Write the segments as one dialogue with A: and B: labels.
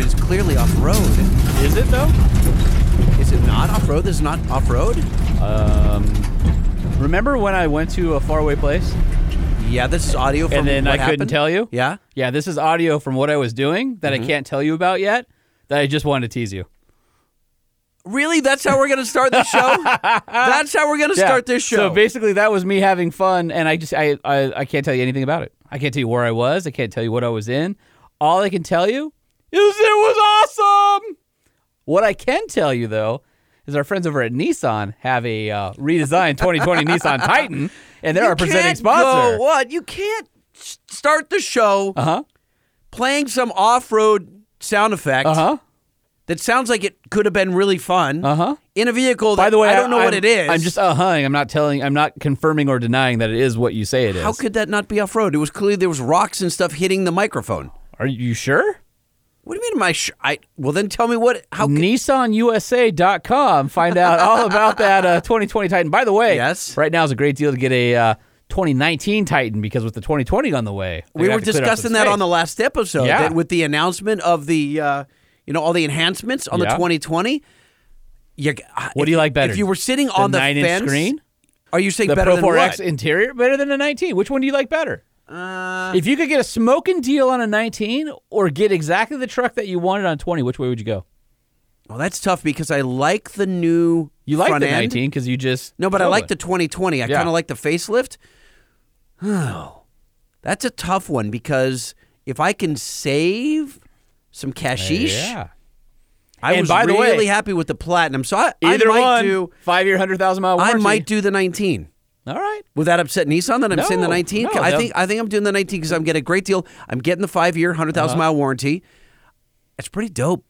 A: is clearly off road.
B: Is it though?
A: Is it not off road? This is not off road.
B: Um, remember when I went to a faraway place?
A: Yeah, this is audio. From
B: And then
A: what
B: I couldn't
A: happened?
B: tell you?
A: Yeah. Mm-hmm.
B: Yeah, this is audio from what I was doing that I can't tell you about yet. That I just wanted to tease you.
A: Really? That's how we're gonna start the show. That's how we're gonna
B: Yeah.
A: start this show.
B: So basically, that was me having fun, and I just I, I I can't tell you anything about it. I can't tell you where I was. I can't tell you what I was in. All I can tell you is it was awesome. What I can tell you though is our friends over at Nissan have a uh, redesigned 2020 Nissan Titan, and they're
A: You
B: our presenting
A: can't
B: sponsor.
A: Go, what? You can't s- start the show
B: Uh huh.
A: playing some off-road sound effect
B: Uh huh.
A: that sounds like it could have been really fun
B: Uh huh.
A: in a vehicle. That
B: By the way,
A: I don't know what it
B: I'm-
A: is.
B: I'm just uh huhing. I'm not telling. I'm not confirming or denying that it is what you say it is.
A: How could that not be off-road? It was clearly there was rocks and stuff hitting the microphone.
B: Are you sure?
A: What do you mean? My sh- I well then tell me what? How? could-
B: NissanUSA.com. Find out all about that uh, 2020 Titan. By the way,
A: Yes?
B: right now is a great deal to get a uh, 2019 Titan because with the 2020 on the way,
A: we
B: they're gonna
A: were
B: have to clear out some
A: discussing that on
B: space.
A: the last episode
B: Yeah.
A: that with the announcement of the uh, you know all the enhancements on the
B: Yeah.
A: 2020 you, uh,
B: What do you like better?
A: if you were sitting on the
B: nine-inch
A: fence
B: screen?
A: are you saying
B: the
A: better
B: Pro
A: than
B: 4X
A: what?
B: interior better than a 19. Which one do you like better?
A: Uh,
B: If you could get a smoking deal on a 19 or get exactly the truck that you wanted on 20, which way would you go?
A: well that's tough because I like the new
B: You like
A: front
B: the
A: end.
B: 19 because you just
A: No, but I
B: drove
A: like
B: it.
A: the 2020. I
B: Yeah.
A: kind of like the facelift. Oh, that's a tough one because if I can save some cashish,
B: Yeah.
A: I
B: And
A: was
B: by the way-
A: really happy with the platinum. So I, I
B: Either
A: might
B: one,
A: do.
B: five year, hundred thousand mile
A: I
B: warranty.
A: might do the 19.
B: All right.
A: Would that upset Nissan that I'm saying the
B: No,
A: 19?
B: no,
A: I
B: they'll-
A: think I think I'm doing the 19 because I'm getting a great deal. I'm getting the five year, 100,000
B: Uh-huh.
A: mile warranty. It's pretty dope.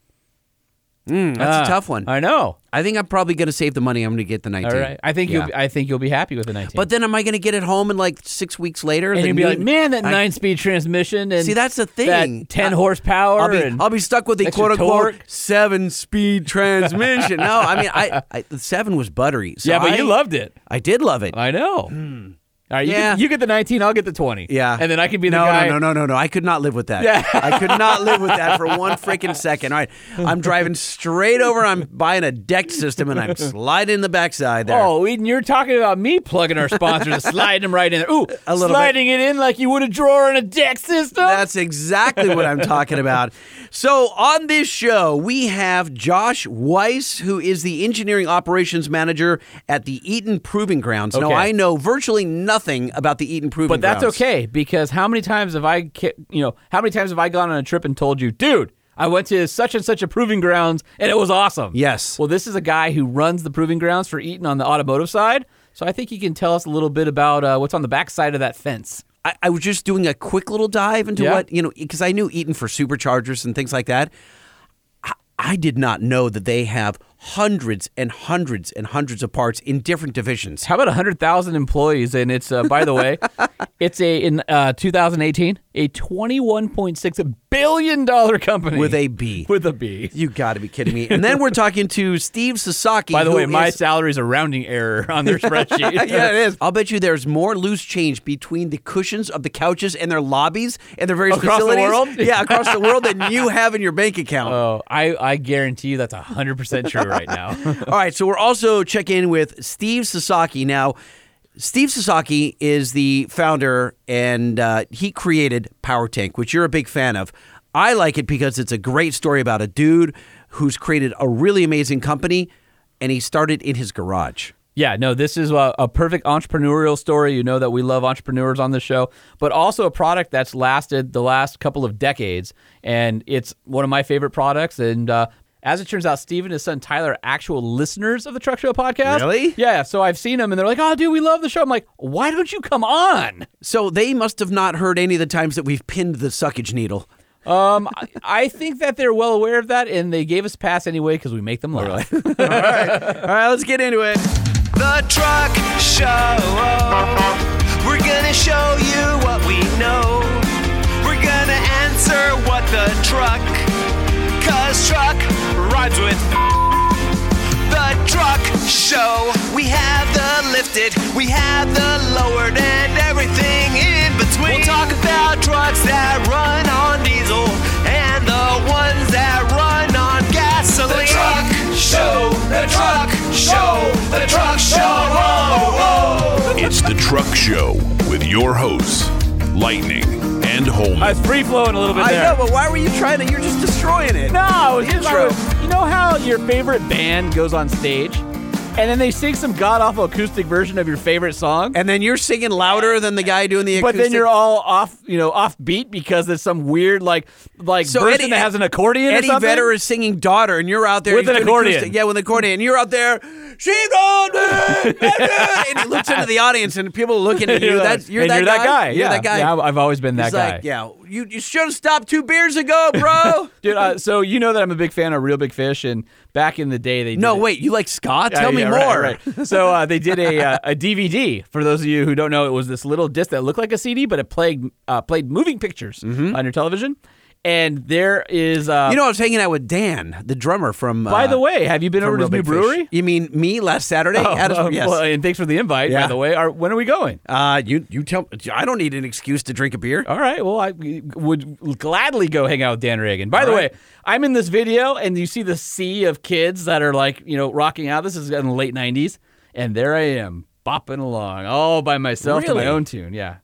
A: Mm, that's
B: Ah,
A: a tough one. I,
B: I know.
A: think I'm probably going to save the money. I'm going to get the 19.
B: All right. I think
A: Yeah.
B: you'll. I think you'll be happy with the 19.
A: But then am I going to get it home and like six weeks later?
B: and
A: the
B: you'd be
A: new-
B: like, man, that
A: I-
B: nine-speed transmission and
A: See, that's the
B: that
A: thing.
B: ten
A: I-
B: horsepower.
A: I'll be,
B: and,
A: I'll be stuck with a
B: extra
A: quote unquote
B: torque.
A: seven speed transmission. no, I mean, I, I the seven was buttery. So
B: yeah, but you
A: I-
B: loved it.
A: I did love it.
B: I know. All right. You,
A: Hmm. Yeah.
B: get, you get the 19. I'll get the 20.
A: yeah,
B: And then I can be the
A: no,
B: guy.
A: No, no, no, no, no. I could not live with that.
B: Yeah.
A: I could not live with that for one freaking second. All right, I'm driving straight over. I'm buying a deck system, and I'm sliding in the backside there.
B: Oh, Eden, you're talking about me plugging our sponsors and sliding them right in there. Ooh,
A: A little bit.
B: sliding it in like you would a drawer in a deck system.
A: That's exactly what I'm talking about. So, on this show, we have Josh Weiss, who is the engineering operations manager at the Eaton Proving Grounds. Now,
B: Okay.
A: I know virtually nothing about the Eaton Proving
B: But that's
A: Grounds.
B: okay because how many times have I, ca- you know, how many times have I gone on a trip and told you, dude, I went to such and such a proving grounds and it was awesome.
A: Yes.
B: Well, this is a guy who runs the proving grounds for Eaton on the automotive side, so I think he can tell us a little bit about uh, what's on the backside of that fence.
A: I, I was just doing a quick little dive into
B: Yeah.
A: what, you know, because I knew Eaton for superchargers and things like that. I, I did not know that they have hundreds and hundreds and hundreds of parts in different divisions.
B: How about 100,000 employees? And it's, uh, by the way, it's a in uh, 2018 a 21.6 billion dollar company
A: With a B.
B: with a B.
A: You got to be kidding me. And then we're talking to Steve Sasaki.
B: By the
A: who
B: way, my
A: is-
B: salary is a rounding error on their spreadsheet.
A: yeah, it is. I'll bet you there's more loose change between the cushions of the couches and their lobbies and their various
B: Across the
A: facilities.
B: world?
A: Yeah, across the world than you have in your bank account.
B: Oh, I, I guarantee you that's 100% true right now.
A: All right, so we're also checking in with Steve Sasaki. Now, Steve Sasaki is the founder and uh, he created Power Tank, which you're a big fan of. I like it because it's a great story about a dude who's created a really amazing company and he started in his garage.
B: yeah, no, this is a, a perfect entrepreneurial story. You know that we love entrepreneurs on this show, but also a product that's lasted the last couple of decades. And it's one of my favorite products. And uh, as it turns out, Steve and his son Tyler are actual listeners of the Truck Show podcast.
A: Really?
B: Yeah, so I've seen them and they're like, oh, dude, we love the show. I'm like, why don't you come on?
A: So they must have not heard any of the times that we've pinned the suckage needle.
B: Um, I- I think that they're well aware of that and they gave us a pass anyway because we make them laugh.
A: All right, let's get into it.
C: The Truck Show. We're gonna show you what we know. We're gonna answer what the truck. Cause truck rides with the truck show. We have the lifted, we have the lowered, and everything in between. We'll talk about trucks that run on diesel and the ones that run truck show.
D: It's the Truck Show with your hosts, Lightning and
B: I
D: Holman.
B: was free flowing a little bit
A: I
B: there.
A: know, but why were you trying to? You're just destroying it.
B: No, I was just
A: Intro.
B: I was- you know how your favorite band goes on stage, and then they sing some god awful acoustic version of your favorite song,
A: And then you're singing louder than the guy doing the
B: but
A: acoustic.
B: then you're all off, you know, off beat because there's some weird like like
A: So
B: person
A: Eddie-
B: that has an accordion
A: Eddie
B: or something.
A: Vedder is singing "Daughter," and you're out there
B: With
A: he's
B: an
A: doing acoustic-
B: accordion.
A: Yeah, with an accordion, and you're out there. She gone, and he looks into the audience, and people are looking at you.
B: like-
A: That's you're,
B: and
A: that,
B: you're
A: guy.
B: that guy.
A: You're
B: yeah.
A: that guy.
B: Yeah, I've- I've always been that
A: He's
B: guy.
A: like, yeah, you, you should have stopped two beers ago, bro.
B: Dude, uh, so you know that I'm a big fan of Real Big Fish, and back in the day they
A: no,
B: did-
A: wait, you like Scott?
B: Yeah,
A: Tell me
B: yeah, right,
A: more.
B: right. So uh, they did a uh, a DVD for those of you who don't know. It was this little disc that looked like a CD, but it played uh, played moving pictures on your television. And there is, uh,
A: You know, I was hanging out with Dan, the drummer from.
B: by
A: uh,
B: the way, have you been
A: from
B: over to
A: Real
B: his new
A: Big Fish.
B: brewery?
A: You mean me last Saturday? At his-
B: Oh,
A: yes.
B: well, and thanks for the invite. By
A: Yeah.
B: the way, Are, when are we going?
A: Uh, you you tell. I don't need an excuse to drink a beer.
B: All right. Well, I would gladly go hang out with Dan Reagan. By the
A: right.
B: way, I'm in this video, and you see the sea of kids that are like, you know, rocking out. This is in the late '90s, and there I am bopping along all by myself to
A: Really?
B: my own tune. Yeah.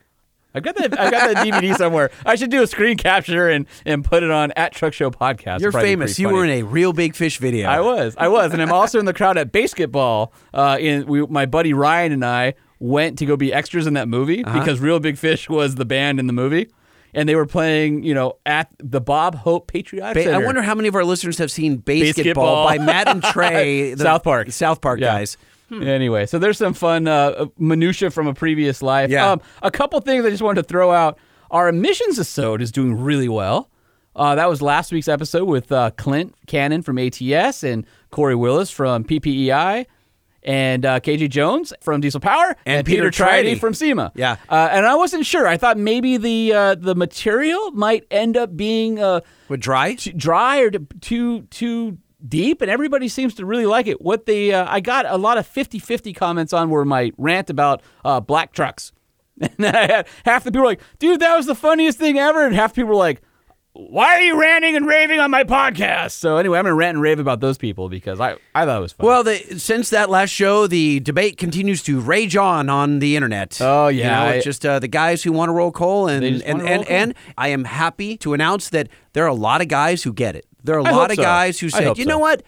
B: I've got that. I've got that DVD somewhere. I should do a screen capture and, and put it on at Truck Show Podcast.
A: You're famous. You were in a real big fish video.
B: I was. I was, and I'm also in the crowd at basketball. Uh, in we, my buddy Ryan and I went to go be extras in that movie
A: Uh-huh.
B: because Real Big Fish was the band in the movie, and they were playing, you know, at the Bob Hope Patriotic
A: Ba- I
B: Center.
A: wonder how many of our listeners have seen
B: Basketball.
A: Basketball, by Matt and Trey, the
B: South Park.
A: South Park
B: Yeah.
A: guys.
B: Anyway, so there's some fun uh, minutia from a previous life. Um,
A: Yeah.
B: a couple things I just wanted to throw out. Our emissions episode is doing really well. Uh, that was last week's episode with uh, Clint Cannon from ATS and Corey Willis from PPEI and uh, KJ Jones from Diesel Power
A: And Peter Tridy.
B: from SEMA.
A: Yeah.
B: Uh, and I wasn't sure. I thought maybe the uh, the material might end up being uh,
A: With Dry?
B: too dry or t- too too deep and everybody seems to really like it what they uh, i got a lot of 50-50 comments on were my rant about uh, black trucks and i had half the people were like dude that was the funniest thing ever and half the people were like why are you ranting and raving on my podcast so anyway i'm gonna rant and rave about those people because i, I thought it was fun
A: Well, the, since that last show, the debate continues to rage on on the internet.
B: Oh,
A: You
B: yeah,
A: know,
B: I-
A: it's just uh, the guys who want to roll coal, and
B: They just
A: and
B: wanna
A: and,
B: roll coal.
A: and I am happy to announce that there are a lot of guys who get it. There are a
B: I hope
A: lot of
B: so.
A: guys who
B: I
A: said,
B: hope
A: you
B: so."
A: know what.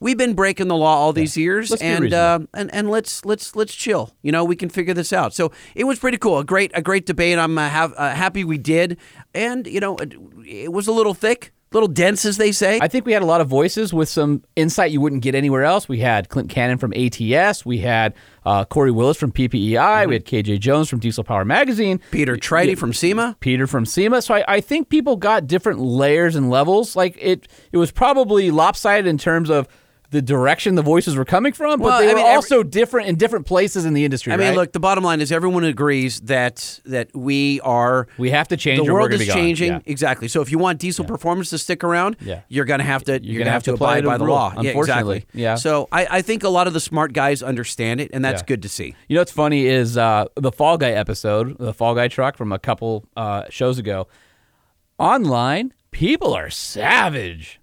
A: We've been breaking the law all these years,
B: Let's be
A: and uh,
B: reasonable.
A: and and let's let's let's chill. You know, we can figure this out. So it was pretty cool, a great a great debate. I'm uh, have, uh, happy we did, and you know, it, it was a little thick, a little dense, as they say.
B: I think we had a lot of voices with some insight you wouldn't get anywhere else. We had Clint Cannon from ATS. We had uh, Corey Willis from PPEI. We had KJ Jones from Diesel Power Magazine.
A: Peter Tridy from SEMA.
B: Peter from SEMA. So I, I think people got different layers and levels. Like it, it was probably lopsided in terms of the direction the voices were coming from, but
A: Well,
B: they
A: I
B: were
A: mean, every-
B: also different in different places in the industry.
A: I mean,
B: right?
A: look, the bottom line is everyone agrees that that we are
B: we have to change.
A: the
B: or we're
A: world
B: gonna
A: is
B: be gone.
A: changing
B: Yeah.
A: exactly. So if you want diesel performance to stick around,
B: Yeah.
A: you're gonna have to you're,
B: gonna have to apply
A: abide
B: the
A: by the
B: rule,
A: law. Yeah,
B: unfortunately.
A: exactly.
B: Yeah.
A: So I, I think a lot of the smart guys understand it, and that's
B: Yeah.
A: good to see.
B: You know what's funny is uh, the Fall Guy episode, the Fall Guy truck from a couple uh, shows ago. Online, people are savage.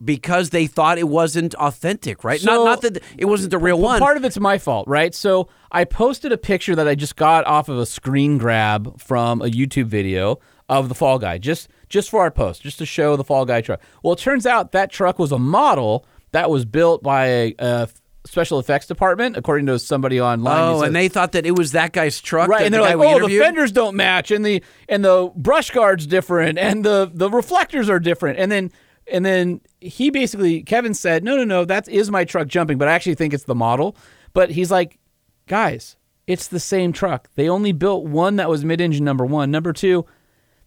A: Because they thought it wasn't authentic, right? not
B: So-
A: not that it wasn't the real one.
B: Part of it's my fault, right? So I posted a picture that I just got off of a screen grab from a YouTube video of the Fall Guy, just just for our post, just to show the Fall Guy truck. Well, it turns out that truck was a model that was built by a, a special effects department, according to somebody online. He
A: oh,
B: said-
A: and they thought that it was that guy's truck.
B: Right,
A: that
B: and they're
A: the guy
B: like,
A: we
B: "Oh,
A: interviewed?
B: the fenders don't match, and the and the brush guard's different, and the the reflectors are different." And then and then he basically Kevin said, "No, no, no, that is my truck jumping, but I actually think it's the model." But he's like, "Guys, it's the same truck. They only built one that was mid-engine number 1, number 2.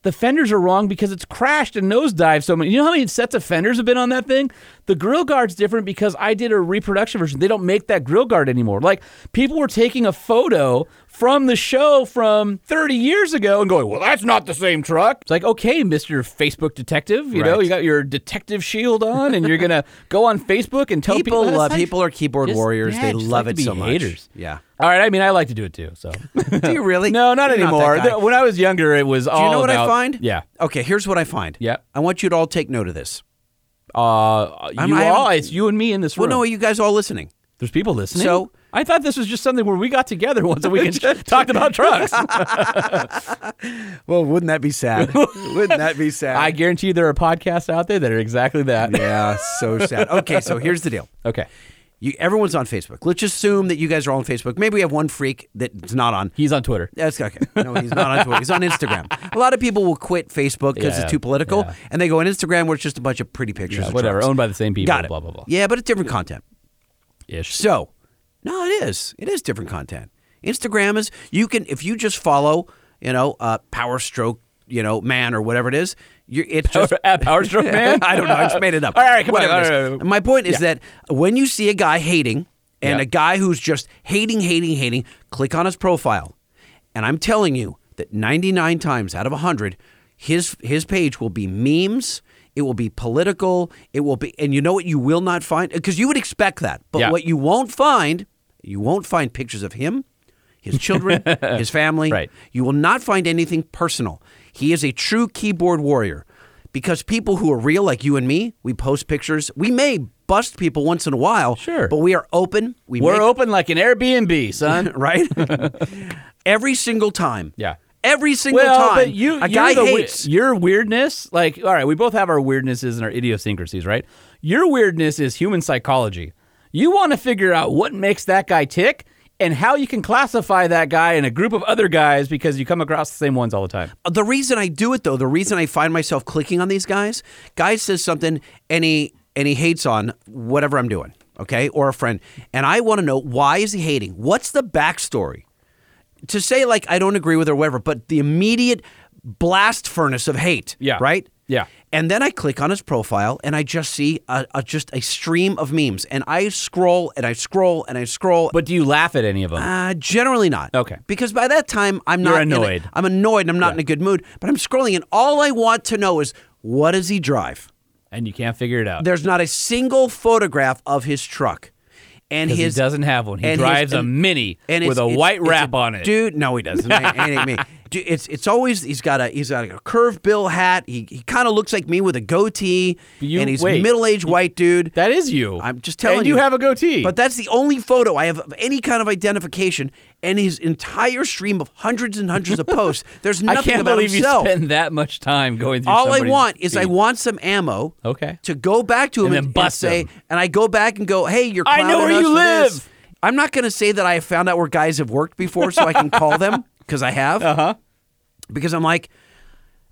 B: The fenders are wrong because it's crashed and nosedived so many. You know how many sets of fenders have been on that thing? The grill guard's different because I did a reproduction version. They don't make that grill guard anymore. Like people were taking a photo from the show from 30 years ago and going, "Well, that's not the same truck." It's like, "Okay, Mr. Facebook detective, you know,
A: Right.
B: you got your detective shield on and you're going to go on Facebook and tell people
A: people
B: "That's
A: love
B: not-
A: people are keyboard
B: just-
A: warriors.
B: yeah,
A: they
B: just
A: love
B: like
A: it
B: to be
A: so much.
B: haters.
A: Yeah.
B: All right, I mean, I like to do it too, so.
A: Do you really?
B: No, not
A: You're that
B: anymore.
A: guy.
B: Th- when I was younger, it was all
A: Do you know what I
B: about-
A: find?
B: Yeah.
A: Okay, here's what I find.
B: Yeah.
A: I want you to all take note of this.
B: Uh,
A: I'm-
B: you
A: I
B: all,
A: haven't-
B: it's you and me in this room.
A: Well, no, you guys all listening.
B: There's people listening.
A: So
B: I thought this was just something where we got together once a week and talked about trucks.
A: Well, wouldn't that be sad? wouldn't that be sad?
B: I guarantee you there are podcasts out there that are exactly that.
A: yeah, so sad. Okay, so here's the deal.
B: Okay.
A: You, everyone's on Facebook. Let's just assume that you guys are all on Facebook. Maybe we have one freak that's not on.
B: He's on Twitter.
A: That's okay. No, he's not on Twitter. He's on Instagram. A lot of people will quit Facebook because
B: Yeah,
A: it's too political,
B: yeah.
A: and they go on Instagram where it's just a bunch of pretty pictures. of
B: whatever.
A: trucks.
B: Owned by the same people.
A: Got it.
B: Blah, blah, blah.
A: Yeah, but it's different content.
B: Ish.
A: So, no, it is. It is different content. Instagram is you can if you just follow, you know, uh, Power Stroke, you know, man or whatever it is. You're, it's just
B: At Power Stroke Man?
A: I don't know. I just made it up.
B: All right, come on,
A: Whatever it
B: all
A: is.
B: right, all right.
A: My point is that when you see a guy hating and
B: Yeah.
A: a guy who's just hating, hating, hating, click on his profile, and I'm telling you that 99 times out of 100, his his page will be memes. It will be political. It will be, and you know what? You will not find because you would expect that, but
B: Yeah.
A: what you won't find, you won't find pictures of him, his children, his family.
B: Right.
A: You will not find anything personal. He is a true keyboard warrior because people who are real, like you and me, we post pictures. We may bust people once in a while.
B: Sure.
A: But we are open. We
B: We're
A: make-
B: open like an Airbnb, son.
A: Right? Every single time.
B: Yeah.
A: Every single
B: well,
A: time.
B: but you,
A: a
B: you're
A: guy
B: the we-
A: hates.
B: your weirdness. Like, all right, we both have our weirdnesses and our idiosyncrasies, right? Your weirdness is human psychology. You want to figure out what makes that guy tick and how you can classify that guy in a group of other guys because you come across the same ones all the time.
A: the reason I do it though, the reason I find myself clicking on these guys, guy says something and he and he hates on whatever I'm doing, okay, or a friend, and I want to know why is he hating? What's the backstory? To say like I don't agree with or whatever, but the immediate blast furnace of hate,
B: Yeah.
A: right,
B: Yeah.
A: and then I click on his profile and I just see a, a just a stream of memes, and I scroll and I scroll and I scroll.
B: But do you laugh at any of them?
A: Uh, generally not.
B: Okay.
A: Because by that time, I'm
B: You're
A: not in a-
B: annoyed.
A: I'm annoyed. and I'm not in a good mood. But I'm scrolling, and all I want to know is what does he drive?
B: and you can't figure it out.
A: There's not a single photograph of his truck, and
B: 'Cause
A: his
B: he doesn't have one. He
A: and his-
B: drives a
A: and-
B: mini
A: and
B: with
A: it's-
B: a
A: it's-
B: white
A: it's
B: wrap
A: a-
B: on it.
A: Dude, no, he doesn't. Ain't- ain't me. Dude, it's it's always he's got a he's got a curved bill hat. He he kind of looks like me with a goatee,
B: You-
A: and he's
B: wait.
A: middle aged white dude.
B: That is you.
A: I'm just telling
B: and
A: you.
B: you have a goatee.
A: But that's the only photo I have of any kind of identification. And his entire stream of hundreds and hundreds of posts, there's nothing
B: I can't
A: about
B: believe
A: himself.
B: you spend that much time going through.
A: All I
B: somebody's
A: want is I
B: feed.
A: want some ammo.
B: Okay.
A: To go back to him
B: And
A: and,
B: then bust
A: say,
B: him.
A: and I go back and go, hey, you're.
B: I know
A: clowning
B: where
A: us
B: you
A: for this."
B: live.
A: I'm not going to say that I have found out where guys have worked before, so I can call them because I have. Uh
B: Uh-huh.
A: huh. Because I'm like,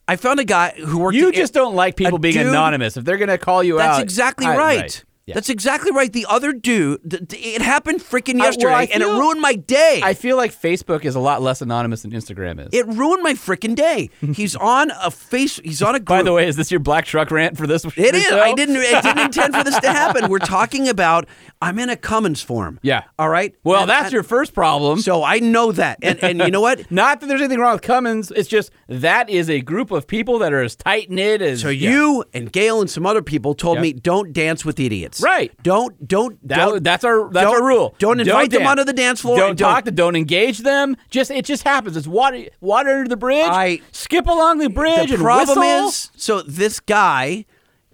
A: I found a guy who worked.
B: You
A: at-
B: just don't like people
A: a
B: being
A: dude-
B: anonymous. If they're going to call you out,
A: That's exactly
B: I-
A: right.
B: Yeah.
A: That's exactly right. The other dude, th- th- it happened freaking
B: I
A: yesterday, and it
B: feel-
A: ruined my day.
B: I feel like Facebook is a lot less anonymous than Instagram is.
A: it ruined my freaking day. He's on a face. He's on a. Group.
B: By the way, is this your black truck rant for this?
A: It is. I didn't. I didn't intend for this to happen. We're talking about. I'm in a Cummins form.
B: Yeah.
A: All right.
B: Well,
A: And
B: that's
A: I-
B: your first problem.
A: So I know that, and and you know what?
B: Not that there's anything wrong with Cummins. It's just that is a group of people that are as tight knit as.
A: So
B: Yeah.
A: you and Gail and some other people told
B: Yep.
A: me don't dance with idiots.
B: Right.
A: Don't don't
B: That-
A: don't.
B: that's our that's
A: don't-
B: our rule.
A: Don't invite them
B: dance.
A: onto the dance floor.
B: Don't
A: and
B: talk to. Don't engage them. Just it just happens. It's water water under the bridge.
A: I-
B: skip along the bridge.
A: the
B: and
A: problem
B: whistle.
A: is so this guy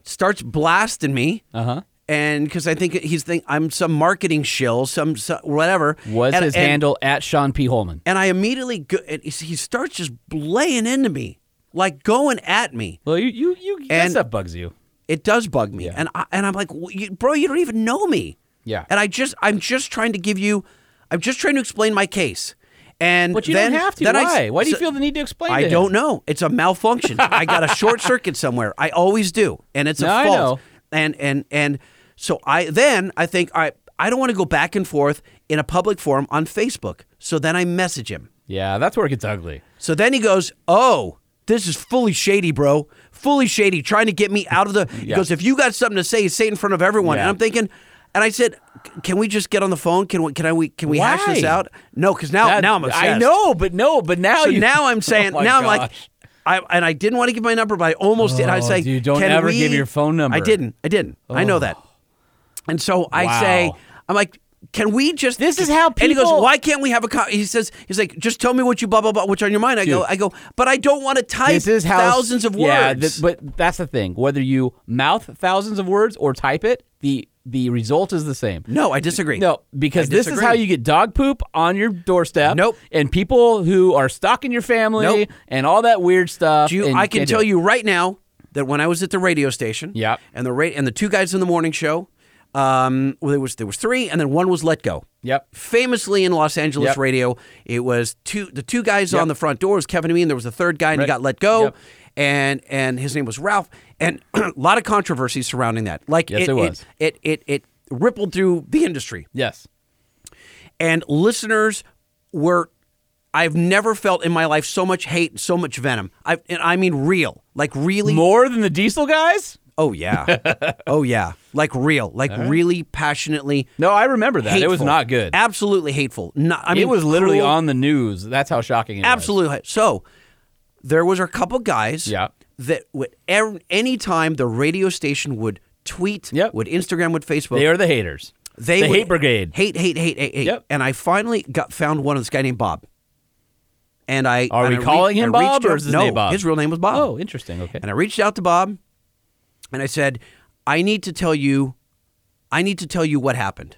A: starts blasting me uh-huh and because i think he's think i'm some marketing shill some, some whatever
B: was
A: and,
B: his
A: and-
B: handle at Sean P Holman.
A: and i immediately go, and he he starts just laying into me like going at me
B: Well, you you you that
A: And-
B: stuff bugs you.
A: it does bug me and I, and i'm like "Well, you, bro you don't even know me
B: Yeah.
A: and i just i'm just trying to give you i'm just trying to explain my case and
B: But you
A: then,
B: don't have to.
A: then I s-
B: Why? Why do you
A: so-
B: feel the need to explain?
A: I
B: to him?
A: don't know. It's a malfunction. I got a short circuit somewhere. I always do, and it's a
B: No, I
A: fault.
B: know.
A: And and and so I then I think all right, I don't want to go back and forth in a public forum on Facebook. So then I message him.
B: Yeah, that's where it gets ugly.
A: So then he goes, "Oh, this is fully shady, bro. Fully shady, trying to get me out of the." He
B: Yeah.
A: goes, "If you got something to say, say it in front of everyone."
B: Yeah.
A: And I'm thinking. And I said, "C- "Can we just get on the phone? Can we? Can I? We, can we hash this
B: Why?
A: out? No, because now
B: That-
A: Oh, now I'm obsessed.
B: I know, but no, but now
A: So
B: you,
A: now I'm saying,
B: Oh my
A: now I'm like,
B: gosh.
A: I and I didn't want to give my number, but I almost did. I was
B: Oh,
A: like,
B: dude, don't
A: "Can
B: ever
A: we-"
B: give your phone number. Oh.
A: I didn't. I didn't. I know that. And so I
B: Wow.
A: say, I'm like, can we just?
B: This is how
A: And he goes,
B: people-
A: why can't we have a? Co-? He says, he's like, just tell me what you blah blah blah, what's on your mind. I go,
B: Dude.
A: I go, but I don't want to type
B: this is how
A: thousands of words.
B: Yeah, th- but that's the thing. Whether you mouth thousands of words or type it, the the result is the same.
A: no, I disagree.
B: No, because
A: I
B: this is
A: disagree.
B: how you get dog poop on your doorstep.
A: Nope.
B: And people who are stalking your family
A: Nope.
B: and all that weird stuff.
A: Do you,
B: and
A: I can
B: can't do
A: tell
B: it.
A: you right now that when I was at the radio station,
B: Yep.
A: and the ra- and the two guys in the morning show, um, well, there was there was three, and then one was let go.
B: Yep.
A: Famously in Los Angeles
B: Yep.
A: radio, it was two the two guys
B: Yep.
A: on the front door was Kevin and me, and there was a third guy, and he got let go.
B: Yep.
A: And and his name was Ralph, and a lot of controversy surrounding that. Like
B: Yes,
A: it,
B: there was.
A: It, it it it rippled through the industry
B: Yes.
A: and listeners were I've never felt in my life so much hate, so much venom. I and I mean real, like really.
B: More than the diesel guys?
A: Oh yeah, oh yeah, like real, like really passionately.
B: No, I remember that. It was
A: hateful.
B: not good.
A: Absolutely hateful. Not. I mean,
B: it was literally
A: cruel,
B: on the news. That's how shocking it was.
A: Absolutely. So there was a couple guys.
B: Yeah.
A: That would er, any time the radio station would tweet,
B: Yep.
A: would Instagram, would Facebook,
B: They are the haters.
A: they
B: the
A: would-
B: hate brigade.
A: Hate, hate, hate, hate, hate.
B: Yep.
A: And I finally got found one of this guy named Bob. And I
B: Are
A: and
B: we
A: I re-
B: calling him
A: I reached
B: Bob or
A: out-
B: is his
A: no,
B: name Bob?
A: His real name was Bob.
B: Oh, interesting. Okay.
A: And I reached out to Bob, and I said, "I need to tell you, I need to tell you what happened,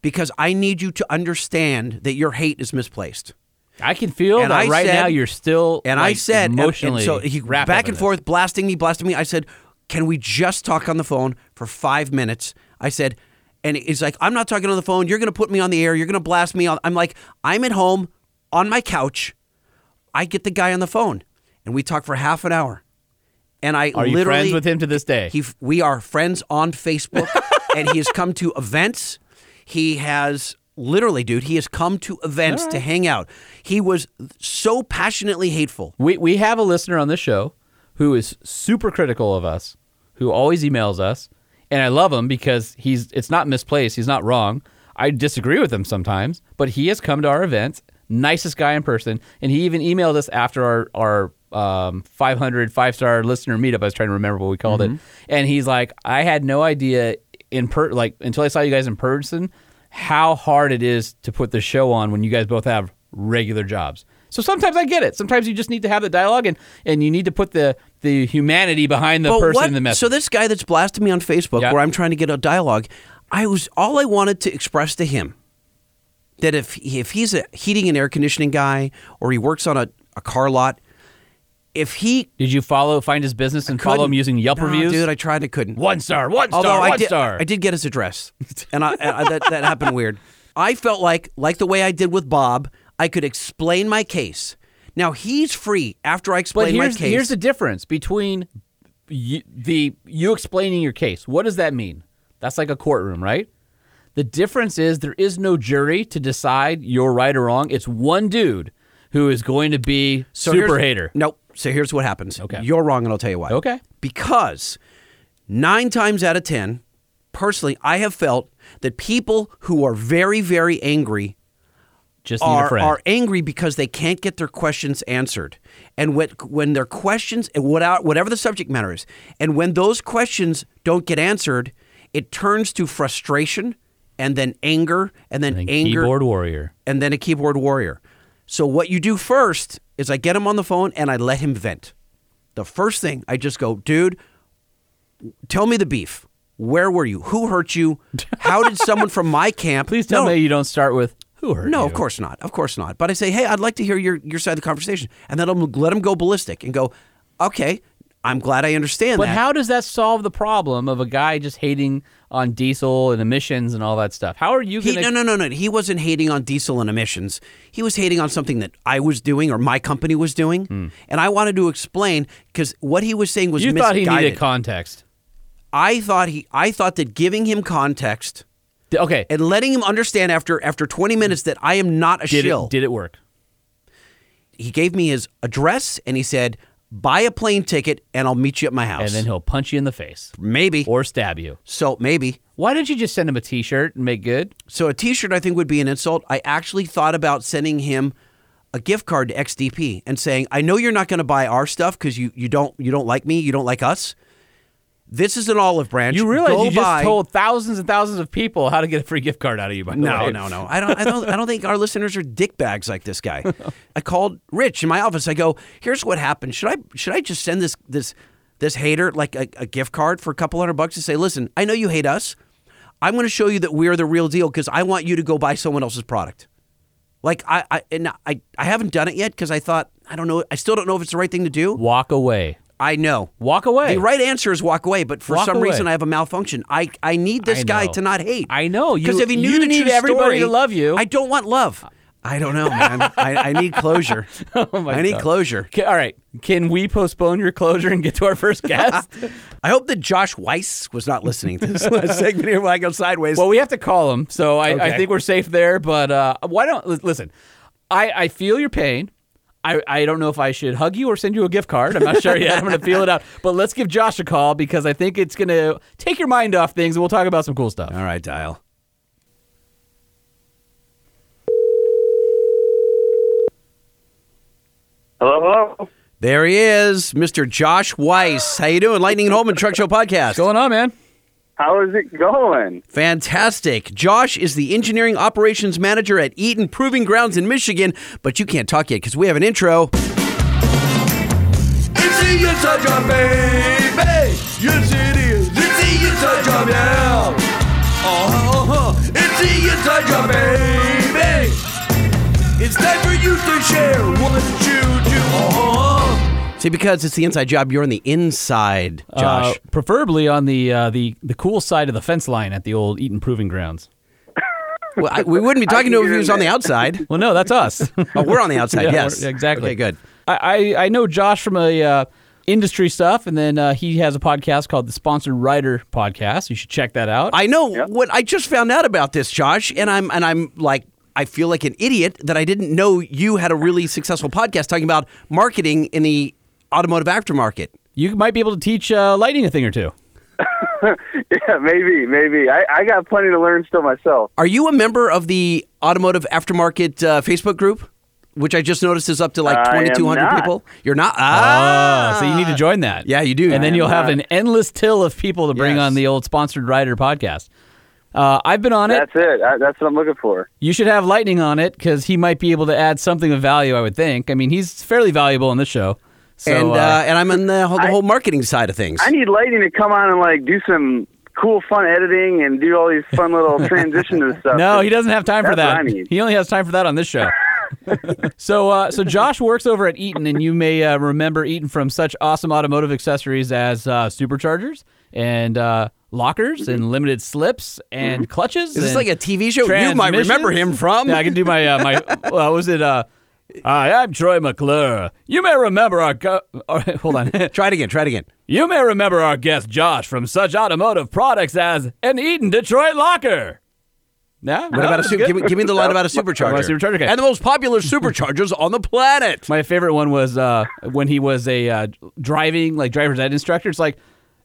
A: because I need you to understand that your hate is misplaced."
B: I can feel
A: And
B: that
A: I
B: right
A: said-
B: now you're still
A: And I
B: like,
A: said, and-
B: emotionally
A: and, so he
B: wrapped up
A: back
B: in
A: and
B: this.
A: forth, blasting me, blasting me. I said, "Can we just talk on the phone for five minutes?" I said, and he's like, "I'm not talking on the phone. You're going to put me on the air. You're going to blast me on." I'm like, "I'm at home on my couch. I get the guy on the phone, and we talk for half an hour." And I
B: Are you
A: literally
B: friends with him to this day?
A: he, we are friends on Facebook, and he has come to events. He has literally, dude, he has come to events to hang out. He was so passionately hateful.
B: We we have a listener on this show who is super critical of us, who always emails us, and I love him because he's it's not misplaced, he's not wrong. I disagree with him sometimes, but he has come to our events, nicest guy in person, and he even emailed us after our our um, 500 five star listener meetup. I was trying to remember what we called it, and he's like, I had no idea in per like until I saw you guys in person how hard it is to put the show on when you guys both have regular jobs. So sometimes I get it. Sometimes you just need to have the dialogue and, and you need to put the, the humanity behind the
A: But
B: person
A: what-
B: in the message.
A: So this guy that's blasting me on Facebook,
B: Yeah.
A: where I'm trying to get a dialogue, I was all I wanted to express to him that if if he's a heating and air conditioning guy or he works on a, a car lot, if he
B: Did you follow find his business and follow
A: couldn't-
B: him using Yelp
A: Nah,
B: reviews?
A: dude, I tried, I couldn't.
B: one star, one star,
A: Although
B: one
A: I did,
B: star.
A: I did get his address, and I, and I- that that happened weird. I felt like like the way I did with Bob, I could explain my case. Now he's free after I
B: But
A: explain my
B: here's
A: case.
B: here's the difference between you, the you explaining your case. What does that mean? That's like a courtroom, right? The difference is there is no jury to decide you're right or wrong. It's one dude who is going to be
A: So
B: super
A: here's-
B: hater.
A: Nope. So here's what happens.
B: Okay.
A: You're wrong, and I'll tell you why.
B: Okay.
A: Because nine times out of 10, personally, I have felt that people who are very, very angry
B: Just need a
A: are,
B: friend.
A: are angry because they can't get their questions answered. And when, when their questions, and without, whatever the subject matter is, and when those questions don't get answered, it turns to frustration and then anger and then
B: And
A: anger
B: keyboard warrior.
A: and then a keyboard warrior. So what you do first is I get him on the phone and I let him vent. The first thing I just go, dude, tell me the beef. Where were you? Who hurt you? How did someone from my camp?
B: Please tell
A: No,
B: me you don't start with who hurt
A: No,
B: you?"
A: of course not. Of course not. But I say, hey, I'd like to hear your, your side of the conversation, and then I'll let him go ballistic and go, okay, I'm glad I understand
B: But
A: that.
B: how does that solve the problem of a guy just hating on diesel and emissions and all that stuff? How are you
A: He,
B: going
A: no, no, no, no. He wasn't hating on diesel and emissions. He was hating on something that I was doing or my company was doing. And I wanted to explain because what he was saying was
B: Hmm. You thought
A: misguided.
B: he needed context.
A: I thought he. I thought that giving him context
B: D- Okay.
A: and letting him understand after after 20 minutes that I am not a
B: Did
A: shill.
B: it, did it work?
A: he gave me his address and he said, "Buy a plane ticket and I'll meet you at my house."
B: And then he'll punch you in the face
A: maybe.
B: or stab you.
A: so maybe.
B: Why don't you just send him a t shirt and make good?
A: So a T-shirt, I think, would be an insult. I actually thought about sending him a gift card to XDP and saying, "I know you're not going to buy our stuff because you you don't you don't like me, you don't like us." This is an olive branch.
B: You realize
A: Go
B: you just
A: buy-
B: told thousands and thousands of people how to get a free gift card out of you. By the
A: No,
B: way.
A: no, no. I don't. I don't. I don't think our listeners are dickbags like this guy. I called Rich in my office. I go, "Here's what happened. Should I? Should I just send this this this hater like a, a gift card for a couple hundred bucks to say, listen, I know you hate us. I'm going to show you that we're the real deal because I want you to go buy someone else's product. Like I, I and I, I haven't done it yet because I thought I don't know. I still don't know if it's the right thing to do.
B: Walk away.
A: I know.
B: Walk away.
A: The right answer is walk away, but for
B: Walk
A: some
B: away.
A: reason I have a malfunction. I, I need this
B: I
A: guy
B: know.
A: to not hate.
B: I know. You-
A: Because if he knew
B: you
A: the
B: need
A: true
B: everybody
A: story-
B: to love you.
A: I don't want love. I don't know, man. I, I need closure.
B: Oh my
A: I need
B: God.
A: closure.
B: Ca- all right. Can we postpone your closure and get to our first guest?
A: I hope that Josh Weiss was not listening to this last segment here while I go sideways.
B: well, we have to call him, so I, I
A: Okay.
B: think we're safe there. But uh, why don't li- listen? I, I feel your pain. I, I don't know if I should hug you or send you a gift card. I'm not sure yet. I'm going to feel it out. But let's give Josh a call because I think it's going to take your mind off things and we'll talk about some cool stuff.
A: All right, dial.
E: Hello, hello.
A: There he is, Mr. Josh Weiss. How you doing? Lightning and Holman Truck Show Podcast.
B: What's going on, man?
E: How is it going?
A: Fantastic. Josh is the engineering operations manager at Eaton Proving Grounds in Michigan, but you can't talk yet because we have an intro.
F: It's the Utah Drum, baby. Yes, it is. It's the Utah Drum now. Uh-huh, uh-huh. It's the Utah Drum, baby. It's time for you to share what you do. Uh-huh.
A: See, because it's the inside job, you're on the inside, Josh.
B: Uh, preferably on the, uh, the the cool side of the fence line at the old Eaton Proving Grounds.
A: well, I, we wouldn't be talking to him if he was on the outside.
B: Well, no, that's us.
A: Oh, we're on the outside,
B: Yeah,
A: yes.
B: we're- exactly.
A: Okay, good.
B: I, I, I know Josh from a uh, industry stuff, and then uh, he has a podcast called the Sponsored Writer Podcast. You should check that out.
A: I know what I just found out about this, Josh, and I'm and I'm like I feel like an idiot that I didn't know you had a really successful podcast talking about marketing in the automotive aftermarket.
B: you might be able to teach uh, Lightning a thing or two.
E: Yeah, maybe, maybe. I, I got plenty to learn still myself.
A: Are you a member of the automotive aftermarket uh, Facebook group, which I just noticed is up to like
E: I am
A: 2,200
E: not.
A: people? You're not. Ah,
B: so you need to join that.
A: yeah, you do.
B: Oh. And then you'll have an endless till of people to bring
A: Yes.
B: on the old Sponsored Writer Podcast. Uh, I've been on it.
E: That's it. I, that's what I'm looking for.
B: You should have Lightning on it because he might be able to add something of value. I would think. I mean, he's fairly valuable in this show. So,
A: and
B: uh,
A: uh, and I'm on the whole, the whole marketing side of things.
E: I need lighting to come on and like do some cool, fun editing and do all these fun little transitions and
A: uh,
E: stuff.
B: No, he doesn't have time for
E: That's
B: that.
E: what I mean.
B: He only has time for that on this show. so, uh, so Josh works over at Eaton, and you may uh, remember Eaton from such awesome automotive accessories as uh, superchargers and uh, lockers and limited slips and clutches.
A: Mm-hmm. Is this like a TV show? You might remember him from.
B: Yeah, I can do my uh, my. Well, was it? Uh, Hi, I'm Troy McClure. You may remember our. Go- all right, hold on.
A: Try it again. Try it again.
B: you may remember our guest Josh from such automotive products as an Eaton Detroit locker. Yeah.
A: What about a super? Give me, give me the line about a supercharger.
B: About a supercharger, okay.
A: And the most popular superchargers on the planet.
B: My favorite one was uh, when he was a uh, driving, like driver's ed instructor. It's like,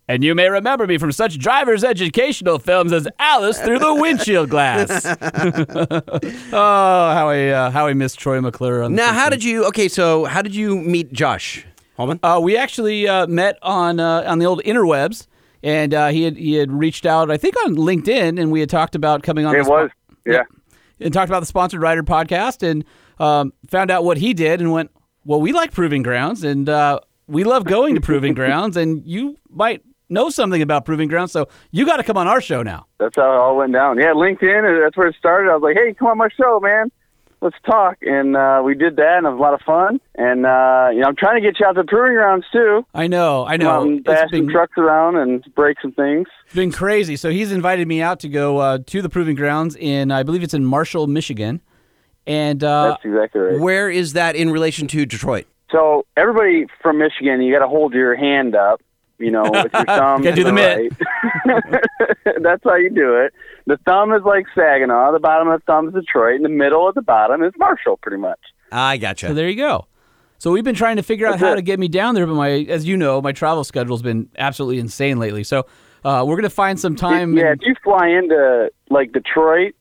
B: and you may remember me from such driver's educational films as Alice Through the Windshield Glass. oh, how I uh, how I miss Troy McClure on the
A: Now,
B: first
A: how
B: one.
A: did you? Okay, so how did you meet Josh Holman?
B: Uh, we actually uh, met on uh, on the old interwebs, and uh, he had he had reached out, I think, on LinkedIn, and we had talked about coming on.
E: It
B: the spot-
E: was. Yeah.
B: and talked about the sponsored writer podcast and um, found out what he did and went, well, we like Proving Grounds and uh, we love going to Proving Grounds and you might know something about Proving Grounds, so you got to come on our show now.
E: That's how it all went down. Yeah, LinkedIn. uh, That's where it started. I was like, hey, come on my show, man. Let's talk. And uh, we did that, and it was a lot of fun. And uh, you know, I'm trying to get you out to the proving grounds too.
B: I know, I know.
E: um,
B: It's
E: bash
B: been-
E: some trucks around and break some things.
B: It's been crazy. So he's invited me out to go uh, to the Proving Grounds in, I believe it's in Marshall, Michigan. And uh,
E: That's exactly right.
A: Where is that in relation to Detroit?
E: So everybody from Michigan, you got to hold your hand up, you know, with your thumb.
B: Gotta do the mitt.
E: mitt. That's how you do it. The thumb is like Saginaw. The bottom of the thumb is Detroit, and the middle at the bottom is Marshall, pretty much.
A: I
B: So
A: gotcha.
B: there you go. So we've been trying to figure out
E: That's
B: how
E: it.
B: to get me down there, but my, as you know, my travel schedule's been absolutely insane lately. So uh, we're gonna find some time.
E: yeah,
B: and-
E: if you fly into like Detroit,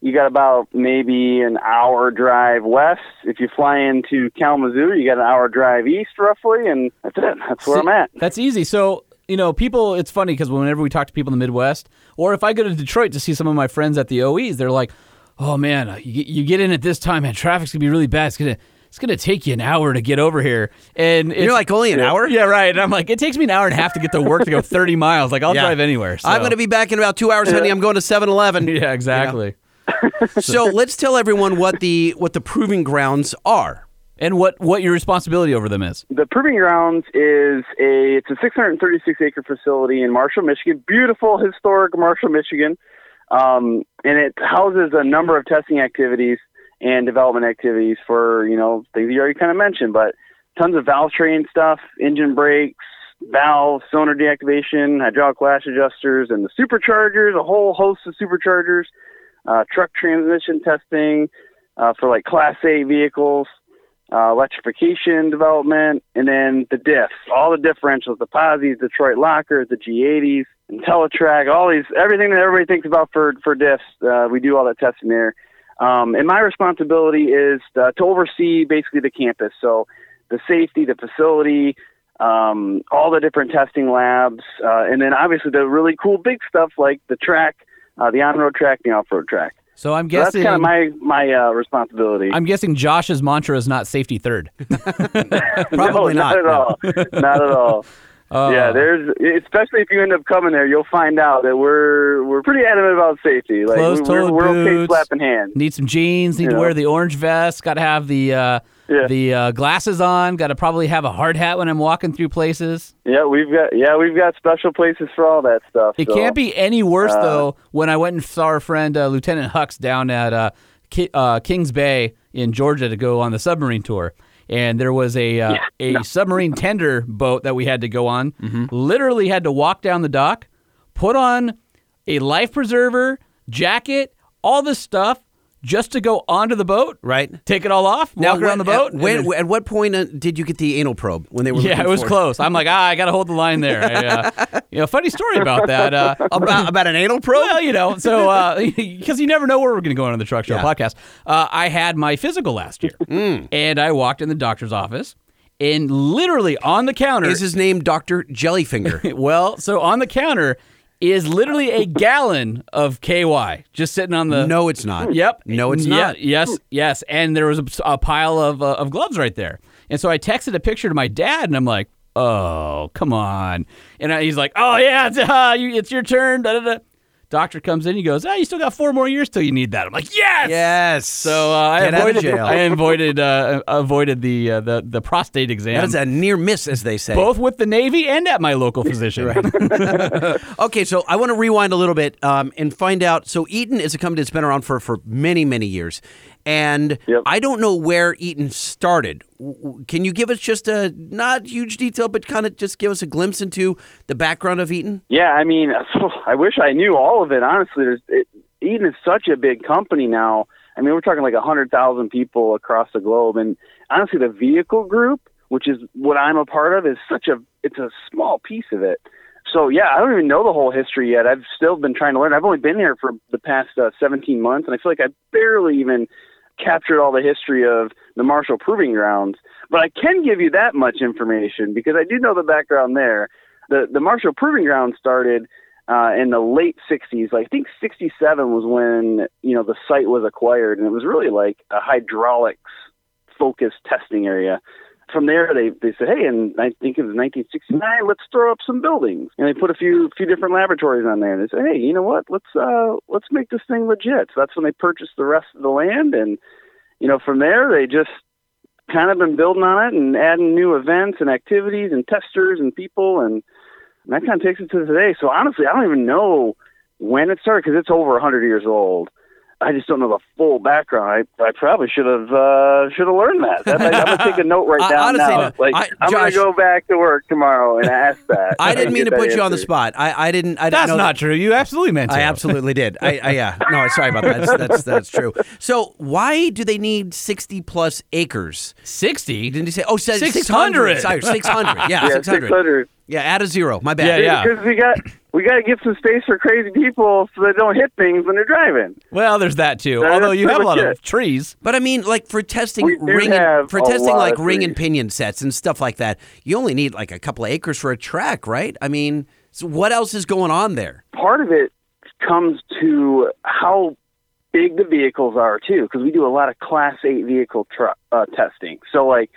E: you got about maybe an hour drive west. If you fly into Kalamazoo, you got an hour drive east, roughly, and that's it. That's where
B: See,
E: I'm at.
B: That's easy. So you know, people, it's funny because whenever we talk to people in the Midwest, or if I go to Detroit to see some of my friends at the OEs, they're like, oh man, uh, you, get- you get in at this time, man, traffic's going to be really bad. It's going to. It's gonna take you an hour to get over here, and it's,
A: You're like only an hour.
B: yeah, right. And I'm like, it takes me an hour and a half to get to work to go 30 miles. Like I'll
A: Yeah.
B: drive anywhere. So.
A: I'm going to be back in about two hours, honey. I'm going to 7-Eleven.
B: yeah, exactly.
A: So let's tell everyone what the what the proving grounds are.
B: And what what your responsibility over them is?
E: The Proving Grounds is a it's a 636 acre facility in Marshall, Michigan. Beautiful historic Marshall, Michigan, um, and it houses a number of testing activities and development activities for you know things you already kind of mentioned, but tons of valve train stuff, engine brakes, valves, cylinder deactivation, hydraulic lash adjusters, and the superchargers, a whole host of superchargers, uh, truck transmission testing uh, for like Class A vehicles uh, electrification development, and then the diffs, all the differentials, the POSIs, Detroit lockers, the G80s, IntelliTrack, all these, everything that everybody thinks about for, for diffs, uh, we do all that testing there. Um, and my responsibility is uh, to oversee basically the campus, so the safety, the facility, um, all the different testing labs, uh, and then obviously the really cool big stuff like the track, uh, the on-road track, the off-road track.
B: So I'm
E: So that's
B: guessing
E: kind of my my uh, responsibility.
B: I'm guessing Josh's mantra is not safety third.
A: Probably
E: no,
A: not.
E: not at all. not at all. yeah, there's especially if you end up coming there, you'll find out that we're we're pretty adamant about safety. Like we- we're,
B: Closed-toed
E: we're okay
B: boots.
E: slapping hands.
B: Need some jeans. Need to
E: Yeah.
B: wear the orange vest. Got to have the uh,
E: Yeah.
B: the uh, glasses on. Got to probably have a hard hat when I'm walking through places.
E: Yeah, we've got yeah we've got special places for all that stuff.
B: It
E: so. uh,
B: can't be any worse though. When I went and saw our friend uh, Lieutenant Hux down at uh, Ki- uh, Kings Bay in Georgia to go on the submarine tour, and there was a uh, a submarine tender boat that we had to go on.
E: Mm-hmm.
B: Literally had to walk down the dock, put on a life preserver, jacket, all this stuff, just to go onto the boat.
A: Right.
B: Take it all off. walk
A: when-
B: around the boat.
A: At,
B: and
A: when,
B: then-
A: at what point uh, did you get the anal probe when they were?
B: yeah,
A: looking
B: it was
A: for
B: close. I'm like, ah, I gotta hold the line there. I, uh, you know, funny story about that. Uh,
A: About about an anal probe.
B: Well, you know, so because you never know where we're going to go on the truck show
A: Yeah. Mm.
B: podcast. Uh, I had my physical last year, and I walked in the doctor's office, and literally on the counter
A: Is his name Doctor Jellyfinger?
B: well, so on the counter is literally a gallon of KY just sitting on the.
A: no, it's not.
B: Yep.
A: No, it's
B: Ye-
A: not.
B: Yes, yes. And there was a, a pile of, uh, of gloves right there. And so I texted a picture to my dad, and I'm like, oh, come on. And I, he's like, oh, yeah, it's, uh, you, it's your turn. Da, da, da. Doctor comes in, he goes, ah, you still got four more years till you need that. I'm like, yes.
A: Yes. So
B: So uh, I
A: Get out of
B: avoided,
A: jail.
B: I avoided, uh, avoided the, uh, the the prostate exam,
A: that is a near miss, as they say.
B: both with the Navy and at my local physician.
A: Okay, so I want to rewind a little bit um, and find out. So Eaton is a company that's been around for for many many years, and
E: Yep.
A: I don't know where Eaton started. W- w- Can you give us just a not huge detail, but kind of just give us a glimpse into the background of Eaton?
E: Yeah, I mean, I wish I knew all of it. Honestly, there's it, Eden is such a big company now. I mean, we're talking like a hundred thousand people across the globe, and honestly, the vehicle group, which is what I'm a part of, is such a it's a small piece of it. So yeah, I don't even know the whole history yet. I've still been trying to learn. I've only been here for the past uh, 17 months, and I feel like I barely even captured all the history of the Marshall Proving Grounds. But I can give you that much information because I do know the background there the the Marshall Proving Ground started uh, in the late '60s. Like, I think '67 was when you know the site was acquired, and it was really like a hydraulics focused testing area. From there, they they said, hey, and I think it was 1969. Let's throw up some buildings, and they put a few few different laboratories on there. And they said, hey, you know what? Let's uh let's make this thing legit. So that's when they purchased the rest of the land, and you know from there they just kind of been building on it and adding new events and activities and testers and people and and that kind of takes it to today. So honestly, I don't even know when it started because it's over 100 years old. I just don't know the full background. I, I probably should have uh, should have learned that. That's like, I'm gonna take a note
A: I-
E: right down
A: honestly,
E: now. Like
A: I-
E: am gonna
A: Josh-
E: go back to work tomorrow and ask that.
A: I didn't
E: and
A: mean to
E: get
A: put
E: that
A: you on the
E: answer.
A: spot. I, I didn't. I didn't
B: That's
A: know
B: not true. You absolutely meant to.
A: I absolutely did. I, I yeah. No, sorry about that. That's, that's that's true. So why do they need sixty plus acres?
B: 60.
A: Didn't you say? Oh, 600.
B: 600.
A: Sorry, 600. Yeah,
E: Yeah,
A: 600.
E: 600.
A: Yeah, add a zero. My bad.
B: Yeah, yeah.
E: Because we got we got to get some space for crazy people so they don't hit things when they're driving.
B: Well, there's that too.
E: That
B: Although
E: is
B: you have a
E: pretty
B: lot
E: much
B: of
E: it.
B: trees.
A: But I mean, like for testing
E: We do
A: ring and,
E: have
A: for
E: a
A: testing
E: lot
A: like
E: of
A: ring and
E: trees.
A: pinion sets and stuff like that, you only need like a couple of acres for a track, right? I mean, so what else is going on there?
E: Part of it comes to how big the vehicles are too, because we do a lot of Class Eight vehicle tru uh, testing. So like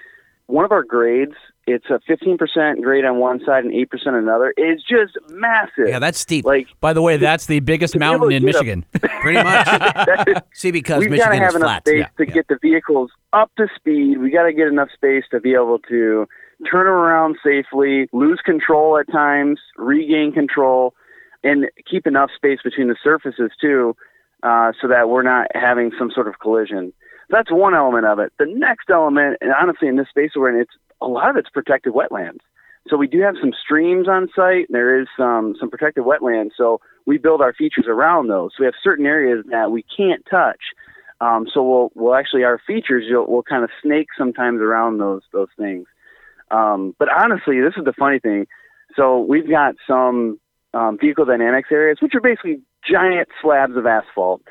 E: one of our grades, it's a 15% grade on one side and 8% on another. It's just massive.
A: Yeah, that's steep.
E: like
B: By the way, that's the biggest
E: be able
B: mountain
E: to
B: in
E: get up-
B: Michigan.
A: pretty much. See, because
E: we've got to
A: Michigan
E: have
A: is
E: enough
A: flat.
E: space
B: Yeah,
E: to
B: yeah.
E: get the vehicles up to speed. We got to get enough space to be able to turn around safely, lose control at times, regain control, and keep enough space between the surfaces too, uh, so that we're not having some sort of collision. That's one element of it. The next element, and honestly, in this space we're in, it's a lot of it's protected wetlands. So we do have some streams on site. There is some some protected wetlands. So we build our features around those. we have certain areas that we can't touch. Um, so we'll we'll actually our features you'll, we'll kind of snake sometimes around those those things. Um, but honestly, this is the funny thing. So we've got some um, vehicle dynamics areas, which are basically giant slabs of asphalt.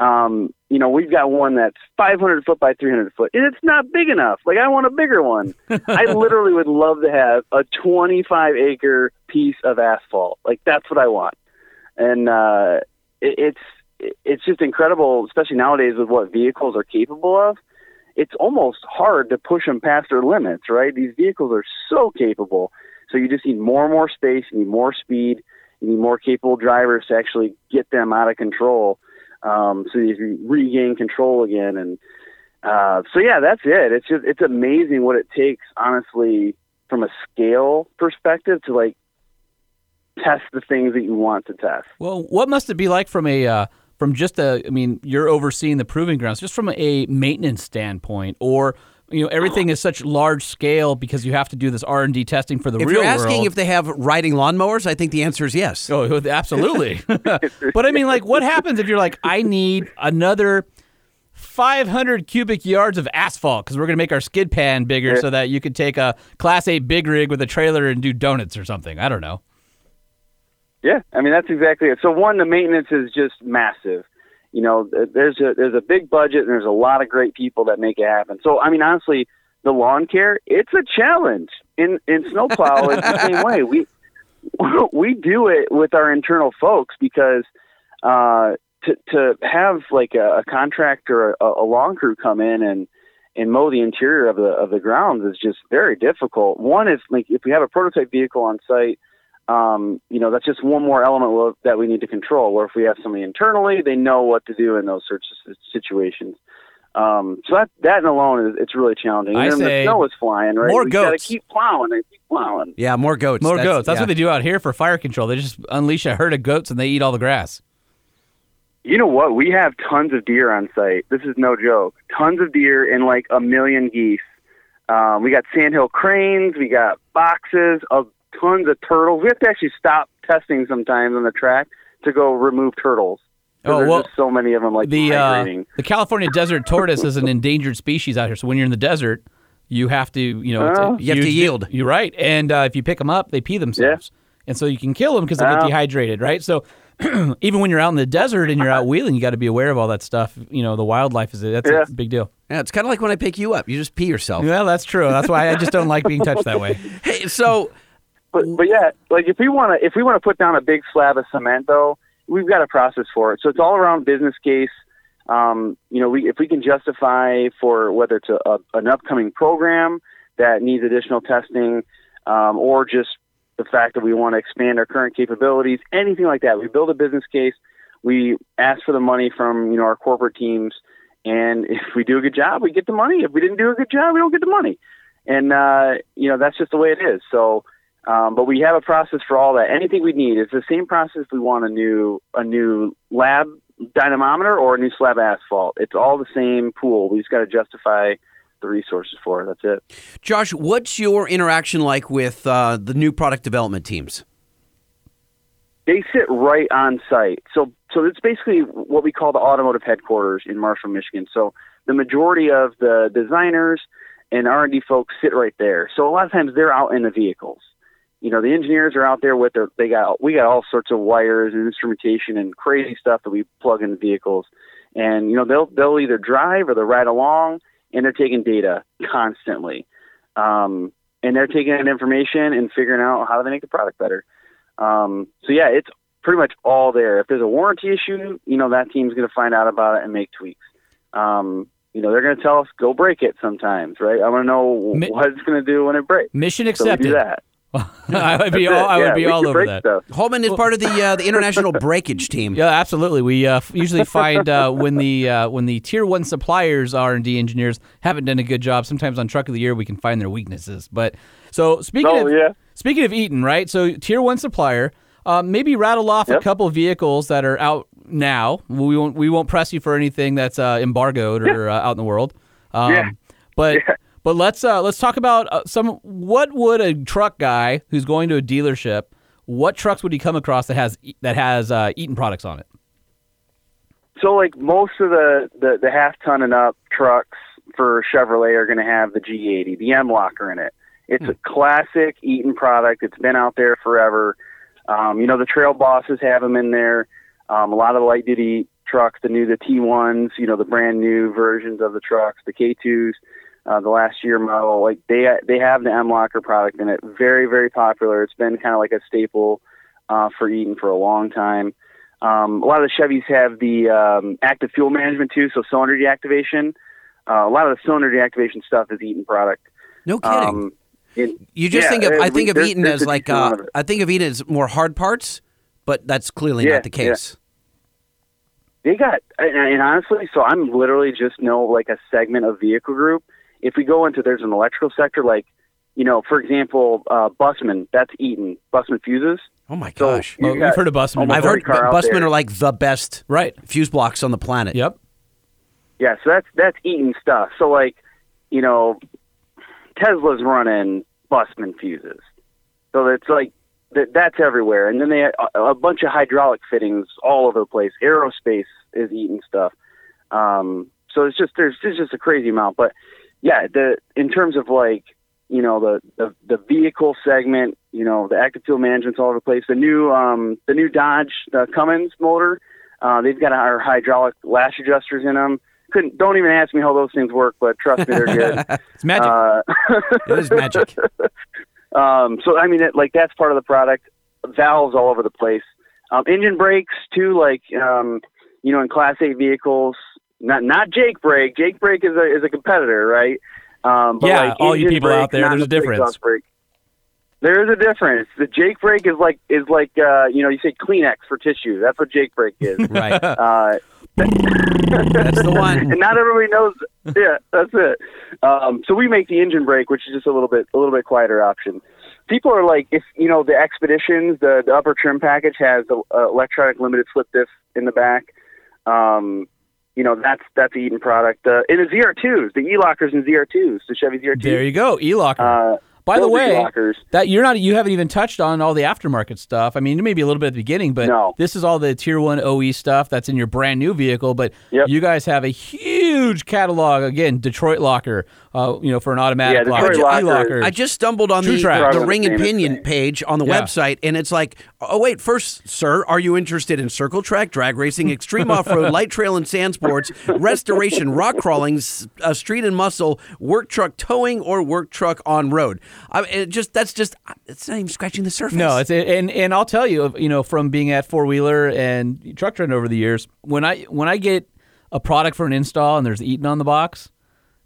E: Um, you know, we've got one that's 500 foot by 300 foot, and it's not big enough. Like I want a bigger one. I literally would love to have a 25 acre piece of asphalt. Like that's what I want. And uh, it, it's it- it's just incredible, especially nowadays with what vehicles are capable of. It's almost hard to push them past their limits, right? These vehicles are so capable. So you just need more and more space, you need more speed, you need more capable drivers to actually get them out of control, um, so you can regain control again. And uh, so yeah, that's it. It's just it's amazing what it takes, honestly, from a scale perspective to like test the things that you want to test.
B: Well, what must it be like from a uh, from just a? I mean, you're overseeing the proving grounds, just from a maintenance standpoint, or you know, everything is such large scale because you have to do this R and D testing for the
A: If
B: real
A: you're asking
B: world.
A: if they have riding lawnmowers, I think the answer is yes.
B: Oh, absolutely. but I mean, like, what happens if you're like, I need another 500 cubic yards of asphalt because we're going to make our skid pan bigger so that you could take a Class 8 big rig with a trailer and do donuts or something. I don't know.
E: Yeah, I mean that's exactly it. So one, the maintenance is just massive. You know, th- there's a there's a big budget and there's a lot of great people that make it happen. So I mean, honestly, the lawn care it's a challenge. In in snowplow, it's the same way. We we do it with our internal folks because uh, to to have like a, a contractor, a, a lawn crew come in and and mow the interior of the of the grounds is just very difficult. One is like if we have a prototype vehicle on site, um, you know that's just one more element wo- that we need to control. Where if we have somebody internally, they know what to do in those sorts of s- situations. Um, so that that alone is it's really challenging.
B: I
E: and then
B: say
E: the snow is flying, right?
B: more
E: we gotta
B: goats.
E: keep plowing and keep plowing.
A: Yeah, more goats.
B: More goats. That's
A: yeah.
B: what they do out here for fire control. They just unleash a herd of goats and they eat all the grass.
E: You know what? We have tons of deer on site. This is no joke. Tons of deer and like a million geese. Um, we got sandhill cranes. We got boxes of tons of turtles. We have to actually stop testing sometimes on the track to go remove turtles. 'Cause
B: Oh,
E: there's
B: well,
E: just so many of them like
B: The, uh,
E: migrating.
B: the California desert tortoise is an endangered species out here. So when you're in the desert, you have to, you know, it's a
E: Oh.
A: You have to
B: huge-
A: yield.
B: You're right. And uh, if you pick them up, they pee themselves. And so you can kill them because they get
E: Oh.
B: dehydrated, right? So even when you're out in the desert and you're out wheeling, you got to be aware of all that stuff. You know, the wildlife is that's
E: Yeah.
B: a big deal.
A: Yeah, it's kind of like when I pick you up. You just pee yourself.
B: Well, that's true. That's why I just don't like being touched that way.
A: Hey, so
E: but but yeah, like if we want to if we want to put down a big slab of cement though, we've got a process for it. So it's all around business case. Um, you know, we if we can justify for whether it's a, a, an upcoming program that needs additional testing, um, or just the fact that we want to expand our current capabilities, anything like that. We build a business case. We ask for the money from you know our corporate teams, and if we do a good job, we get the money. If we didn't do a good job, we don't get the money. And uh, you know that's just the way it is. So um, but we have a process for all that. Anything we need, it's the same process. We want a new a new lab dynamometer or a new slab asphalt. It's all the same pool. We just got to justify the resources for it. That's it.
A: Josh, what's your interaction like with uh, the new product development teams?
E: They sit right on site. So so it's basically what we call the automotive headquarters in Marshall, Michigan. So the majority of the designers and R and D folks sit right there. So a lot of times they're out in the vehicles. you know the engineers are out there with their they got we got all sorts of wires and instrumentation and crazy stuff that we plug into vehicles and you know they'll they'll either drive or they'll ride along and they're taking data constantly um, and they're taking that information and figuring out how do they make the product better um, so yeah it's pretty much all there if there's a warranty issue you know that team's going to find out about it and make tweaks um, you know they're going to tell us go break it sometimes right i want to know
B: Mi-
E: what it's going to do when it breaks
B: Mission
E: so we do
B: accepted.
E: that
B: I would be
E: That's
B: all,
E: it.
B: I would
E: Yeah,
B: be
E: we
B: all
E: can
B: over
E: break
B: that.
E: stuff.
A: Holman is part of the uh, the international breakage team.
B: Yeah, absolutely. We uh, f- usually find uh, when the uh, when the tier one suppliers R and D engineers haven't done a good job. Sometimes on Truck of the Year, we can find their weaknesses. But so speaking
E: Oh,
B: of
E: yeah.
B: speaking of Eaton, right? So tier one supplier, um, maybe rattle off a
E: Yep.
B: couple vehicles that are out now. We won't we won't press you for anything that's uh, embargoed or uh, out in the world. Um,
E: Yeah.
B: But but let's uh, let's talk about uh, some. What would a truck guy who's going to a dealership? What trucks would he come across that has that has uh, Eaton products on it?
E: So like most of the the, the half ton and up trucks for Chevrolet are going to have the G80, the M locker in it. It's a
B: Hmm.
E: classic Eaton product. It's been out there forever. Um, you know the trail bosses have them in there. Um, a lot of the light duty trucks, the new the T1s, you know the brand new versions of the trucks, the K2s, uh, the last year model. Like they they have the M locker product in it. Very very popular. It's been kind of like a staple uh, for Eaton for a long time. Um, a lot of the Chevys have the um, active fuel management too, so cylinder deactivation. Uh, a lot of the cylinder deactivation stuff is Eaton product.
A: No kidding.
E: it-
A: you just
E: Um, yeah,
A: think of
E: uh,
A: I
E: we-
A: think of
E: there's-
A: Eaton as
E: there's a
A: like
E: decent
A: uh,
E: amount of it.
A: I think of Eaton as more hard parts, but that's clearly
E: Yeah,
A: not the case.
E: they got and, and honestly, so I'm literally just know like a segment of vehicle group. If we go into there's an electrical sector, like you know, for example, uh, Busman, that's Eaton. Busman fuses.
A: Oh my
E: So
A: gosh.
E: you
B: Well, we've
E: got
B: heard of Busman.
E: almost
B: Well,
A: I've
E: every
A: heard
E: car out
A: Busman
E: there.
A: are like the best
B: Right.
A: fuse blocks on the planet.
B: Yep.
E: Yeah, so that's that's eating stuff. So like, you know, Tesla's running Busman fuses. So it's like that that's everywhere. And then they a, a bunch of hydraulic fittings all over the place. Aerospace is eating stuff. Um, so it's just there's there's just a crazy amount. But yeah, the in terms of like you know the, the the vehicle segment, you know the active fuel management's all over the place. The new um, the new Dodge the Cummins motor, uh, they've got our hydraulic lash adjusters in them. Couldn't don't even ask me how those things work, but trust me, they're good.
B: It's magic.
E: uh,
A: It is magic.
E: um, so I mean, it, like that's part of the product. Valves all over the place. Um, engine brakes too, like um, you know, in Class Eight vehicles. Not not Jake brake. Jake brake is a is a competitor, right? Um, but
B: Yeah,
E: like
B: all you
E: engine
B: people out
E: brake,
B: there,
E: not
B: there's a
E: the brake
B: difference.
E: exhaust brake. There is a difference. The Jake brake is like is like uh, you know you say Kleenex for tissue. That's what Jake brake is.
A: right.
E: uh,
A: That's the one.
E: and not everybody knows. Yeah, that's it. Um, so we make the engine brake, which is just a little bit a little bit quieter option. People are like, if you know, the expeditions, the, the upper trim package has the uh, electronic limited slip diff in the back. Um, you know, that's that's the Eaton product. Uh, and the ZR2s, the e-lockers and ZR2s, the Chevy ZR2s.
B: there you go. E locker.
E: uh,
B: By the
E: those are
B: way,
E: e-lockers.
B: that you're not you haven't even touched on all the aftermarket stuff. I mean, maybe a little bit at the beginning, but
E: No.
B: this is all the tier one OE stuff that's in your brand new vehicle. But
E: Yep.
B: you guys have a huge catalog. Again, Detroit locker. Uh, you know, for an automatic
E: Yeah,
B: locker,
E: Detroit
B: e
E: locker.
B: locker.
A: I just stumbled on
B: True
A: the,
B: track.
A: the ring and
E: Famous
A: pinion
E: thing.
A: page on the
B: Yeah.
A: website, and it's like, oh wait, first, sir, are you interested in circle track, drag racing, extreme off road, light trail and sand sports, restoration, rock crawling, s- uh, street and muscle, work truck towing, or work truck on road? I, it just that's just it's not even scratching the surface.
B: No, it's and and I'll tell you, you know, from being at four wheeler and truck trend over the years, when I when I get a product for an install and there's Eaton on the box,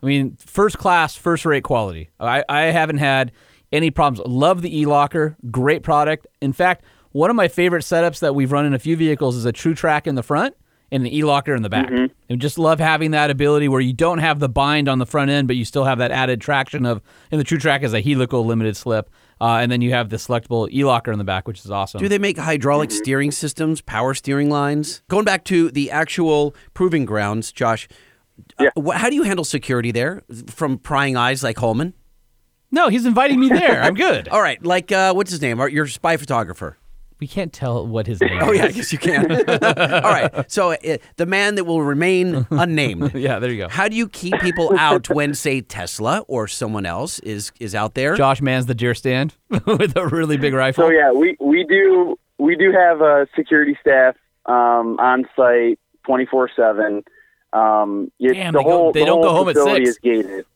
B: I mean, first class, first rate quality. I I haven't had any problems. Love the e locker, great product. In fact, one of my favorite setups that we've run in a few vehicles is a True Track in the front and an e locker in the back.
E: Mm-hmm.
B: And just love having that ability where you don't have the bind on the front end, but you still have that added traction of. And the True Track is a helical limited slip, uh, and then you have the selectable e locker in the back, which is awesome.
A: Do they make hydraulic steering systems, power steering lines? Going back to the actual proving grounds, Josh. uh, wh- how do you handle security there from prying eyes like Holman?
B: no, he's inviting me there. I'm good.
A: All right, like uh, what's his name? Our- Your spy photographer.
B: We can't tell what his name.
A: Oh
B: is.
A: yeah, I guess you can. All right. So uh, the man that will remain unnamed.
B: yeah. There you go.
A: How do you keep people out when, say, Tesla or someone else is is out there?
B: Josh Mann's the deer stand with a really big rifle.
E: So yeah, we, we do we do have a security staff um, on site twenty four seven. Um, it's-
B: Damn,
E: the
B: they go-
E: whole
B: they
E: the
B: don't go
E: whole
B: home at
E: facility
B: six.
E: is gated.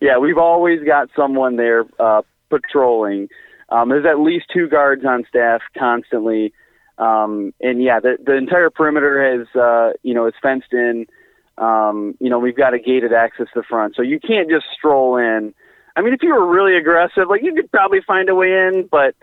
E: yeah, we've always got someone there uh, patrolling. Um, there's at least two guards on staff constantly, um, and yeah, the, the entire perimeter has uh, you know is fenced in. Um, you know, we've got a gated access to the front, so you can't just stroll in. I mean, if you were really aggressive, like you could probably find a way in, but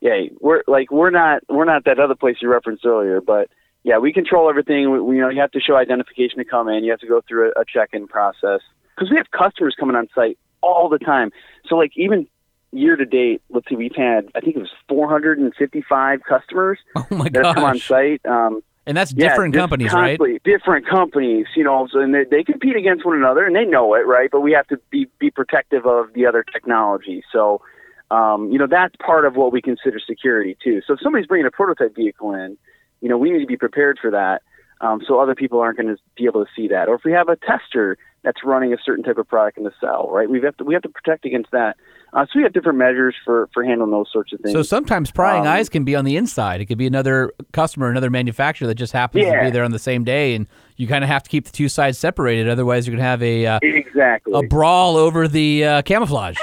E: yeah, we're like we're not we're not that other place you referenced earlier, but yeah, we control everything. We, we- you know, you have to show identification to come in. You have to go through a, a check-in process because we have customers coming on site all the time. So like even year to date, let's see, we've had I think it was 455 customers
B: Oh my
E: that have come on
B: gosh.
E: site. Um,
B: And that's
E: yeah,
B: different
E: just
B: companies, right?
E: constantly Different companies, you know, so, and they, they compete against one another, and they know it, right? But we have to be be protective of the other technology. So, um, you know, that's part of what we consider security too. So, if somebody's bringing a prototype vehicle in, you know, we need to be prepared for that, um, so other people aren't going to be able to see that. Or if we have a tester that's running a certain type of product in the cell, right? We have to we have to protect against that. Uh, so we have different measures for for handling those sorts of things.
B: So sometimes prying
E: Um,
B: eyes can be on the inside. It could be another customer, another manufacturer that just happens to
E: Yeah.
B: be there on the same day, and you kind of have to keep the two sides separated. Otherwise, you're gonna have a uh,
E: exactly.
B: a brawl over the uh, camouflage.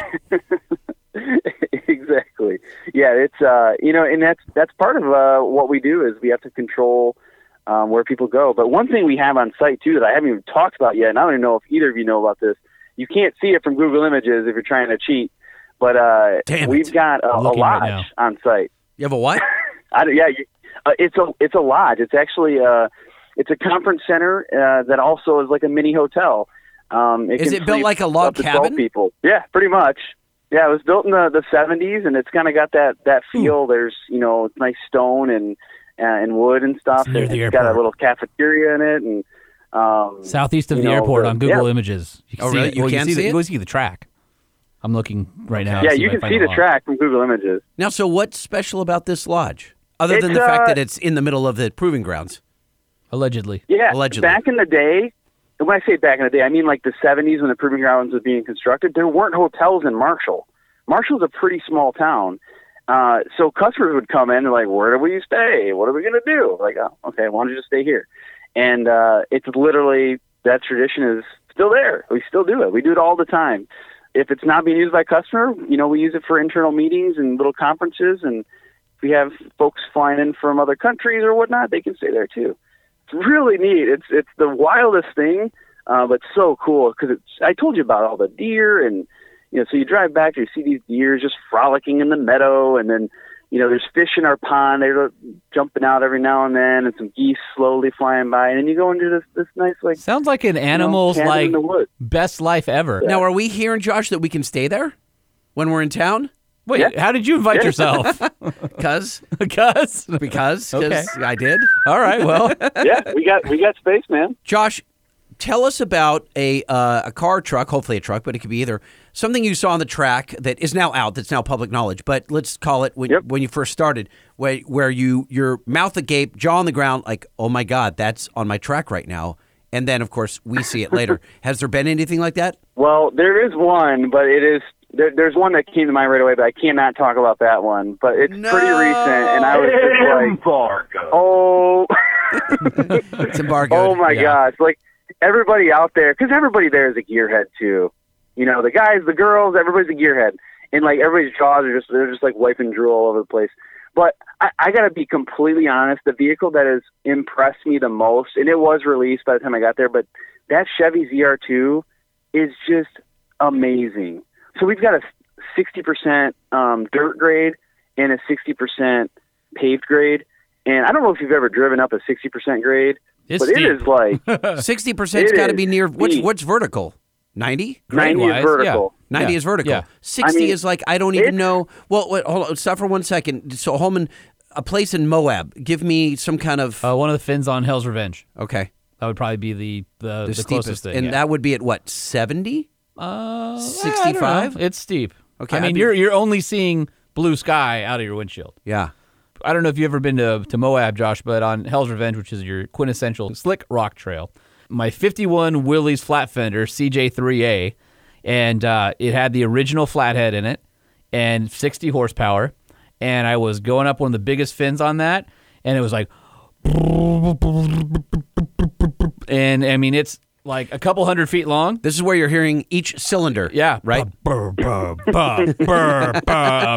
E: exactly. Yeah, it's uh, you know, and that's that's part of uh, what we do is we have to control um, where people go. But one thing we have on site too that I haven't even talked about yet, and I don't even know if either of you know about this. You can't see it from Google Images if you're trying to cheat, but uh,
A: Damn it.
E: we've got a,
B: I'm
E: a
B: looking right
E: lodge
B: now.
E: on site.
A: You have a what?
E: I don't- yeah, you, uh, it's a it's a lodge. It's actually uh, it's a conference center uh, that also is like a mini hotel. Um, it
A: Is
E: can
A: it built
E: sleep
A: like a log
E: up to 12
A: cabin?
E: People, yeah, pretty much. Yeah, it was built in the the seventies, and it's kind of got that that
A: Hmm.
E: feel. There's you know it's nice stone and uh, and wood and stuff.
B: It's near
E: and
B: the
E: it's got a
B: airport.
E: little cafeteria in it, and um,
B: Southeast of
E: You
B: the
E: know,
B: airport
E: the-
B: on Google
E: yeah.
B: Images. You can
A: Oh,
B: see
A: really?
B: it.
A: You
B: Well,
A: can
B: see
A: see
B: the,
A: it?
B: You can see the track. I'm looking right now.
E: yeah,
B: to see
E: you
B: if I
E: can
B: find
E: see
B: a
E: the
B: log.
E: track from Google Images.
A: Now, so what's special about this lodge, other than
E: It's,
A: the fact
E: uh,
A: that it's in the middle of the proving grounds?
B: Allegedly.
E: Yeah,
A: Allegedly.
E: back in the day, and when I say back in the day, I mean like the 70s when the proving grounds was being constructed. There weren't hotels in Marshall. Marshall's a pretty small town, uh, so customers would come in and like, "Where do we stay? What are we gonna do?" Like, oh, okay, why don't you just stay here? And uh, it's literally that tradition is still there. We still do it. We do it all the time. If it's not being used by customer, you know, we use it for internal meetings and little conferences. And if we have folks flying in from other countries or whatnot, they can stay there too it's really neat. It's it's the wildest thing, uh, but so cool because it's. I told you about all the deer and you know, so you drive back and you see these deer just frolicking in the meadow, and then you know there's fish in our pond. They're jumping out every now and then, and some geese slowly flying by, and then you go into this this nice like you
B: Sounds like an
E: know,
B: animal's
E: cabin
B: like
E: in the woods.
B: best life ever.
A: Now, are we hearing, Josh, that we can stay there when we're in town?
B: Wait,
E: Yeah.
B: how did you invite yourself?
A: Because,
B: Because
A: because, 'cause
B: Okay.
A: I did.
B: all right, well,
E: yeah, we got we got space, man.
A: Josh, tell us about a uh, a car truck, hopefully a truck, but it could be either something you saw on the track that is now out, that's now public knowledge. But let's call it when,
E: Yep.
A: when you first started, where where you your mouth agape, jaw on the ground, like oh my god, that's on my track right now. And then of course we see it later. Has there been anything like that?
E: Well, there is one, but it is there, there's one that came to mind right away, but I cannot talk about that one. But it's pretty recent, and I was just like, oh.
A: It's embargoed.
E: Oh my
B: Yeah.
E: gosh! Like everybody out there, because everybody there is a gearhead too. You know, the guys, the girls, everybody's a gearhead, and like everybody's jaws are just they're just like wiping drool all over the place. But I, I gotta be completely honest. The vehicle that has impressed me the most, and it was released by the time I got there, but that Chevy ZR2 is just amazing. So we've got a 60% um, dirt grade and a 60% paved grade. And I don't know if you've ever driven up a 60% grade,
B: it's
E: but
B: steep.
E: it is like
A: Sixty percent's
E: It
A: got to
E: is
A: be near what's
E: deep.
A: what's vertical? Ninety.
E: 90
B: Grade-wise,
E: is vertical.
B: yeah.
A: 90 is vertical.
B: yeah.
A: 60
E: I mean,
A: is like, I don't even
E: it's-
A: know. Well, wait, hold on. Stop for one second. So, Holman, a place in Moab. Give me some kind of.
B: Uh, one of the fins on Hell's Revenge.
A: okay.
B: That would probably be the the, the, closest
A: steepest.
B: thing.
A: And
B: yeah.
A: that would be at what, 70?
B: uh, I don't know.
A: 65?
B: It's steep.
A: Okay,
B: I
A: I'd
B: mean,
A: be-
B: you're you're only seeing blue sky out of your windshield.
A: Yeah.
B: I don't know if you've ever been to, to Moab, Josh, but on Hell's Revenge, which is your quintessential slick rock trail, my 51 Willys flat fender, CJ3A, and uh, it had the original flathead in it and 60 horsepower. And I was going up one of the biggest fins on that, and it was like, and I mean, it's like a couple hundred feet long.
A: This is where you're hearing each cylinder.
B: Yeah.
A: Right.
B: Burr, burr, burr, burr, burr,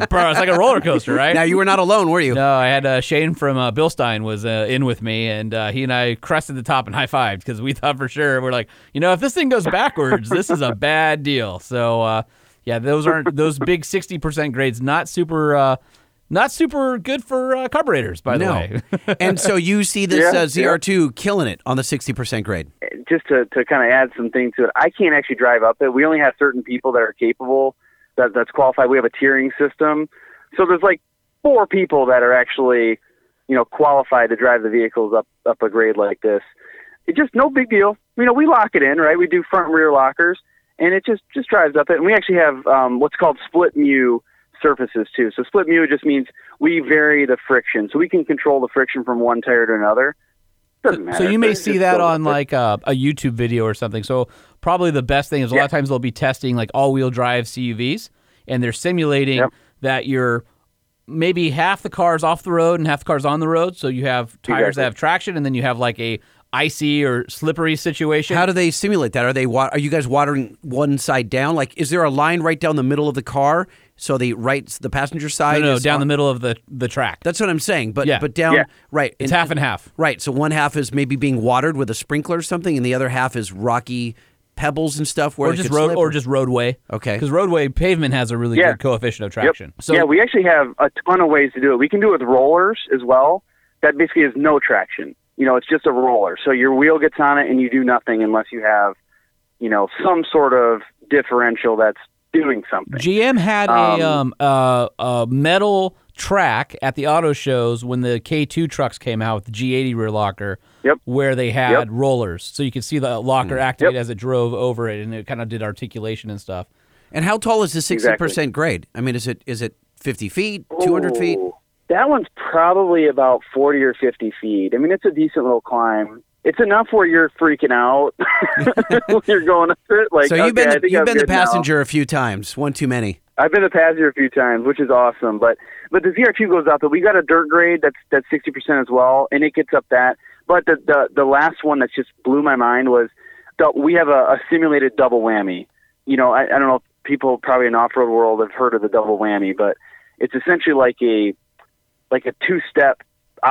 B: burr. It's like a roller coaster, right?
A: Now you were not alone, were you?
B: No, I had uh, Shane from uh, Bilstein was uh, in with me, and uh, he and I crested the top and high fived because we thought for sure we're like, you know, if this thing goes backwards, this is a bad deal. So, uh, yeah, those aren't those big sixty percent grades. Not super, uh, not super good for uh, carburetors, by the
A: No.
B: way.
A: and so you see this
E: Yeah,
A: uh, ZR2 killing it on the 60% grade.
E: just to, to kind of add something to it, I can't actually drive up it. We only have certain people that are capable that that's qualified. We have a tiering system, so there's like four people that are actually, you know, qualified to drive the vehicles up up a grade like this. It just no big deal. You know, we lock it in, right? We do front and rear lockers, and it just just drives up it. And we actually have um, what's called split mu surfaces too. So split mu just means we vary the friction, so we can control the friction from one tire to another. Doesn't matter.
B: so you may
E: It's
B: see
E: just
B: that
E: so-
B: on like uh, a YouTube video or something. So probably the best thing is a lot of times they'll be testing like all-wheel drive CUVs, and they're simulating
E: Yep.
B: that you're maybe half the cars off the road and half the cars on the road. So you have tires that
E: Exactly.
B: have traction, and then you have like a icy or slippery situation.
A: How do they simulate that? Are they wa- are you guys watering one side down? Like, is there a line right down the middle of the car so the right the passenger
B: no,
A: side?
B: no,
A: is
B: down the
A: on-
B: middle of the the track.
A: That's what I'm saying. But
B: Yeah.
A: but down
E: Yeah.
A: right.
B: it's half and half.
A: Right. So one half is maybe being watered with a sprinkler or something, and the other half is rocky pebbles and stuff. Where
B: Or
A: it
B: just
A: could
B: road,
A: slip.
B: or just roadway.
A: Okay.
B: because roadway pavement has a really
E: Yeah.
B: good coefficient of traction. So
E: yeah, we actually have a ton of ways to do it. We can do it with rollers as well. That basically is no traction. You know, it's just a roller. So your wheel gets on it and you do nothing unless you have, you know, some sort of differential that's doing something.
B: GM had a um uh, a metal track at the auto shows when the K2 trucks came out with the G80 rear locker.
E: Yep.
B: Where they had
E: Yep.
B: rollers, so you could see the locker activate as it drove over it, and it kind of did articulation and stuff.
A: And how tall is the 60%
E: Exactly.
A: grade? I mean, is it is it 50 feet, 200 feet?
E: Ooh. That one's probably about 40 or 50 feet. I mean, it's a decent little climb. It's enough where you're freaking out when you're going up it. Like,
A: so you've
E: okay, I
A: been the,
E: think
A: you've
E: I'm
A: been the
E: good now.
A: passenger a few times, one too many.
E: I've been a passenger a few times, which is awesome. But but the ZR2 goes out. But we got a dirt grade that's that's sixty percent as well, and it gets up that. But the the, the last one that just blew my mind was the, we have a, a simulated double whammy. You know, I, I don't know if people probably in off road world have heard of the double whammy, but it's essentially like a like a two step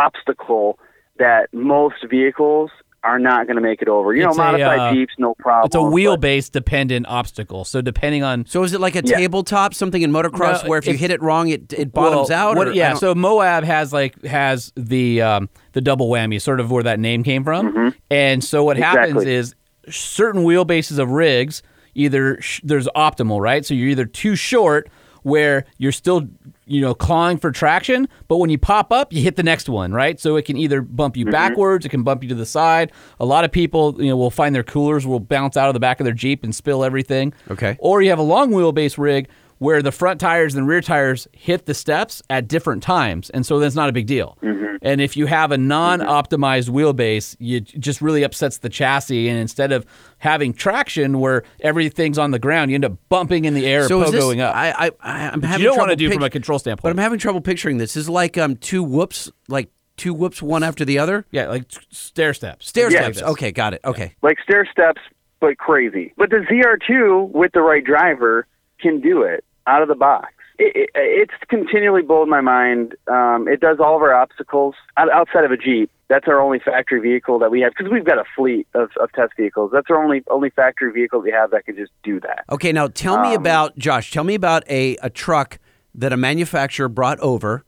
E: obstacle that most vehicles are not going to make it over. You
B: It's a,
E: know, modified
B: uh,
E: Jeeps, no problem.
B: It's a
E: but-
B: wheelbase dependent obstacle. So depending on
A: So is it like a
E: Yeah.
A: tabletop, something in motocross
B: No,
A: where if you
B: it's-
A: hit it wrong, it, it bottoms
B: Well,
A: out?
B: what-
A: or- I
B: yeah.
A: don't-
B: So Moab has like has the um, the double whammy, sort of where that name came from.
A: Mm-hmm.
B: And so what happens
E: Exactly.
B: is certain wheelbases of rigs either sh- there's optimal right, so you're either too short where you're still you know clawing for traction, but when you pop up, you hit the next one right. So it can either bump
A: Mm-hmm.
B: you backwards, it can bump you to the side. A lot of people you know will find their coolers will bounce out of the back of their jeep and spill everything.
A: Okay.
B: Or you have a long wheelbase rig where the front tires and rear tires hit the steps at different times. And so that's not a big deal.
E: Mm-hmm.
B: And if you have a non optimized wheelbase, you it just really upsets the chassis. And instead of having traction where everything's on the ground, you end up bumping in the air,
A: So is this-
B: pogoing up.
A: I, I, I, I'm
B: Which
A: having
B: you don't
A: want to
B: do from a control standpoint.
A: But I'm having trouble picturing this. This is like um two whoops, like two whoops, one after the other.
B: yeah, like s- stair steps.
A: Stair
B: Things like
A: steps.
B: this.
A: okay, got it. Okay.
E: like stair steps, but crazy. But the ZR2 with the right driver can do it out of the box. It, it, it's continually blown my mind. Um, it does all of our obstacles out, outside of a Jeep. That's our only factory vehicle that we have because we've got a fleet of, of test vehicles. That's our only only factory vehicle we have that can just do that.
A: Okay, now tell me about Josh, tell me about a, a truck that a manufacturer brought over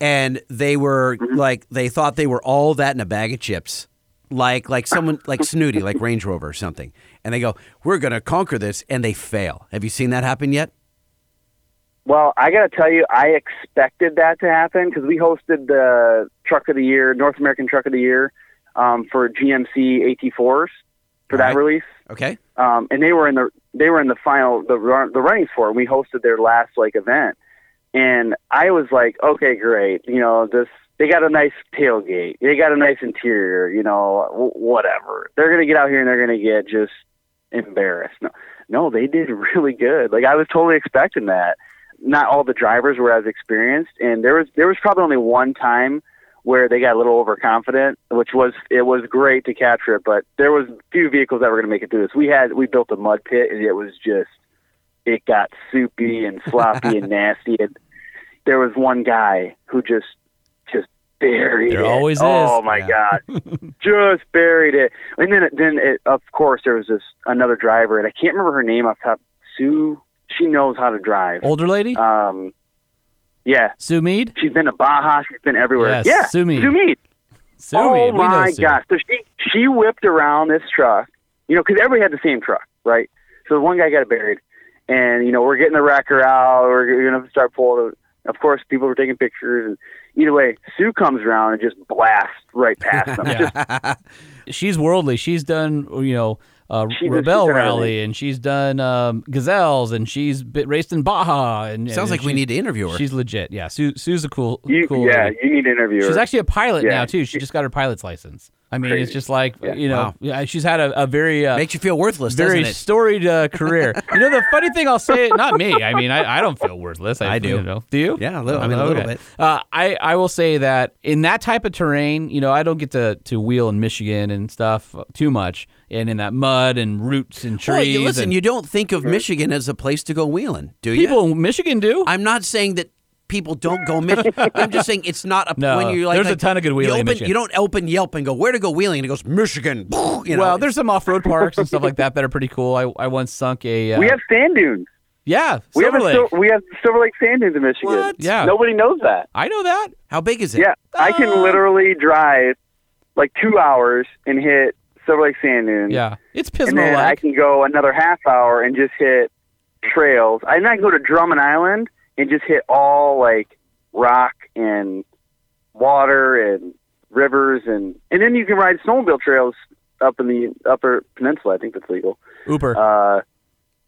A: and they were like they thought they were all that in a bag of chips. Like like someone like Snooty, like Range Rover or something. And they go, We're gonna conquer this and they fail. Have you seen that happen yet?
E: Well, I got to tell you, I expected that to happen because we hosted the Truck of the Year, North American Truck of the Year, um, for GMC AT4s for
A: Alright.
E: that release.
A: Okay.
E: um, and they were in the they were in the final the run- the running for. it. We hosted their last like event, And I was like, okay, great. You know, this they got a nice tailgate. They got a nice interior. You know, w- whatever. They're gonna get out here and they're gonna get just embarrassed. No, no, they did really good. Like I was totally expecting that. Not all the drivers were as experienced, and there was there was probably only one time where they got a little overconfident, which was it was great to capture it, but there was few vehicles that were going to make it through this. We had we built a mud pit, and it was just it got soupy and sloppy and nasty. And there was one guy who just just buried
B: There
E: it.
B: always
E: Oh
B: is.
E: my
B: Yeah.
E: god, just buried it. And then it, then it, of course there was this another driver, and I can't remember her name off the top. Sue, she knows how to drive.
B: Older lady?
E: Um, yeah,
B: Sue Mead?
E: she's been to Baja, she's been everywhere.
B: Yes,
E: yeah,
B: Sue Mead.
E: Mead.
B: Sue
E: oh
B: Mead. We know
E: my
B: Sue.
E: gosh! So she she whipped around this truck, you know, because everybody had the same truck, right? So one guy got buried, and you know we're getting the wrecker out. We're gonna start pulling. Of course, people were taking pictures. And either way, Sue comes around and just blasts right past them. Just-
B: She's worldly. She's done, you know, uh,
E: She-
B: Rebel
E: she's done
B: Rally,
E: everything.
B: and she's done um, Gazelles, and she's bit, raced in Baja. And,
A: Sounds
B: and
A: like we
B: she's-
A: need to interview her.
B: She's legit. Yeah, Sue, Sue's a cool,
E: you,
B: cool
E: yeah,
B: lady.
E: you need to interview her.
B: She's actually a pilot
E: Yeah.
B: now too. She just got her pilot's license. I mean, it's
E: Crazy.
B: just like you know,
A: Wow.
B: yeah, she's had a, a very uh,
A: Makes you feel worthless,
B: very
A: doesn't it?
B: storied uh, career. you know, the funny thing I'll say, not me. I mean, I, I don't feel worthless. I,
A: I do.
B: you know. do you?
A: Yeah, a little- I mean, a little bit.
B: Uh, I I will say that in that type of terrain, you know, I don't get to to wheel in Michigan and stuff too much, and in that mud and roots and trees.
A: Well, you- listen,
B: and
A: you don't think of Michigan as a place to go wheeling, do you?
B: people in Michigan do.
A: I'm not saying that people don't go Michigan. I'm just saying it's not a
B: No,
A: when you like
B: there's a
A: like,
B: ton of good wheeling in
A: You, open,
B: Michigan.
A: you don't open Yelp and go where to go wheeling, and it goes Michigan. You know,
B: well, there's some off road parks and stuff like that that are pretty cool. I, I once sunk a uh,
E: we have sand dunes.
B: yeah
E: We
B: Silver
E: have a
B: Lake.
E: sil- we have Silver Lake sand dunes in Michigan.
A: What?
B: Yeah.
E: Nobody knows that.
B: I know that.
A: how big is it?
E: Yeah, I
B: Ah.
E: can literally drive like two hours and hit Silver Lake sand dunes.
B: Yeah, it's
E: and
B: Pismo
E: then I
B: like.
E: can go another half hour and just hit trails. I then I can go to Drummond Island and just hit all like rock and water and rivers and and then you can ride snowmobile trails up in the upper peninsula. I think that's legal.
B: Uber,
E: Uh,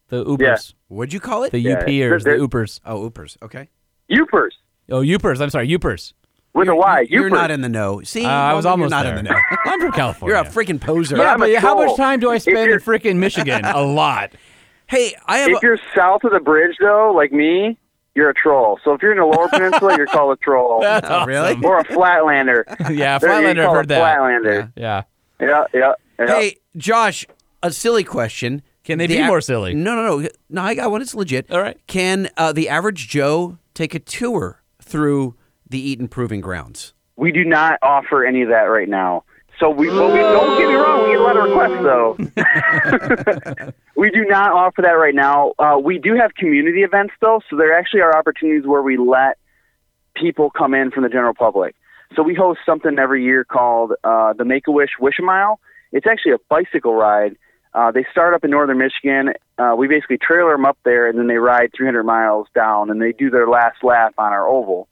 B: the Ubers,
A: What'd you call it?
B: the
E: Yeah,
B: Upers, the
E: there-
B: Upers.
A: oh, Oopers. Okay.
E: Upers
B: Oh, Upers. I'm sorry, Upers.
E: with a Y. Upers.
A: You're not in the know. See,
B: Uh, I was
A: Logan, you're not
B: almost there.
A: in the know.
B: I'm from California.
A: You're a freaking poser.
B: yeah,
E: I'm
B: but
E: a
B: how much
E: troll.
B: time do I
E: If
B: spend in
E: you're-
B: freaking Michigan? a lot.
A: Hey, I have.
E: if
A: A,
E: you're south of the bridge though, like me, you're a troll. So if you're in the lower peninsula, you're called a troll.
B: That's
A: Oh, really?
B: awesome.
E: Or a flatlander.
B: Yeah,
E: There, you're
B: Flatlander. I've
E: called
B: heard
E: a
B: that.
E: Flatlander.
B: Yeah.
E: Yeah, yeah. yeah.
A: hey, Josh, a silly question.
B: Can they
A: The
B: be
A: a-
B: more silly?
A: No, no, no. No, I got one. It's legit.
B: All right.
A: Can uh, the average Joe take a tour through the Eaton Proving Grounds?
E: We do not offer any of that right now. So we, but we don't get me wrong, we get a lot of requests though. we do not offer that right now. Uh, we do have community events though, so there actually are opportunities where we let people come in from the general public. So we host something every year called uh, the Make a Wish Wish a Mile. It's actually a bicycle ride. Uh, they start up in northern Michigan. Uh, we basically trailer them up there, and then they ride 300 miles down, and they do their last lap on our oval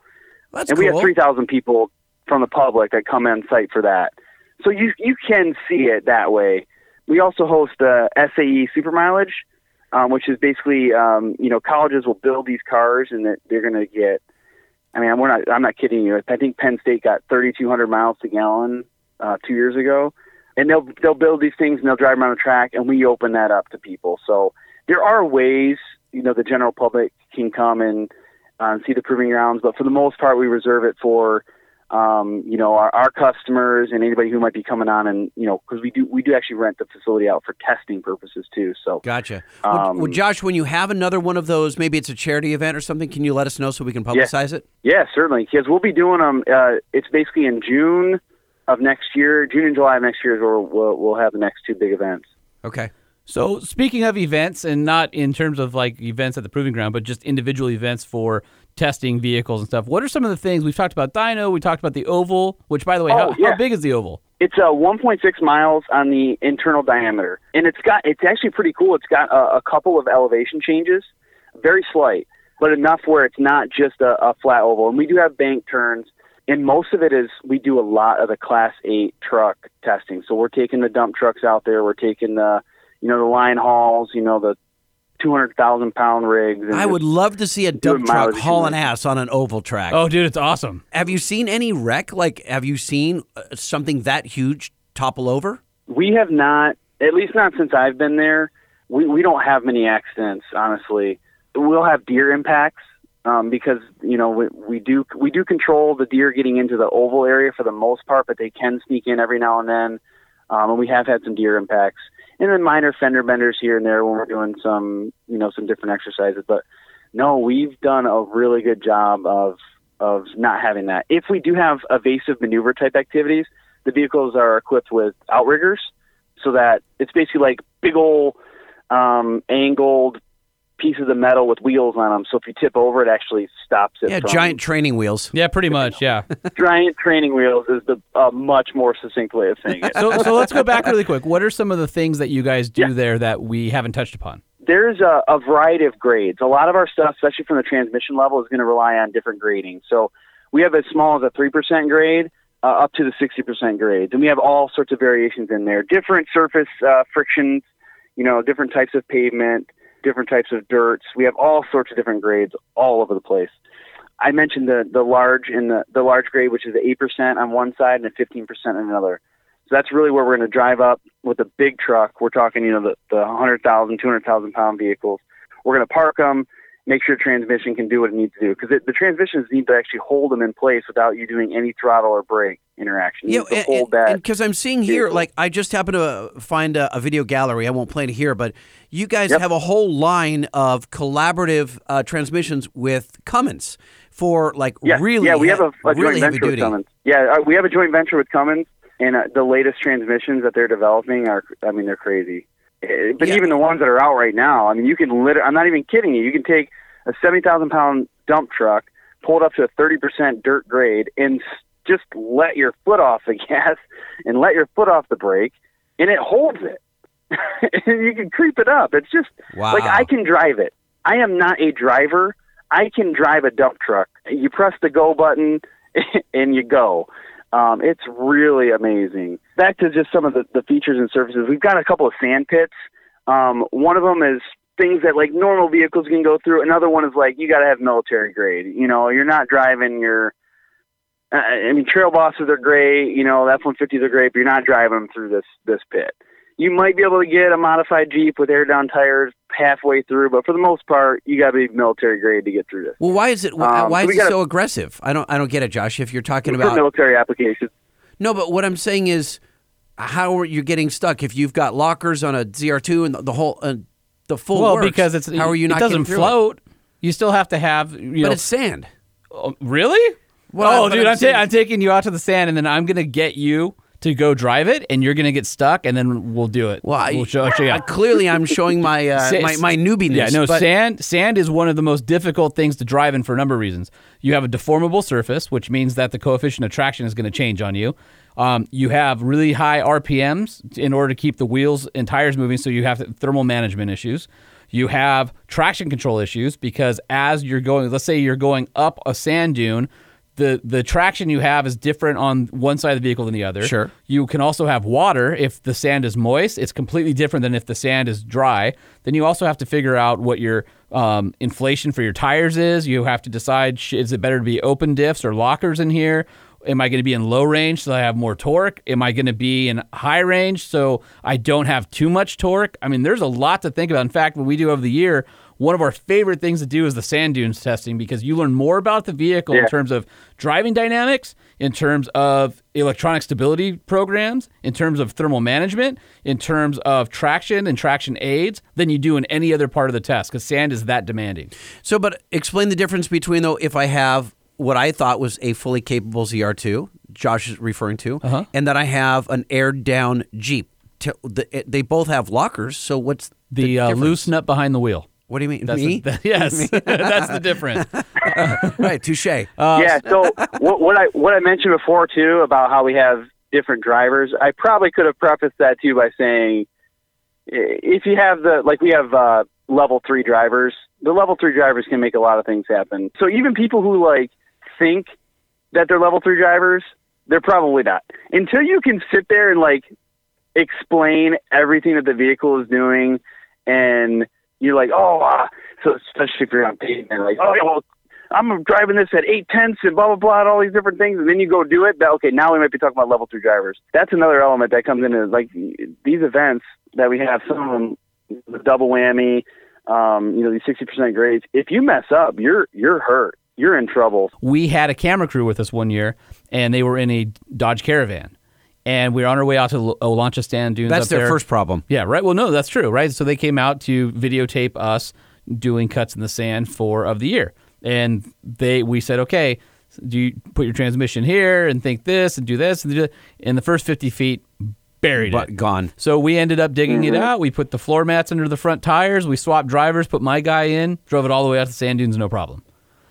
A: That's
E: and
A: cool.
E: we have 3,000 people from the public that come on site for that. So you you can see it that way. We also host the SAE Super Mileage, um, which is basically um, you know colleges will build these cars and that they're going to get. I mean, we're not. I'm not kidding you. I think Penn State got 3,200 miles to gallon uh, two years ago, and they'll they'll build these things and they'll drive them on a track, and we open that up to people. So there are ways you know the general public can come and um, see the proving grounds. But for the most part, we reserve it for um, you know our, our customers and anybody who might be coming on, and you know because we do we do actually rent the facility out for testing purposes too. So
A: Gotcha. Well,
E: Um,
A: well, Josh, when you have another one of those, maybe it's a charity event or something, can you let us know so we can publicize it?
E: yeah, certainly because we'll be doing them. Uh, it's basically in June of next year, June and July of next year is where we'll, we'll have the next two big events.
A: Okay.
B: So speaking of events, and not in terms of like events at the proving ground, but just individual events for testing vehicles and stuff. What are some of the things we've talked about? Dyno. We talked about the oval. Which, by the way, how,
E: Oh, yeah.
B: how big is the oval?
E: It's uh, 1.6 miles on the internal diameter, and it's got it's actually pretty cool. It's got a, a couple of elevation changes, very slight, but enough where it's not just a, a flat oval. And we do have bank turns, and most of it is we do a lot of the class eight truck testing. So we're taking the dump trucks out there, we're taking the you know the line hauls, you know the 200 thousand pound rigs. And
A: I
E: just-
A: would love to see a dump
E: doing
A: truck
E: mileage
A: hauling
E: too.
A: ass on an oval track.
G: Oh, dude, it's awesome.
A: Have you seen any wreck? Like, have you seen uh, something that huge topple over?
E: We have not, at least not since I've been there. We we don't have many accidents, honestly. We'll have deer impacts um, because you know we, we do we do control the deer getting into the oval area for the most part, but they can sneak in every now and then, um, and we have had some deer impacts and then minor fender benders here and there when we're doing some you know some different exercises. But no, we've done a really good job of of not having that. If we do have evasive maneuver type activities, the vehicles are equipped with outriggers so that it's basically like big old um, angled pieces of metal with wheels on them. So if you tip over, it actually stops it.
A: Yeah,
E: from-
A: giant training wheels.
G: Yeah, pretty much. Yeah.
E: giant training wheels is the a much more succinct way of saying it.
B: So, so let's go back really quick. What are some of the things that you guys do there that we haven't touched upon?
E: there's a, a variety of grades. A lot of our stuff, especially from the transmission level, is going to rely on different grading. So we have as small as a 3% grade uh, up to the 60% grades. And we have all sorts of variations in there. Different surface uh, frictions, you know, different types of pavement, different types of dirts. We have all sorts of different grades all over the place. I mentioned the, the large in the, the large grade, which is the 8% on one side and the 15% on another. So that's really where we're going to drive up with a big truck. We're talking, you know, the, the 100,000, 200,000 pound vehicles. We're going to park them, make sure transmission can do what it needs to do because the transmissions need to actually hold them in place without you doing any throttle or brake interaction. You need to hold that.
A: because I'm seeing here,
E: vehicle.
A: like, I just happened to uh, find a, a video gallery. I won't play it here, but you guys
E: Yep.
A: have a whole line of collaborative uh, transmissions with Cummins for like
E: yeah,
A: really,
E: yeah, we
A: he-
E: have a, a
A: really heavy
E: joint venture with
A: duty.
E: Cummins. Yeah, uh, we have a joint venture with Cummins, and uh, the latest transmissions that they're developing are, I mean, they're crazy. Eh, But
A: Yeah.
E: even the ones that are out right now, I mean, you can literally, I'm not even kidding you, you can take a 70,000 pound dump truck, pull it up to a 30% dirt grade, and s- just let your foot off the gas and let your foot off the brake, and it holds it. and you can creep it up. It's just
A: Wow.
E: like I can drive it. I am not a driver. I can drive a dump truck. You press the go button and you go. Um, it's really amazing. Back to just some of the, the features and services. We've got a couple of sand pits. Um, one of them is things that like normal vehicles can go through. Another one is like you got to have military grade. You know, you're not driving your. I- I mean, trail bosses are great. You know, F one fifties are great, but you're not driving them through this this pit you might be able to get a modified Jeep with air down tires halfway through, but for the most part, you got to be military grade to get through this.
A: Well, why is it wh-
E: Um,
A: why
E: so
A: is
E: we
A: it
E: gotta-
A: so aggressive? I don't I don't get it, Josh. If you're talking
E: For
A: about
E: military applications.
A: No, but what I'm saying is, how are you getting stuck if you've got lockers on a ZR2 and the, the whole uh, the full?
B: well,
A: works,
B: because it's
A: how are you
B: it
A: not
B: doesn't
A: getting through it?
B: float. You still have to have you
A: But
B: know
A: it's sand.
B: Oh, really?
A: Well,
B: oh,
A: but
B: dude,
A: I'm
B: I'm, ta-
A: saying-
B: I'm taking you out to the sand, and then I'm gonna get you to go drive it, and you're gonna get stuck, and then we'll do it.
A: Well, I-
B: we'll show, show you.
A: I- clearly, I'm showing my uh,
B: Sa-
A: my my newbiness.
B: Yeah, no,
A: but
B: sand sand is one of the most difficult things to drive in for a number of reasons. You have a deformable surface, which means that the coefficient of traction is going to change on you. Um, you have really high RPMs in order to keep the wheels and tires moving, so you have thermal management issues. You have traction control issues because as you're going, let's say you're going up a sand dune, the the traction you have is different on one side of the vehicle than the other.
A: Sure.
B: You can also have water. If the sand is moist, it's completely different than if the sand is dry. Then you also have to figure out what your um, inflation for your tires is. You have to decide sh- is it better to be open diffs or lockers in here? Am I going to be in low range so I have more torque? Am I going to be in high range so I don't have too much torque? I mean, there's a lot to think about. In fact, what we do over the year, one of our favorite things to do is the sand dunes testing because you learn more about the vehicle in
E: Yeah.
B: terms of driving dynamics, in terms of electronic stability programs, in terms of thermal management, in terms of traction and traction aids than you do in any other part of the test because sand is that demanding.
A: so but explain the difference between though if I have what I thought was a fully capable ZR2, Josh is referring to,
B: Uh-huh.
A: and that I have an aired down Jeep. T- the- it- They both have lockers, so what's
B: The, uh,
A: difference?
B: loose nut behind the wheel.
A: What do you mean?
B: That's the-
A: Me?
B: yes, that's the difference.
A: right, touche.
E: yeah. So what, what I what I mentioned before too about how we have different drivers, I probably could have prefaced that too by saying, i- if you have the like we have uh, level three drivers, the level three drivers can make a lot of things happen. So even people who like think that they're level three drivers, they're probably not. Until you can sit there and like explain everything that the vehicle is doing and you're like, oh, ah. so especially if you're on pavement, like, oh, yeah, well, I'm driving this at eight tenths and blah blah blah, and all these different things, and then you go do it. That okay, now we might be talking about level two drivers. That's another element that comes into like these events that we have. Some of them, the double whammy, um, you know, these sixty percent grades. If you mess up, you're you're hurt. You're in trouble.
B: we had a camera crew with us one year, and they were in a Dodge Caravan, and we were on our way out to L- Olancha Stand Dunes.
A: That's
B: up
A: their
B: there.
A: first problem.
B: Yeah, right. Well, no, that's true, right? So they came out to videotape us doing cuts in the sand for of the year, and they we said, okay, do you put your transmission here and think this and do this and do that? And the first fifty feet buried it.
A: But gone.
B: So we ended up digging it out. We put the floor mats under the front tires. We swapped drivers, put my guy in, drove it all the way out to sand dunes, no problem.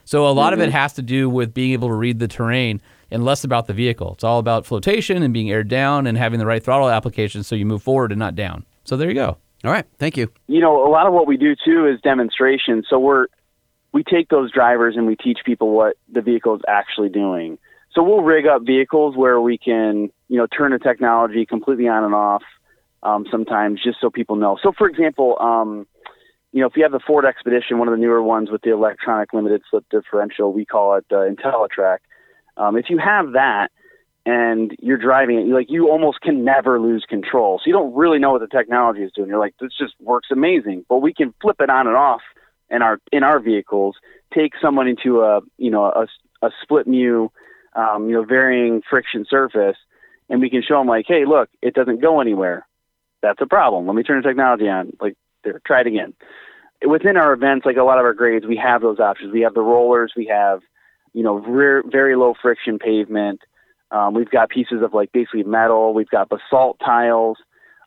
B: So a lot of it has to do with being able to read the terrain and less about the vehicle. It's all about flotation and being aired down and having the right throttle application so you move forward and not down. So there you go.
A: All right. Thank you.
E: you know, a lot of what we do too is demonstration. So we're we take those drivers and we teach people what the vehicle is actually doing. So we'll rig up vehicles where we can, you know, turn the technology completely on and off um, sometimes, just so people know. So, for example, um, you know, if you have the Ford Expedition, one of the newer ones with the electronic limited slip differential, we call it the IntelliTrack. Um, if you have that and you're driving it, you like you almost can never lose control. So you don't really know what the technology is doing. You're like, this just works amazing. But we can flip it on and off in our in our vehicles. Take someone into a you know a, a split mu, um, you know varying friction surface, and we can show them like, hey, look, it doesn't go anywhere. That's a problem. Let me turn the technology on. Like, there, try it again. Within our events, like a lot of our grades, we have those options. We have the rollers. We have you know, rear, very low friction pavement. Um, we've got pieces of like basically metal. We've got basalt tiles.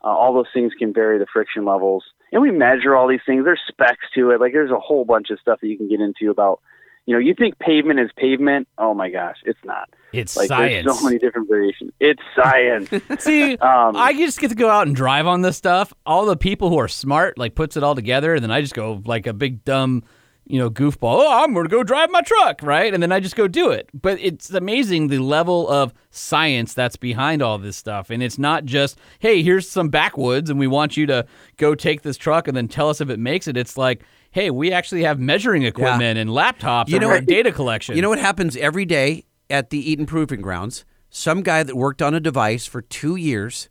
E: Uh, all those things can vary the friction levels. And we measure all these things. There's specs to it. Like there's a whole bunch of stuff that you can get into about, you know, you think pavement is pavement. Oh my gosh, it's not.
B: It's
E: Like there's
B: science.
E: so many different variations. It's science.
B: See,
E: Um,
B: I just get to go out and drive on this stuff. All the people who are smart like puts it all together, and then I just go like a big dumb, you know, goofball. Oh, I'm gonna go drive my truck, right? And then I just go do it. But it's amazing the level of science that's behind all this stuff, and it's not just hey, here's some backwoods, and we want you to go take this truck and then tell us if it makes it. It's like hey, we actually have measuring equipment and laptops
A: You
B: and
A: know
B: our
A: what-
B: data collection.
A: You know what happens every day at the Eaton Proving Grounds? Some guy that worked on a device for two years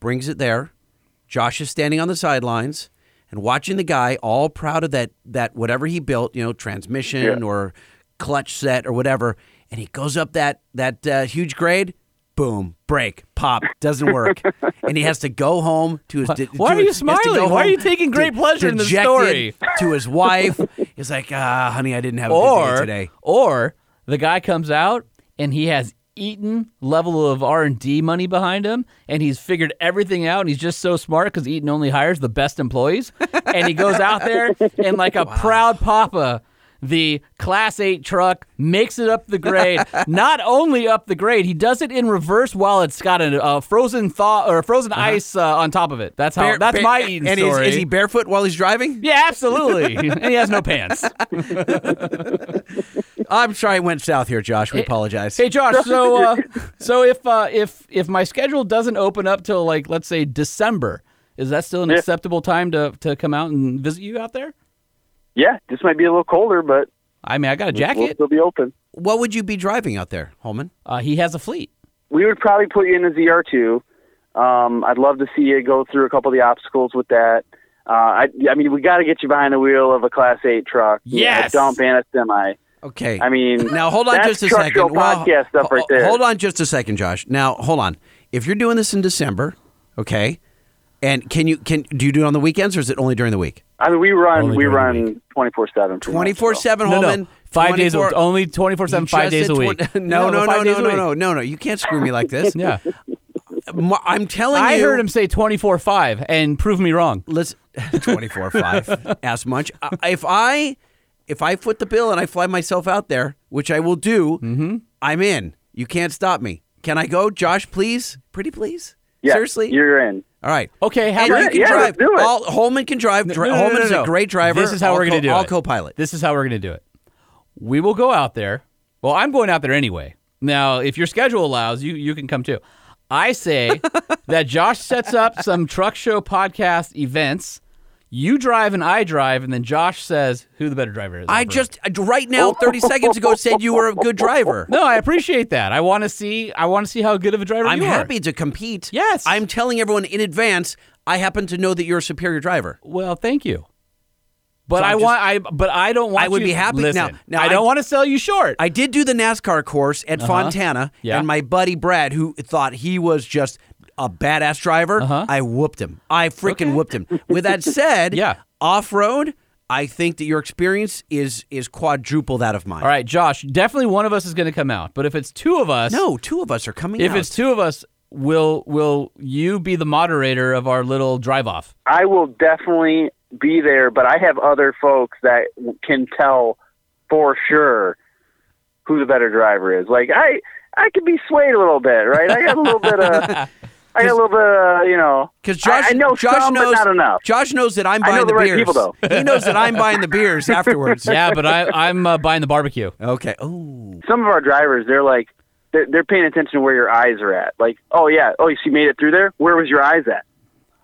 A: brings it there. Josh is standing on the sidelines and watching the guy, all proud of that that whatever he built, you know, transmission or clutch set or whatever. And he goes up that that uh, huge grade, boom, break, pop, doesn't work, and he has to go home to his. de- to
B: Why are
A: his-
B: you
A: has to go
B: smiling? Why are
A: home
B: you taking great pleasure in this
A: dejected
B: story?
A: To his wife, he's like, "Ah, honey, I didn't have a good
B: or
A: day today."
B: or the guy comes out and he has Eaton level of R and D money behind him, and he's figured everything out, and he's just so smart because Eaton only hires the best employees, and he goes out there and like a proud papa. The class eight truck makes it up the grade. Not only up the grade, he does it in reverse while it's got a, a frozen thaw or frozen ice uh, on top of it. That's how.
A: Bare-
B: that's
A: bare-
B: my Eaton
A: Uh-huh. and
B: story.
A: Is, is he barefoot while he's driving?
B: yeah, absolutely. and he has no pants.
A: I'm sorry, it went south here, Josh. We apologize.
B: Hey Josh, so uh, so if uh, if if my schedule doesn't open up till like let's say December, is that still an acceptable time to to come out and visit you out there?
E: yeah, this might be a little colder, but
B: I mean, I got a
E: we'll
B: jacket.
E: still be open.
A: what would you be driving out there, Holman?
B: Uh, he has a fleet.
E: we would probably put you in a ZR2. Um, I'd love to see you go through a couple of the obstacles with that. Uh, I, I mean, we got to get you behind the wheel of a Class 8 truck, yeah, a
B: Yes!
E: dump, and a semi.
A: Okay.
E: I mean,
A: now hold on
E: that's
A: just a
E: truck show
A: second. Well,
E: podcast stuff right
A: ho-
E: there.
A: Hold on just a second, Josh. Now hold on. If you're doing this in December, okay, and can you can do you do it on the weekends or is it only during the week?
E: I mean, we run
B: Only
E: we
B: during the
E: run twenty four seven.
A: Twenty four seven, Holman.
B: five days a week.
A: 24
B: Only twenty four seven,
A: You just
B: five days
A: said
B: a
A: twen-
B: week.
A: No, no, no,
B: five
A: no,
B: days a
A: no,
B: week.
A: no, no, no. You can't screw me like this.
B: Yeah,
A: M- I'm telling
B: I
A: you.
B: heard him say twenty four five and prove me wrong.
A: Let's 24 5 as much I- if i if i foot the bill and i fly myself out there which i will do
B: Mm-hmm.
A: i'm in you can't stop me can i go josh please pretty please
E: Yeah,
A: seriously
E: you're in.
A: all right
B: Okay, how
A: and
B: about-
A: you can
E: Yeah,
A: drive
E: let's do it.
A: All, holman can drive Dri-
B: No, no, no,
A: holman's
B: no, no.
A: a great driver
B: This is how
A: I'll
B: we're going
A: co-
B: to do it.
A: i'll co-pilot
B: This is how we're going to do it. We will go out there. Well, I'm going out there anyway. Now, if your schedule allows, you you can come too. I say that Josh sets up some truck show podcast events. You drive and I drive, and then Josh says who the better driver is.
A: I just uh, right now, thirty seconds ago, said you were a good driver.
B: no. I appreciate that. I want to see. I want to see how good of a driver
A: I'm
B: you are.
A: happy to compete.
B: Yes.
A: I'm telling everyone in advance. I happen to know that you're a superior driver.
B: Well, thank you. But
A: So
B: I
A: I'm just-
B: want. I but I don't want.
A: I would
B: you-
A: be happy- now-
B: Listen,
A: now
B: I don't
A: I-
B: want to sell you short.
A: I did do the NASCAR course at Fontana,
B: Uh-huh. Yeah.
A: and my buddy Brad, who thought he was just a badass driver,
B: Uh-huh.
A: I whooped him. I freaking whooped him. With that said,
B: Yeah.
A: off road, I think that your experience is is quadruple that of mine.
B: All right, Josh. Definitely one of us is going to come out. But if it's two of us,
A: No, two of us are coming.
B: If
A: out.
B: it's two of us, will will you be the moderator of our little drive off?
E: I will definitely be there, but I have other folks that w- can tell for sure who the better driver is. Like I, I could be swayed a little bit, right? I got a little bit of, I got a little bit of, you know,
A: Because Josh,
E: I, I know
A: Josh
E: some,
A: knows
E: but not enough.
A: Josh knows that I'm
E: I know
A: buying
E: the right
A: beers.
E: people, though.
A: he knows that I'm buying the beers afterwards.
B: Yeah, but I I'm uh, buying the barbecue.
A: Okay. Oh,
E: Some of our drivers, they're like, they're, they're paying attention to where your eyes are at. Like, oh yeah, oh she made it through there. Where was your eyes at?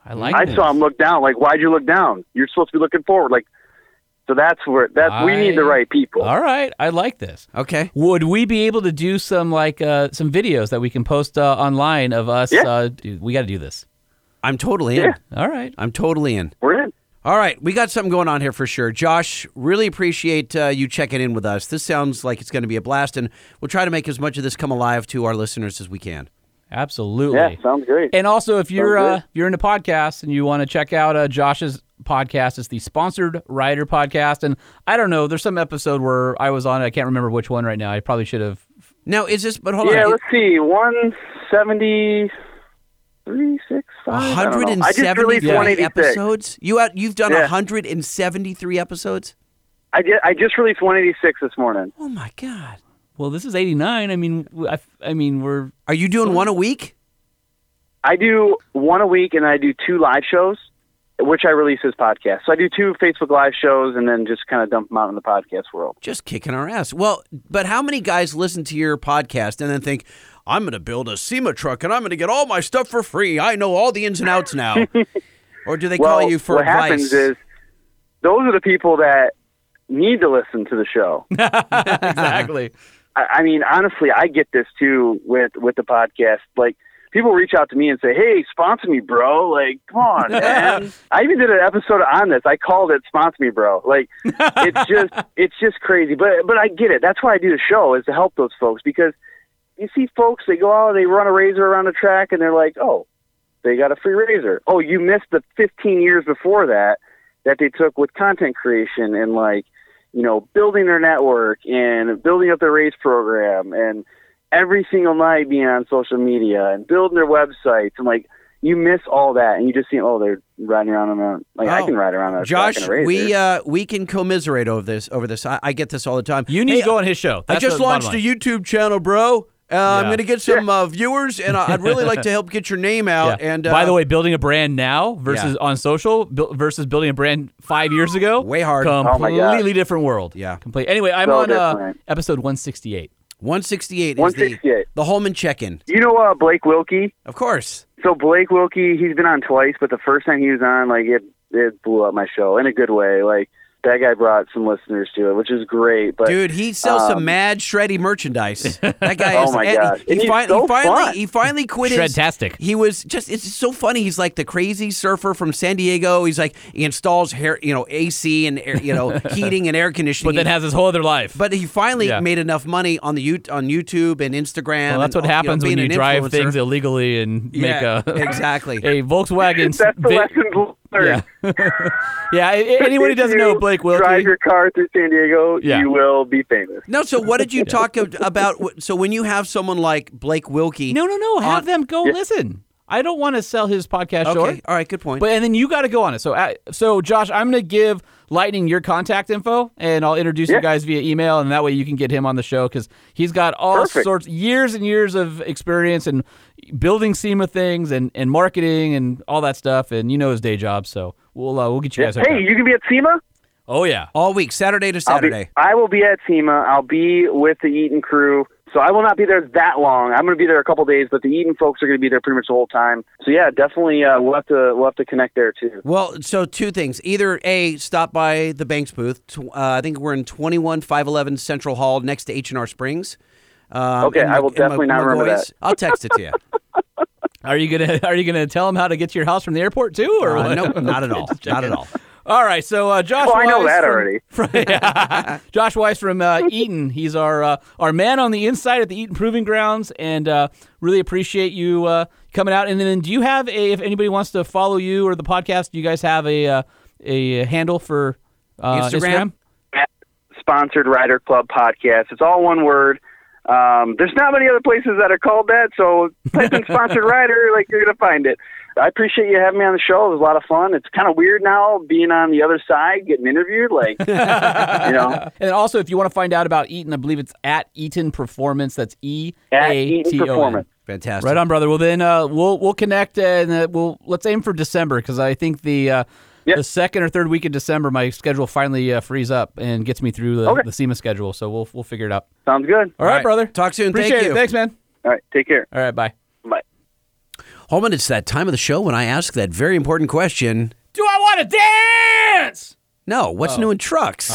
B: I like.
E: I
B: this.
E: saw him look down. Like, why'd you look down? You're supposed to be looking forward. Like, so that's where that we need the
B: I-
E: right people.
B: All right, I like this.
A: okay.
B: Would we be able to do some like uh, some videos that we can post uh, online of us?
E: Yeah.
B: Uh, dude, we got to do this.
A: I'm totally in.
E: Yeah.
B: All right.
A: I'm totally in.
E: We're in.
A: All right, we got something going on here for sure. Josh, really appreciate uh, you checking in with us. This sounds like it's going to be a blast, and we'll try to make as much of this come alive to our listeners as we can.
B: Absolutely.
E: Yeah, sounds great.
B: And also, if you're
E: Sounds
B: uh, if you're into podcasts and you want to check out uh, Josh's podcast, it's the Sponsored Rider podcast. And I don't know, there's some episode where I was on. it. I can't remember which one right now. I probably should have.
A: Now, is this? But hold
E: Yeah,
A: on.
E: let's see. 173, 6, 5. I don't know. I just released
A: 173
E: 186.
A: episodes. You out, you've done
E: Yeah.
A: 173 episodes.
E: I, did, I just released 186 this morning.
A: Oh my god!
B: Well, this is 89. I mean, w- I, f- I mean, we're
A: Are you doing one a week?
E: I do one a week and I do two live shows, which I release as podcasts. So I do two Facebook live shows and then just kind of dump them out in the podcast world.
A: Just kicking our ass. Well, but how many guys listen to your podcast and then think, "I'm going to build a SEMA truck and I'm going to get all my stuff for free. I know all the ins and outs now." or do they
E: well,
A: call you for
E: what
A: advice?
E: happens is those are the people that need to listen to the show.
B: exactly.
E: I, I mean, honestly, I get this too with with the podcast. Like, people reach out to me and say, "Hey, sponsor me, bro!" Like, come on, man. I even did an episode on this. I called it "Sponsor Me, Bro." Like, it's just it's just crazy. But but I get it. That's why I do the show is to help those folks because you see folks they go out, they run a razor around the track, and they're like, "Oh, they got a free razor." Oh, you missed the 15 years before that that they took with content creation and like you know, building their network and building up their race program and every single night being on social media and building their websites and like you miss all that and you just see oh they're riding around on a like I
A: Oh.
E: can ride around on a track
A: Josh,
E: in a razor.
A: we uh, we can commiserate over this. Over this, I, I get this all the time.
B: You need
A: Hey,
B: to go on his show.
A: I
B: That's
A: just
B: the bottom
A: launched a
B: line.
A: YouTube channel, bro. Uh, I'm going to get some uh, viewers, and I- I'd really like to help get your name out.
B: Yeah.
A: And uh,
B: by the way, building a brand now versus on social bu- versus building a brand five years ago,
A: Way hard.
E: Oh my
B: Completely
E: God.
B: different world.
A: Yeah.
B: Complete. Anyway, I'm
E: So
B: on uh,
E: different.
B: episode 168.
A: 168 is the
E: 168.
A: the Holman check-in,
E: you know uh Blake Wilkie?
A: of course.
E: So Blake Wilkie, he's been on twice, but the first time he was on, like it it blew up my show in a good way. Like that guy brought some listeners to it, which is great. But um,
A: Dude, he sells some mad shreddy merchandise. That guy
E: Oh
A: is.
E: my
A: and
E: gosh.
A: He,
E: And
A: he,
E: he's
A: fin-
E: so
A: he finally
E: fun.
A: he finally quit his.
B: Shredtastic.
A: He was just it's so funny. He's like the crazy surfer from San Diego. He's like he installs hair, you know, AC and air, you know, heating and air conditioning.
B: But then has his whole other life.
A: But he finally
B: Yeah.
A: made enough money on the you on YouTube and Instagram.
B: Well, that's
A: and,
B: what happens
A: you know, being
B: when
A: an
B: you drive
A: influencer.
B: things illegally and
A: Yeah,
B: make a
A: exactly.
B: a Volkswagen.
E: that's the
B: vi-
E: lesson
B: Yeah,
E: learned.
B: yeah. a- a- Anyone who
E: If
B: doesn't
E: you
B: know Blake
E: Drive
B: Wilkie,
E: your car through San Diego,
B: Yeah.
E: you will be famous.
A: No, so what did you talk ab- about? So when you have someone like Blake Wilkie,
B: no, no, no. Have
A: On-
B: them go listen. I don't want to sell his podcast
A: okay,
B: short.
A: all right, good point.
B: But and then you got to go on it. So uh, so Josh, I'm going to give Lightning your contact info, and I'll introduce you
E: Yeah.
B: guys via email, and that way you can get him on the show because he's got all
E: Perfect.
B: sorts years and years of experience in building SEMA things and and marketing and all that stuff, and you know his day job. So we'll uh, we'll get you guys. hooked
E: Hey,
B: up.
E: you can be at SEMA?
B: oh yeah.
A: All week, Saturday to
E: I'll be-
A: Saturday.
E: I will be at SEMA. I'll be with the Eaton crew. So I will not be there that long. I'm going to be there a couple days, but the Eden folks are going to be there pretty much the whole time. So yeah, definitely uh, we'll have to we'll have to connect there too.
A: Well, so two things. Either A, stop by the Banks booth. Tw- Uh, I think we're in 21511 Central Hall next to H&R Springs. Um,
E: Okay,
A: in
E: I will
A: in
E: definitely not remember
A: McGoy's. I'll text it to you.
B: Are you gonna Are you gonna tell them how to get to your house from the airport too, or
A: Uh,
B: what?
A: nope, not at all. Not at all.
B: All right, so uh, Josh.
E: Well, Oh, I know
B: Weiss
E: that
B: from-
E: already.
B: From, Josh Weiss from uh, Eaton. He's our uh, our man on the inside at the Eaton Proving Grounds, and uh, really appreciate you uh, coming out. And then, do you have a? If anybody wants to follow you or the podcast, do you guys have a uh, a handle for uh,
A: Instagram?
E: Sponsored Rider Club podcast. It's all one word. Um, there's not many other places that are called that, so type in sponsored rider, like you're gonna find it. I appreciate you having me on the show. It was a lot of fun. It's kind of weird now being on the other side, getting interviewed. Like, you know,
B: And then also, if you want to find out about Eaton, I believe it's at Eaton Performance. That's E
E: at
B: A
E: Eaton
B: T O N.
E: Performance.
A: Fantastic.
B: Right on, brother. Well, then uh, we'll we'll connect uh, and uh, we'll let's aim for December because I think the uh,
E: Yeah.
B: the second or third week in December my schedule finally uh, frees up and gets me through the,
E: Okay.
B: the SEMA schedule. So we'll we'll figure it out.
E: Sounds good.
B: All right, brother.
A: Talk soon.
B: Appreciate
A: Thank
B: it.
A: you.
B: Thanks, man.
E: All right, take care.
B: All right, bye.
E: Bye.
A: Holman, it's that time of the show when I ask that very important question.
B: Do I want to dance?
A: No, what's
B: Oh.
A: new in trucks?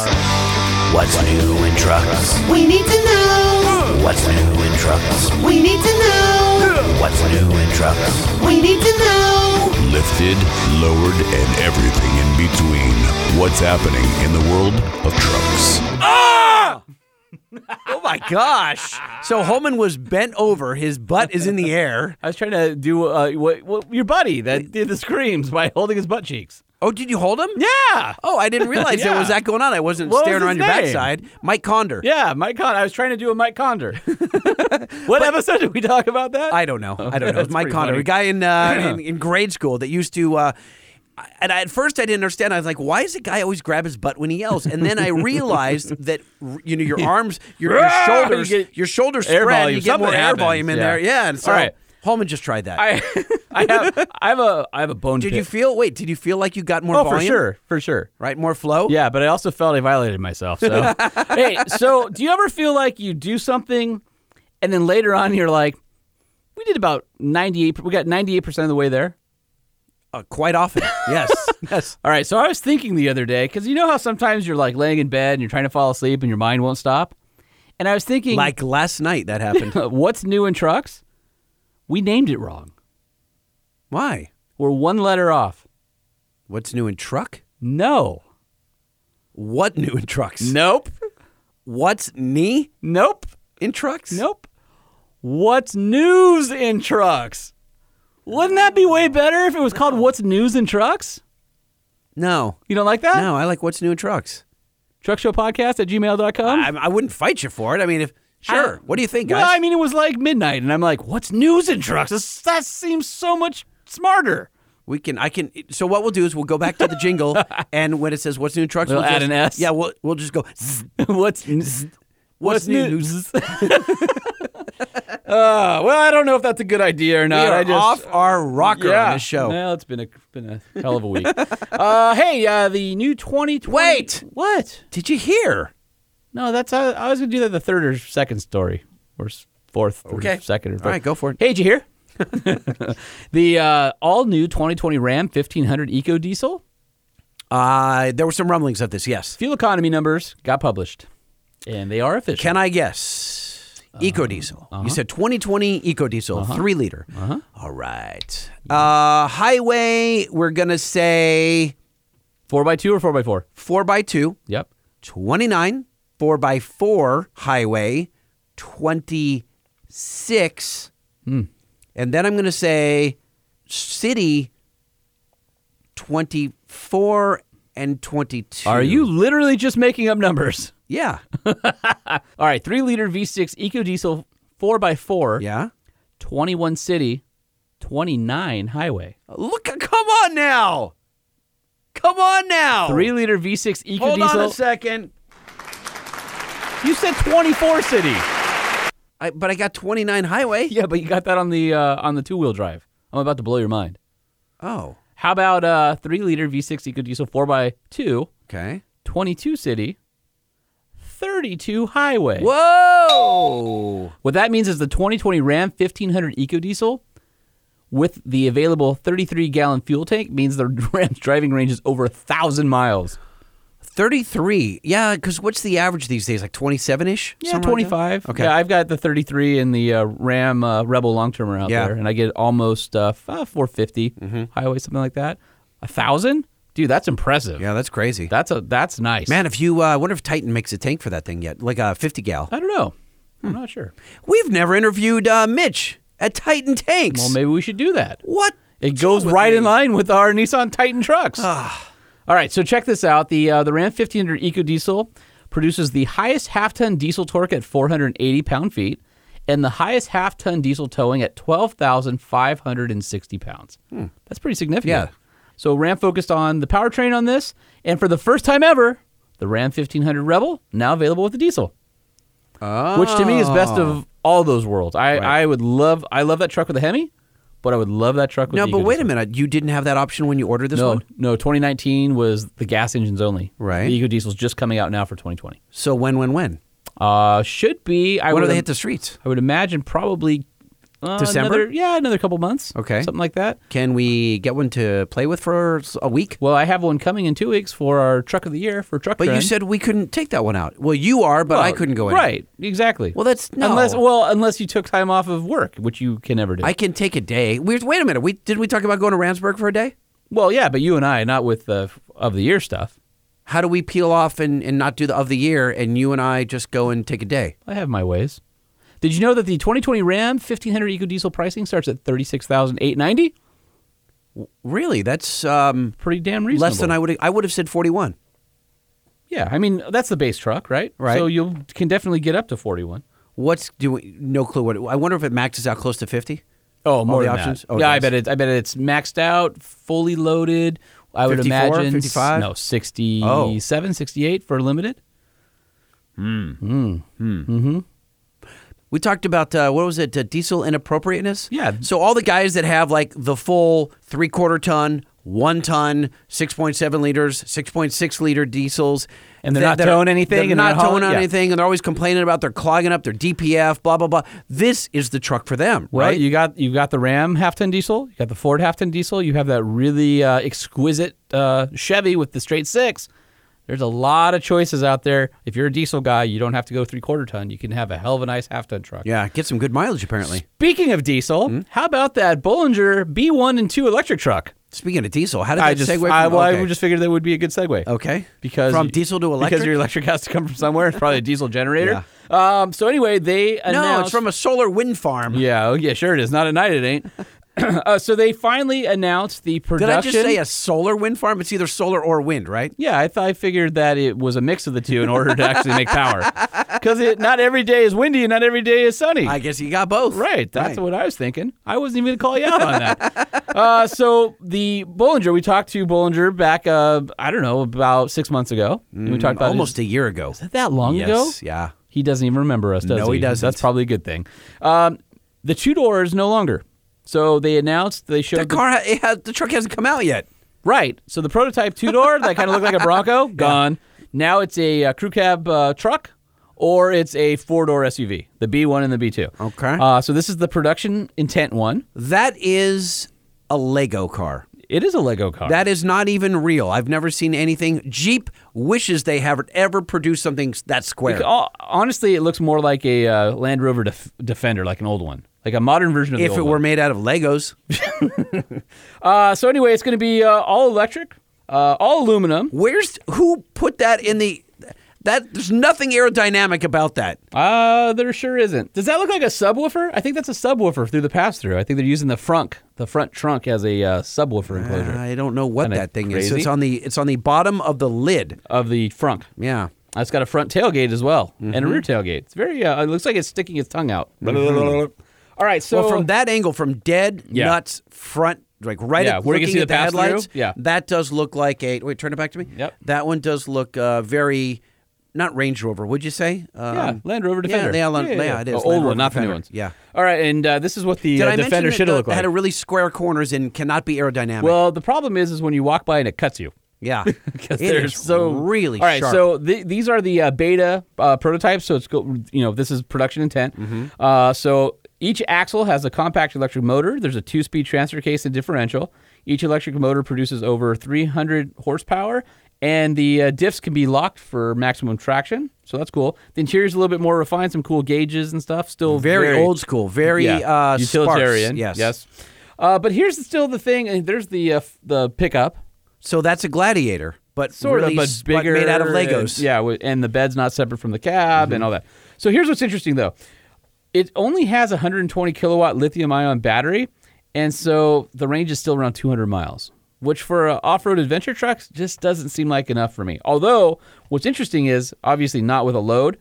G: What's new in trucks?
H: We need to know.
F: Uh.
G: What's new in trucks?
H: We need to know.
G: What's new in trucks?
H: We need to know.
D: Lifted, lowered, and everything in between. What's happening in the world of trucks?
A: Oh my gosh. So Holman was bent over, his butt is in the air.
B: I was trying to do uh, what, what your buddy that did the screams by holding his butt cheeks.
A: Oh, did you hold him?
B: Yeah.
A: Oh, I didn't realize there
B: Yeah.
A: was that going on. I wasn't
B: What was
A: staring
B: his
A: on your
B: name?
A: backside. Mike Conder.
B: Yeah, Mike Con. I was trying to do a Mike Conder. what episode did we talk about that?
A: I don't know. I don't know. It's
B: That's
A: Mike
B: pretty
A: Connor,
B: funny.
A: a guy in, uh, in in grade school that used to. Uh, and I, at first, I didn't understand. I was like, "Why does the guy always grab his butt when he yells?" And then I realized that r- you know your arms, your, your
B: Ah! You
A: shoulders,
B: get
A: your shoulders
B: air
A: spread.
B: volume.
A: You get more
B: Something
A: air
B: happens.
A: volume in
B: Yeah.
A: there. Yeah. And so
B: All right.
A: Holman just tried that.
B: I, I have I have a I have a bone. to
A: did
B: pick.
A: you feel? Wait, did you feel like you got more
B: Oh,
A: volume?
B: for sure, for sure.
A: Right, more flow.
B: Yeah, but I also felt I violated myself. So, hey, so do you ever feel like you do something, and then later on you're like, we did about ninety eight. We got ninety eight percent of the way there.
A: Uh, quite often. Yes. yes.
B: All right. So I was thinking the other day because you know how sometimes you're like laying in bed and you're trying to fall asleep and your mind won't stop, and I was thinking
A: Like last night, that happened.
B: what's new in trucks? We named it wrong.
A: Why?
B: We're one letter off.
A: What's new in truck?
B: No.
A: What new in trucks?
B: Nope.
A: What's knee
B: Nope.
A: in trucks?
B: Nope. What's news in trucks? Wouldn't that be way better if it was called What's News in Trucks?
A: No.
B: You don't like that?
A: No, I like what's new in trucks.
B: Truck Show Podcast at gmail.com?
A: I, I wouldn't fight you for it. I mean, if sure.
B: I-
A: what do you think, guys?
B: well, I mean, it was like midnight, and I'm like, What's News in Trucks? This, that seems so much smarter.
A: we can. I can. So what we'll do is we'll go back to the jingle, and when it says what's new in trucks,
B: We'll
A: we'll,
B: add
A: just-
B: an S.
A: Yeah, we'll we'll just go. "Zzz,
B: what's
A: What's new?
B: news? uh, well, I don't know if that's a good idea or
A: We
B: not.
A: are Mm-hmm.
B: I just,
A: off our rocker on this show.
B: Well, it's been a been a hell of a week. uh, hey, uh, the new 2020.
A: Wait!
B: what?
A: Did you hear?
B: No, that's I, I was gonna do that the third or second story or s- fourth or
A: Okay.
B: second or fourth.
A: All right, go for it.
B: Hey, did you hear? the uh, all new 2020 Ram 1500 Eco Diesel
A: Uh, there were some rumblings of this. Yes.
B: fuel economy numbers got published, and they are official.
A: Can I guess? Ecodiesel. You said 2020 Ecodiesel, three liter. All right. Uh, highway. We're gonna say
B: four by two or four by four?
A: four by two.
B: Yep.
A: 29, 4 by 4 highway, 26.
B: Hmm.
A: And then I'm going to say city 24 and 22.
B: Are you literally just making up numbers?
A: Yeah.
B: All right, three liter V6 Eco Diesel four by four.
A: Yeah.
B: 21 city, 29 highway.
A: Look, come on now. Come on now.
B: Three liter V6 Eco
A: Oh. Hold on
B: Diesel.
A: a second.
B: you said 24 city.
A: I, but I got 29 highway.
B: Yeah, but you got that on the uh, on the two wheel drive. I'm about to blow your mind.
A: Oh,
B: How about uh, three liter V6 Eco Diesel four by two,
A: okay.
B: 22 city, 32 highway.
A: Whoa!
B: What that means is the 2020 Ram 1500 EcoDiesel with the available 33 gallon fuel tank means the Ram's driving range is over a thousand miles.
A: 33. Yeah, because what's the average these days? Like 27 ish?
B: Yeah, 25. okay. Yeah, I've got the 33 and the uh, Ram uh, Rebel long termer out
A: Yeah. Mm-hmm.
B: there, and I get almost uh, f- uh, 450 highway, something like that. A thousand, dude, that's impressive.
A: Yeah, that's crazy.
B: that's a that's nice,
A: Man, if you, uh, I wonder if Titan makes a tank for that thing yet, like a 50 gal.
B: I don't know.
A: Hmm.
B: I'm not sure.
A: We've never interviewed uh, Mitch at Titan Tanks.
B: Well, maybe we should do that.
A: what?
B: It goes right in line with our Nissan Titan trucks.
A: Ah.
B: All right, so check this out. The uh, the Ram 1500 EcoDiesel produces the highest half-ton diesel torque at 480 pound-feet and the highest half-ton diesel towing at 12,560 pounds. That's pretty significant.
A: Hmm. Yeah.
B: So Ram focused on the powertrain on this, and for the first time ever, the Ram 1500 Rebel now available with the diesel, which to me is best
A: Ah.
B: of all those worlds. I, I would love I love that truck with the Hemi, but I would love that truck with
A: No,
B: the
A: but wait a
B: EcoDiesel.
A: minute. You didn't have that option when you ordered this
B: No,
A: one?
B: no. 2019 was the gas engines only.
A: Right.
B: The EcoDiesel's just coming out now for 2020.
A: So when, when, when?
B: Uh, should be. I
A: When do
B: would
A: they
B: im-
A: hit the streets?
B: I would imagine probably uh,
A: December?
B: another- yeah, another couple months.
A: Okay.
B: Something like that.
A: Can we get one to play with for s- a week?
B: Well, I have one coming in two weeks for our truck of the year for truck.
A: But you
B: Trend.
A: said we couldn't take that one out. Well, you are, but I
B: Well,
A: couldn't go in.
B: Right. Exactly.
A: Well, that's- no.
B: unless well unless you took time off of work, which you can never do.
A: I can take a day. We, wait a minute. We didn't we talk about going to Ramsburg for a day?
B: well, yeah, but you and I not with the of the year stuff.
A: How do we peel off and, and not do the of the year and you and I just go and take a day?
B: I have my ways. Did you know that the 2020 Ram 1500 EcoDiesel pricing starts at 36,890?
A: Really? That's um,
B: Pretty damn reasonable.
A: less than I would I would have said 41.
B: Yeah, I mean that's the base truck, right?
A: Right.
B: So you can definitely get up to forty-one.
A: What's do we, no clue what it, I wonder if it maxes out close to 50.
B: Oh, more
A: the
B: than
A: options?
B: That.
A: Oh, it
B: yeah, I
A: does.
B: bet it. I bet it's maxed out, fully loaded. I would
A: 54,
B: imagine
A: 55?
B: No, 67, 68 for limited.
A: We talked about uh, what was it? Uh, diesel inappropriateness.
B: Yeah.
A: So all the guys that have like the full three quarter ton, one ton, six point seven liters, six point six liter diesels,
B: And they're
A: that-
B: not
A: that
B: towing
A: are-
B: anything
A: They're
B: and they're
A: not
B: hauling-
A: towing on
B: yeah.
A: anything, and they're always complaining about they're clogging up their DPF. Blah blah blah. This is the truck for them,
B: Well,
A: right?
B: you got you got the Ram half-ton diesel. You got the Ford half-ton diesel. You have that really uh, exquisite uh, Chevy with the straight six. There's a lot of choices out there. If you're a diesel guy, you don't have to go three-quarter ton. You can have a hell of a nice half-ton truck.
A: yeah, get some good mileage apparently.
B: Speaking of diesel, how about that Bollinger B1 and 2 electric truck?
A: Speaking of diesel, how did that
B: I just,
A: segue? From,
B: I, well,
A: okay.
B: I just figured that would be a good segue.
A: okay
B: Because
A: from
B: you-
A: diesel to electric.
B: Because your electric has to come from somewhere. It's probably a diesel generator. Um, so anyway, they
A: no,
B: announced.
A: it's from a solar wind farm.
B: yeah, oh, yeah, sure it is. Not at night, it ain't. uh, so they finally announced the
A: Did
B: production.
A: I just say a solar wind farm? It's either solar or wind, right?
B: Yeah, I, th- I figured that it was a mix of the two in order to actually make power. Because not every day is windy and not every day is sunny.
A: I guess you got both.
B: Right. That's what I was thinking. I wasn't even going to call you out on that. uh, so the Bollinger, we talked to Bollinger back, uh, I don't know, about six months ago. And we talked
A: Mm,
B: about
A: almost
B: his-
A: a year ago.
B: that long ago.
A: Yes, yeah.
B: He doesn't even remember us, does
A: No, he doesn't.
B: That's probably a good thing. Um, the two doors no longer. So they announced they showed
A: The car, ha- it has, the truck hasn't come out yet.
B: right. So the prototype two door that kind of looked like a Bronco gone. Now it's a uh, crew cab uh, truck. Or it's a four door SUV, the B1 and the B2.
A: Okay.
B: Uh, so this is the production intent one.
A: That is a Lego car.
B: It is a Lego car.
A: That is not even real. I've never seen anything. Jeep wishes they have ever produced something that square.
B: Ho- oh, honestly, it looks more like a uh, Land Rover Def- Defender, like an old one, like a modern version of the
A: if
B: old
A: it were made out of Legos,
B: One. Uh, so anyway, it's going to be uh, all electric, uh, all aluminum.
A: where's who put that in the? That there's nothing aerodynamic about that.
B: Uh, there sure isn't. Does that look like a subwoofer? I think that's a subwoofer through the pass-through. I think they're using the frunk, the front trunk, as a uh, subwoofer enclosure
A: I don't know what
B: Kinda
A: that thing is.
B: crazy.
A: It's on the it's on the bottom of the lid.
B: of the frunk.
A: Yeah.
B: It's got a front tailgate as well and a rear tailgate. It's very. Uh, it looks like it's sticking its tongue out. All right, so
A: well, from that angle, from dead
B: Yeah.
A: nuts front, like right
B: Yeah,
A: at,
B: where you can
A: looking
B: see
A: at
B: the pass-through.
A: headlights,
B: Yeah.
A: that does look like a. Wait, turn it back to me.
B: Yep.
A: That one does look uh, very, not Range Rover. Would you say? Um,
B: Yeah, Land Rover Defender.
A: Yeah, yeah, Land- yeah, it is.
B: Oh,
A: Land
B: old
A: Rover
B: one, not the new
A: Defender.
B: ones.
A: Yeah.
B: All right, and uh, this is what the
A: Did
B: uh,
A: I mention
B: Defender
A: that
B: should
A: the-
B: look
A: Had
B: like.
A: a really square corners and cannot be aerodynamic.
B: well, the problem is, is when you walk by and it cuts you.
A: Yeah,
B: because
A: It
B: they're
A: is
B: so
A: really
B: All right,
A: sharp.
B: so th- these are the uh, beta uh, prototypes. So it's go- you know this is production intent. Uh, so each axle has a compact electric motor. There's a two-speed transfer case and differential. Each electric motor produces over 300 horsepower, and the uh, diffs can be locked for maximum traction. So that's cool. The interior's a little bit more refined. Some cool gauges and stuff. Still
A: very,
B: very
A: old school, very
B: yeah.
A: uh, sparse.
B: utilitarian.
A: Yes,
B: Yes. Uh, but here's still the thing. and There's the uh, f- the pickup
A: So that's a gladiator, but
B: sort
A: really
B: of,
A: s-
B: but bigger,
A: made out of
B: and-
A: Legos. Mm-hmm.
B: yeah, wi- and the bed's not separate from the cab and all that. So here's what's interesting though: it only has a 120 kilowatt lithium-ion battery, and so the range is still around 200 miles, which for uh, off-road adventure trucks just doesn't seem like enough for me. Although what's interesting is obviously not with a load.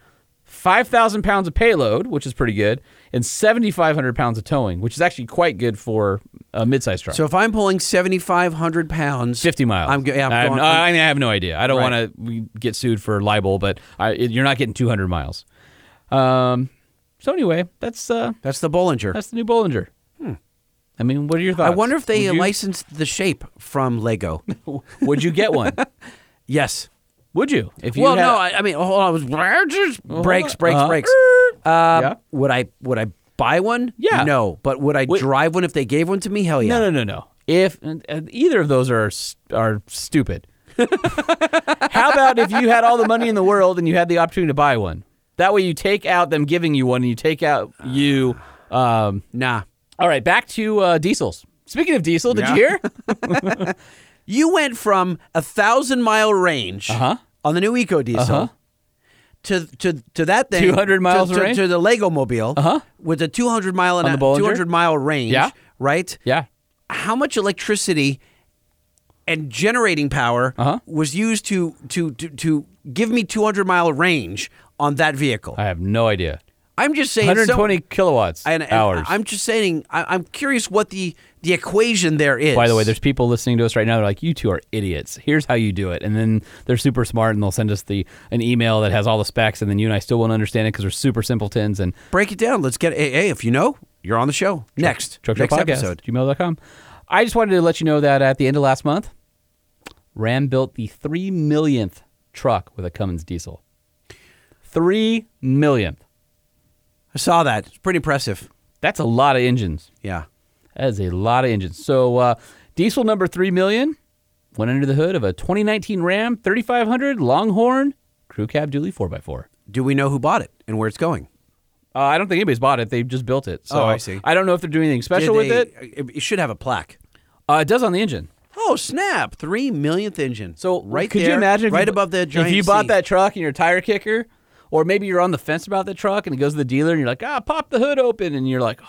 B: 5,000 pounds of payload, which is pretty good, and 7,500 pounds of towing, which is actually quite good for a midsize truck.
A: So if I'm pulling 7,500 pounds,
B: 50 miles.
A: I'm, go- yeah, I'm
B: I have-
A: going.
B: I, mean, I have no idea. I don't want to get sued for libel, but I, it, you're not getting 200 miles. Um, so anyway, that's uh,
A: that's the Bollinger.
B: that's the new Bollinger. I mean, what are your
A: Hmm. I
B: thoughts?
A: wonder if they
B: would you,
A: licensed the shape from Lego.
B: would you get one?
A: yes.
B: would you? If you
A: Well,
B: had-
A: no, I, I mean, hold on. It was brakes, brakes,
B: Uh-huh.
A: brakes.
B: Yeah.
A: Uh, Would I? Would I buy one?
B: Yeah.
A: No, but would I
B: Wait.
A: drive one if they gave one to me? Hell yeah.
B: no, no, no, no. If and, and either of those are s- are stupid. How about if you had all the money in the world and you had the opportunity to buy one? That way, you take out them giving you one, and you take out you. Um,
A: Nah.
B: All right, back to uh, diesels. Speaking of diesel, did you hear?
A: You went from a thousand mile range
B: Uh-huh.
A: on the new eco diesel to to to that thing
B: 200 miles
A: to,
B: of
A: to,
B: range? Uh-huh.
A: to the Lego mobile with a two hundred mile and
B: On
A: a,
B: the Bollinger?
A: two hundred mile range.
B: Yeah.
A: Right.
B: yeah.
A: how much electricity and generating power
B: Uh-huh.
A: was used to, to to to give me 200 mile range on that vehicle.
B: I have no idea.
A: I'm just saying. so-
B: 120 kilowatts
A: and, and
B: hours.
A: I'm just saying. I, I'm curious what the the equation there is.
B: By the way, there's people listening to us right now. They're like, "You two are idiots. Here's how you do it." And then they're super smart, and they'll send us the an email that has all the specs, and then you and I still won't understand it because we're super simpletons. And
A: break it down. Let's get. Hey, hey, if you know, you're on the show next.
B: Truck Show
A: next
B: Podcast,
A: episode.
B: gmail.com. I just wanted to let you know that at the end of last month, Ram built the three millionth truck with a Cummins diesel. Three millionth.
A: I saw that. It's pretty impressive.
B: That's a lot of engines.
A: Yeah.
B: That is a lot of engines. So, uh, diesel number 3 million went under the hood of a 2019 Ram 3500 Longhorn Crew Cab Dually 4x4.
A: Do we know who bought it and where it's going?
B: Uh, I don't think anybody's bought it. They just built it. So
A: Oh, I see.
B: I don't know if they're doing anything
A: Did
B: special with
A: they-
B: it.
A: it. It should have a plaque.
B: Uh, it does on the engine.
A: Oh snap! Three millionth engine.
B: So
A: right
B: could
A: there,
B: you imagine if
A: right
B: you,
A: above the giant.
B: If you bought
A: C.
B: that truck and you're a tire kicker, or maybe you're on the fence about the truck and it goes to the dealer and you're like, ah, pop the hood open, and you're like,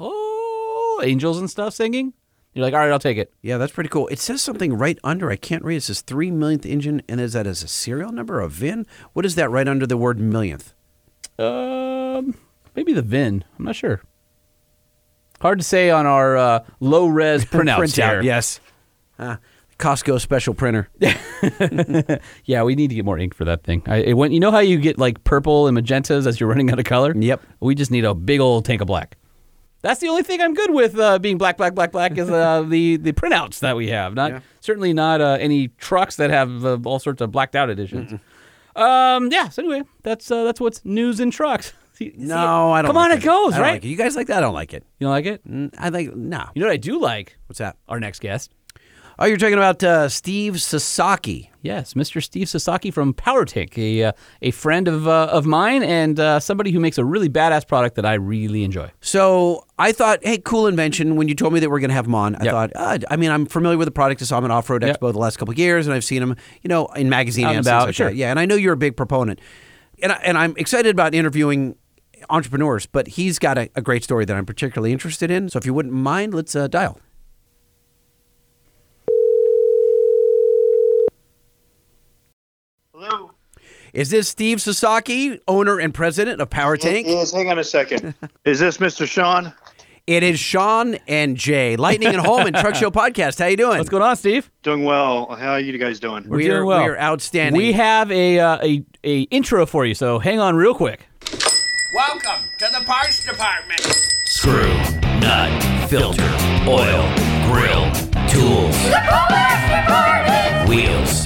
B: oh, angels and stuff singing. You're like, all right, I'll take it.
A: Yeah, that's pretty cool. It says something right under. I can't read. It says three millionth engine, and is that as a serial number, a VIN? What is that right under the word millionth?
B: Um, maybe the VIN. I'm not sure. Hard to say on our uh, low res printouts here.
A: Printout, yes. Ah, Costco special printer.
B: yeah, we need to get more ink for that thing. I, it went. You know how you get like purple and magentas as you're running out of color.
A: Yep.
B: We just need a big old tank of black. That's the only thing I'm good with uh, being black, black, black, black is uh, the the printouts that we have. Not certainly not uh, any trucks that have uh, all sorts of blacked out editions. Um, yeah. So anyway, that's uh, that's what's news in trucks. See- see-
A: No, I don't.
B: Come
A: like
B: on, it goes
A: I don't
B: right.
A: like it. You guys like that? I don't like it.
B: You don't like it?
A: Mm, I like no.
B: You know what I do like?
A: What's that?
B: Our next guest.
A: Oh, you're talking about uh, Steve Sasaki.
B: Yes, Mr. Steve Sasaki from Power Tank, a, uh, a friend of, uh, of mine and uh, somebody who makes a really badass product that I really enjoy.
A: So I thought, hey, cool invention. When you told me that we're going to have him on, I
B: Yep.
A: thought, ah, I mean, I'm familiar with the product. I saw him at Off Road
B: Yep.
A: Expo the last couple of years, and I've seen him, you know, in magazine
B: Out and
A: ads,
B: about,
A: things like
B: sure.
A: that. yeah. And I know you're a big proponent, and I, and I'm excited about interviewing entrepreneurs. But he's got a, a great story that I'm particularly interested in. So if you wouldn't mind, let's uh, dial.
I: Hello.
A: Is this Steve Sasaki, owner and president of Power Tank?
I: Yes, hang on a second. Is this Mr. Sean?
A: It is Sean and Jay, Lightning and Holman Truck Show Podcast. How you doing?
B: What's going on, Steve?
I: Doing well. How are you guys doing?
A: We're,
B: doing well.
A: We are outstanding.
B: We have a, uh, a, a intro for you, so hang on real quick.
J: Welcome to the parts department.
G: Screw, nut, filter, oil, grill, tools, wheels,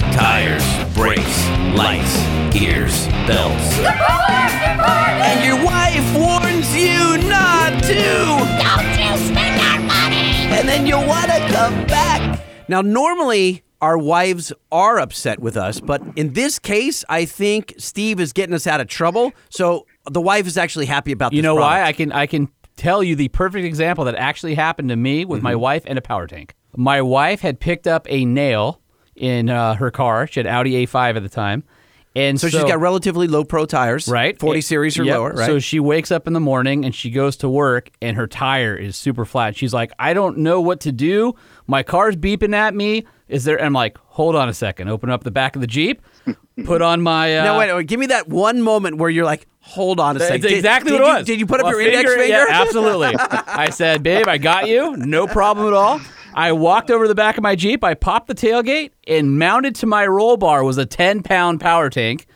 G: Lights, ears, bells.
A: And your wife warns you not to.
H: Don't you spend our money!
A: And then you want to come back. Now, normally our wives are upset with us, but in this case, I think Steve is getting us out of trouble. So the wife is actually happy about this.
B: You know
A: product.
B: why? I can I can tell you the perfect example that actually happened to me with
A: Mm-hmm.
B: my wife and a power tank. My wife had picked up a nail in uh, her car. She had Audi A5 at the time, and
A: So, she's got relatively low pro tires,
B: right
A: 40
B: It-
A: series or
B: yep.
A: lower, right?
B: So she wakes up in the morning and she goes to work, and her tire is super flat. She's like, I don't know what to do. My car's beeping at me. Is there? And I'm like, hold on a second. Open up the back of the jeep. Put on my uh,
A: now wait, wait, give me that one moment where you're like, hold on a second.
B: That's
A: Did-
B: exactly
A: did
B: what
A: you-
B: it was.
A: Did you put up
B: A
A: your index finger?
B: Yeah, absolutely. I said, babe, I got you. No problem at all. I walked over to the back of my Jeep. I popped the tailgate, and mounted to my roll bar was a 10 pound power tank.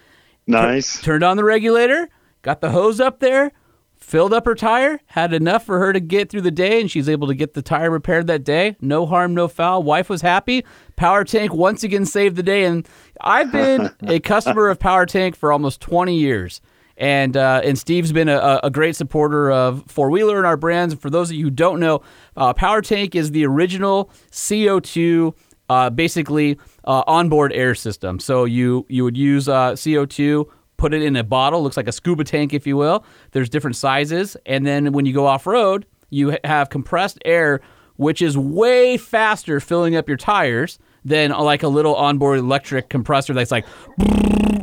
I: Nice.
B: Turned on the regulator, got the hose up there, filled up her tire, had enough for her to get through the day, and she's able to get the tire repaired that day. No harm, no foul. Wife was happy. Power Tank once again saved the day. And I've been a customer of Power Tank for almost 20 years. And, uh, and Steve's been a- a, a great supporter of Four Wheeler and our brands. And for those of you who don't know, uh, Power Tank is the original CO2 uh, basically uh, onboard air system. So you you would use uh, CO2, put it in a bottle, looks like a scuba tank, if you will. There's different sizes, and then when you go off road, you ha- have compressed air, which is way faster filling up your tires than uh, like a little onboard electric compressor that's like,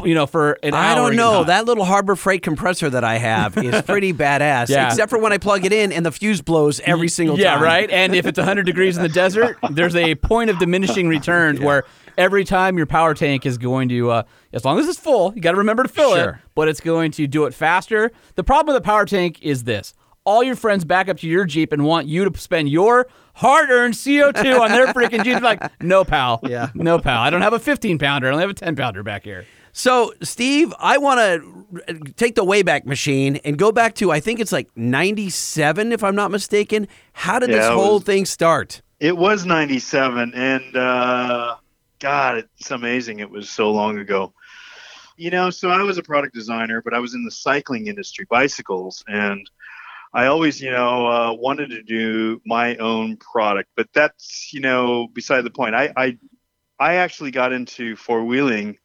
B: you know, for an hour.
A: I don't
B: you're
A: know.
B: not.
A: That little Harbor Freight compressor that I have is pretty badass,
B: Yeah.
A: except for when I plug it in and the fuse blows every single
B: yeah,
A: time.
B: right. And if it's 100 degrees in the desert, there's a point of diminishing returns where every time your power tank is going to, uh, as long as it's full, you got to remember to fill
A: Sure.
B: it, but it's going to do it faster. The problem with the power tank is this. All your friends back up to your Jeep and want you to spend your hard earned CO2 on their freaking Jeep. Like, no, pal.
A: Yeah.
B: No, pal. I don't have a 15 pounder. I only have a 10 pounder back here.
A: So, Steve, I want to take the Wayback Machine and go back to, I think it's like 97, if I'm not mistaken. How did this
I: Yeah, it
A: whole
I: was-
A: thing start?
I: It was 97, and uh, God, it's amazing it was so long ago. You know, so I was a product designer, but I was in the cycling industry, bicycles, and I always, you know, uh, wanted to do my own product. But that's, you know, beside the point. I, I, I actually got into four wheeling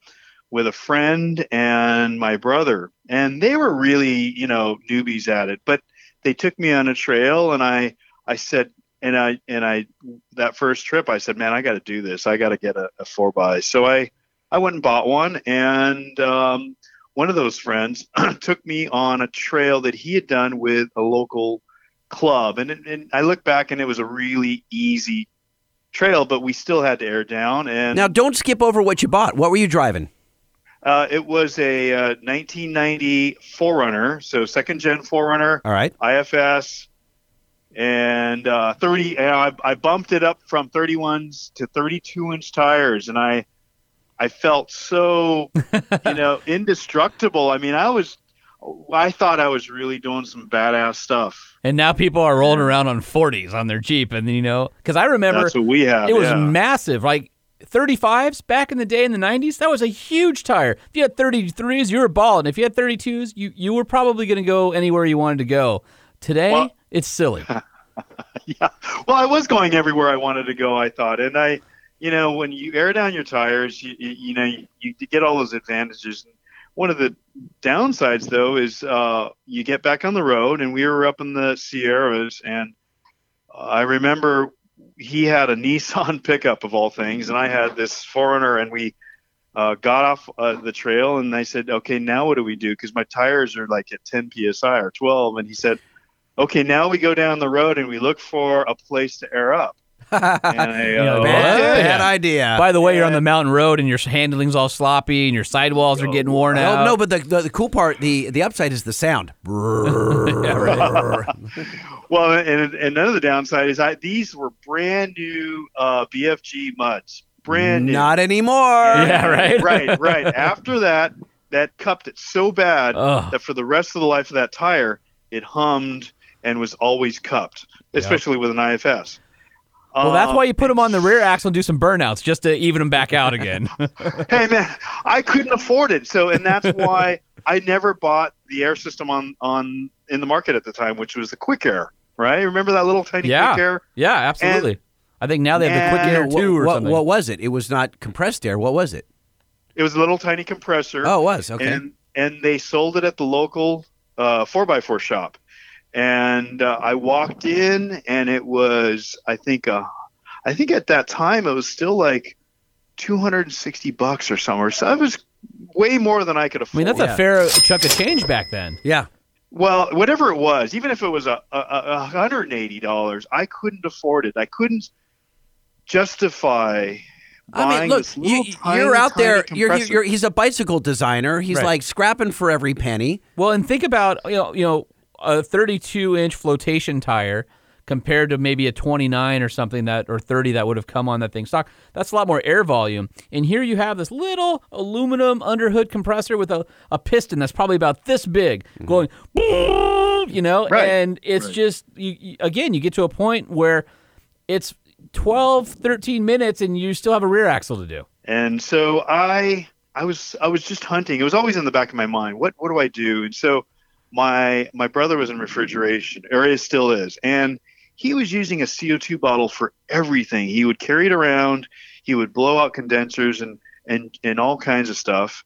I: with a friend and my brother, and they were really, you know, newbies at it. But they took me on a trail, and I, I said, and I and I that first trip I said, man, I got to do this. I got to get a, a four by. So I I went and bought one, and um, one of those friends took me on a trail that he had done with a local club, and it- and I look back and it was a really easy trail, but we still had to air down and
A: Now, don't skip over what you bought. What were you driving?
I: uh, it was a uh, 1990 Forerunner, so second gen Forerunner.
A: All right.
I: IFS, and uh, 30. And I, I bumped it up from 31s to 32 inch tires, and I I felt so you know indestructible. I mean, I was I thought I was really doing some badass stuff.
B: And now people are rolling around on 40s on their Jeep. And, you know, because I remember.
I: That's what we
A: Oh,
I: have.
B: It was
I: yeah.
B: massive. Like 35s back in the day in the 90s, that was a huge tire. If you had 33s, you were balling. If you had 32s, you, you were probably going to go anywhere you wanted to go. Today,
I: Well-
B: it's silly.
I: yeah. Well, I was going everywhere I wanted to go. I thought, and I, you know, when you air down your tires, you you, you know you, you get all those advantages. One of the downsides, though, is uh, you get back on the road, and we were up in the Sierras, and I remember he had a Nissan pickup of all things, and I had this Foreigner, and we. Uh, got off uh, the trail and I said, "Okay, now what do we do?" Because my tires are like at 10 psi or 12, and he said, okay, now we go down the road and we look for a place to air up. and I,
B: Yeah,
A: Bad,
I: uh,
B: Oh, yeah.
A: bad idea.
B: By the way, you're on the mountain road and your handling's all sloppy and your sidewalls are getting worn
A: No,
B: out.
A: Oh, no, but the, the, the cool part, the, the upside is the sound.
I: well, and, and another downside is I these were brand new uh, BFG muds, brand new.
A: Not anymore.
B: Yeah, right?
I: right, right. After that, that cupped it so bad
B: Ugh.
I: that for the rest of the life of that tire, it hummed and was always cupped, especially with an IFS.
B: Well, that's why you put them on the rear axle and do some burnouts just to even them back out again.
I: hey man, I couldn't afford it. So and that's why I never bought the air system on on in the market at the time, which was the Quick Air. Right? Remember that little tiny
B: yeah,
I: Quick Air?
B: yeah, absolutely. I think now they have the quick
I: and-
B: air
A: What-
B: two or
A: what,
B: something.
A: what was it? It was not compressed air. What was it?
I: It was a little tiny compressor.
A: Oh, it was. Okay.
I: And and they sold it at the local uh, 4x4 shop. And uh, I walked in, and it was I think uh, I think at that time it was still like 260 bucks or somewhere. So it was way more than I could
B: I
I: afford.
B: mean, that's a fair chunk of change back then.
A: yeah.
I: Well, whatever it was, even if it was a, a, a a hundred and eighty dollars, I couldn't afford it. I couldn't justify.
A: I mean,
I: buying
A: look,
I: this
A: you,
I: little tiny,
A: you're out
I: tiny
A: there. You're, you're,
I: compressor.
A: you're, he's a bicycle designer. He's
B: Right.
A: like scrapping for every penny.
B: Well, and think about you know you know a 32 inch flotation tire compared to maybe a 29 or something that or 30 that would have come on that thing stock. That's a lot more air volume. And here you have this little aluminum underhood compressor with a, a piston that's probably about this big going you know
I: Mm-hmm. Right.
B: and it's just you, you again you get to a point where it's 12 13 minutes and you still have a rear axle to do.
I: And so I I was I was just hunting. It was always in the back of my mind. What what do I do? And so my my brother was in refrigeration, or he still is, and he was using a CO2 bottle for everything. He would carry it around. He would blow out condensers and and and all kinds of stuff.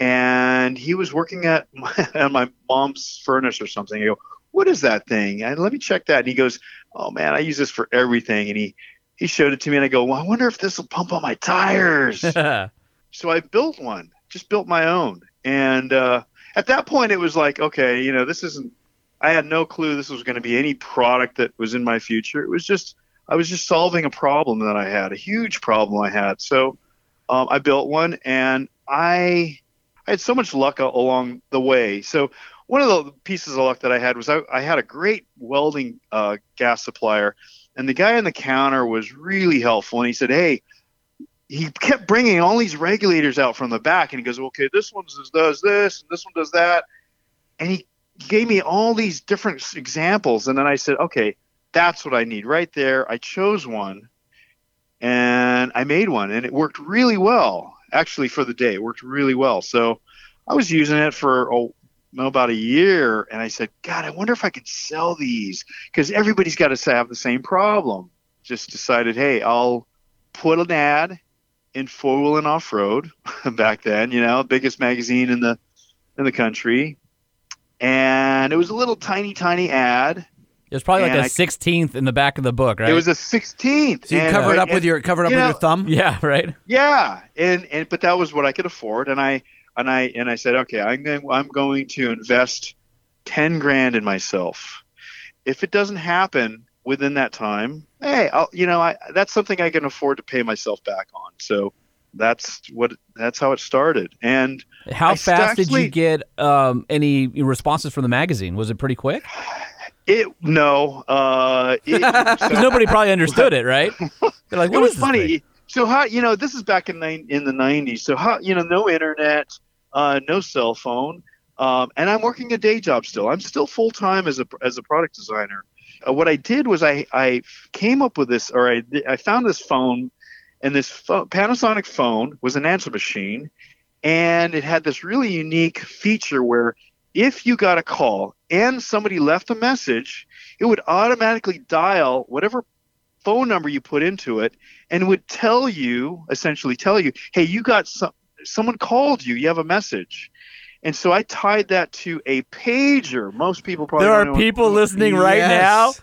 I: And he was working at my, at my mom's furnace or something. I go, what is that thing? And let me check that. And he goes, oh man, I use this for everything. And he he showed it to me, and I go, well, I wonder if this will pump on my tires. so I built one, just built my own. And uh, at that point, it was like, okay, you know, this isn't. I had no clue this was going to be any product that was in my future. It was just, I was just solving a problem that I had, a huge problem I had. So um, I built one, and I, I had so much luck a- along the way. So one of the pieces of luck that I had was I, I had a great welding uh, gas supplier, and the guy on the counter was really helpful. And he said, hey he kept bringing all these regulators out from the back and he goes okay this one does- does this and this one does that and he gave me all these different s- examples and then i said okay that's what i need right there i chose one and i made one and it worked really well actually for the day it worked really well so i was using it for oh, no, about a year and i said god i wonder if i could sell these because everybody's got to have the same problem just decided hey i'll put an ad in four wheel and off road back then, you know, biggest magazine in the in the country. And it was a little tiny, tiny ad.
B: It was probably
I: And
B: like
I: I-
B: a 16th in the back of the book, right?
I: It was a sixteenth.
A: So you cover it up with your cover it up
I: you
A: with
I: know-
A: your thumb.
B: yeah, right.
I: Yeah. And and but that was what I could afford and I and I and I said, okay, I'm going I'm going to invest ten grand in myself. If it doesn't happen within that time, hey, I'll you know, I that's something I can afford to pay myself back on. So that's what that's how it started. And
B: How
I: I st-
B: fast did you
I: actually-
B: get um, any responses from the magazine? Was it pretty quick?
I: It no. Uh, it,
B: Because
I: so,
B: nobody probably understood it, right? They're like,
I: it
B: what
I: was
B: is this thing?
I: funny. So how you know this is back in nine, in the '90s. So how you know no internet, uh, no cell phone, um, and I'm working a day job still. I'm still full time as a as a product designer. Uh, what I did was I I came up with this, or I I found this phone, and this pho- Panasonic phone was an answer machine, and it had this really unique feature where if you got a call and somebody left a message it would automatically dial whatever phone number you put into it and would tell you essentially tell you hey you got some someone called you you have a message and so i tied that to a pager most people probably
B: There
I: don't
B: are
I: know what-
B: people listening right
A: Yes.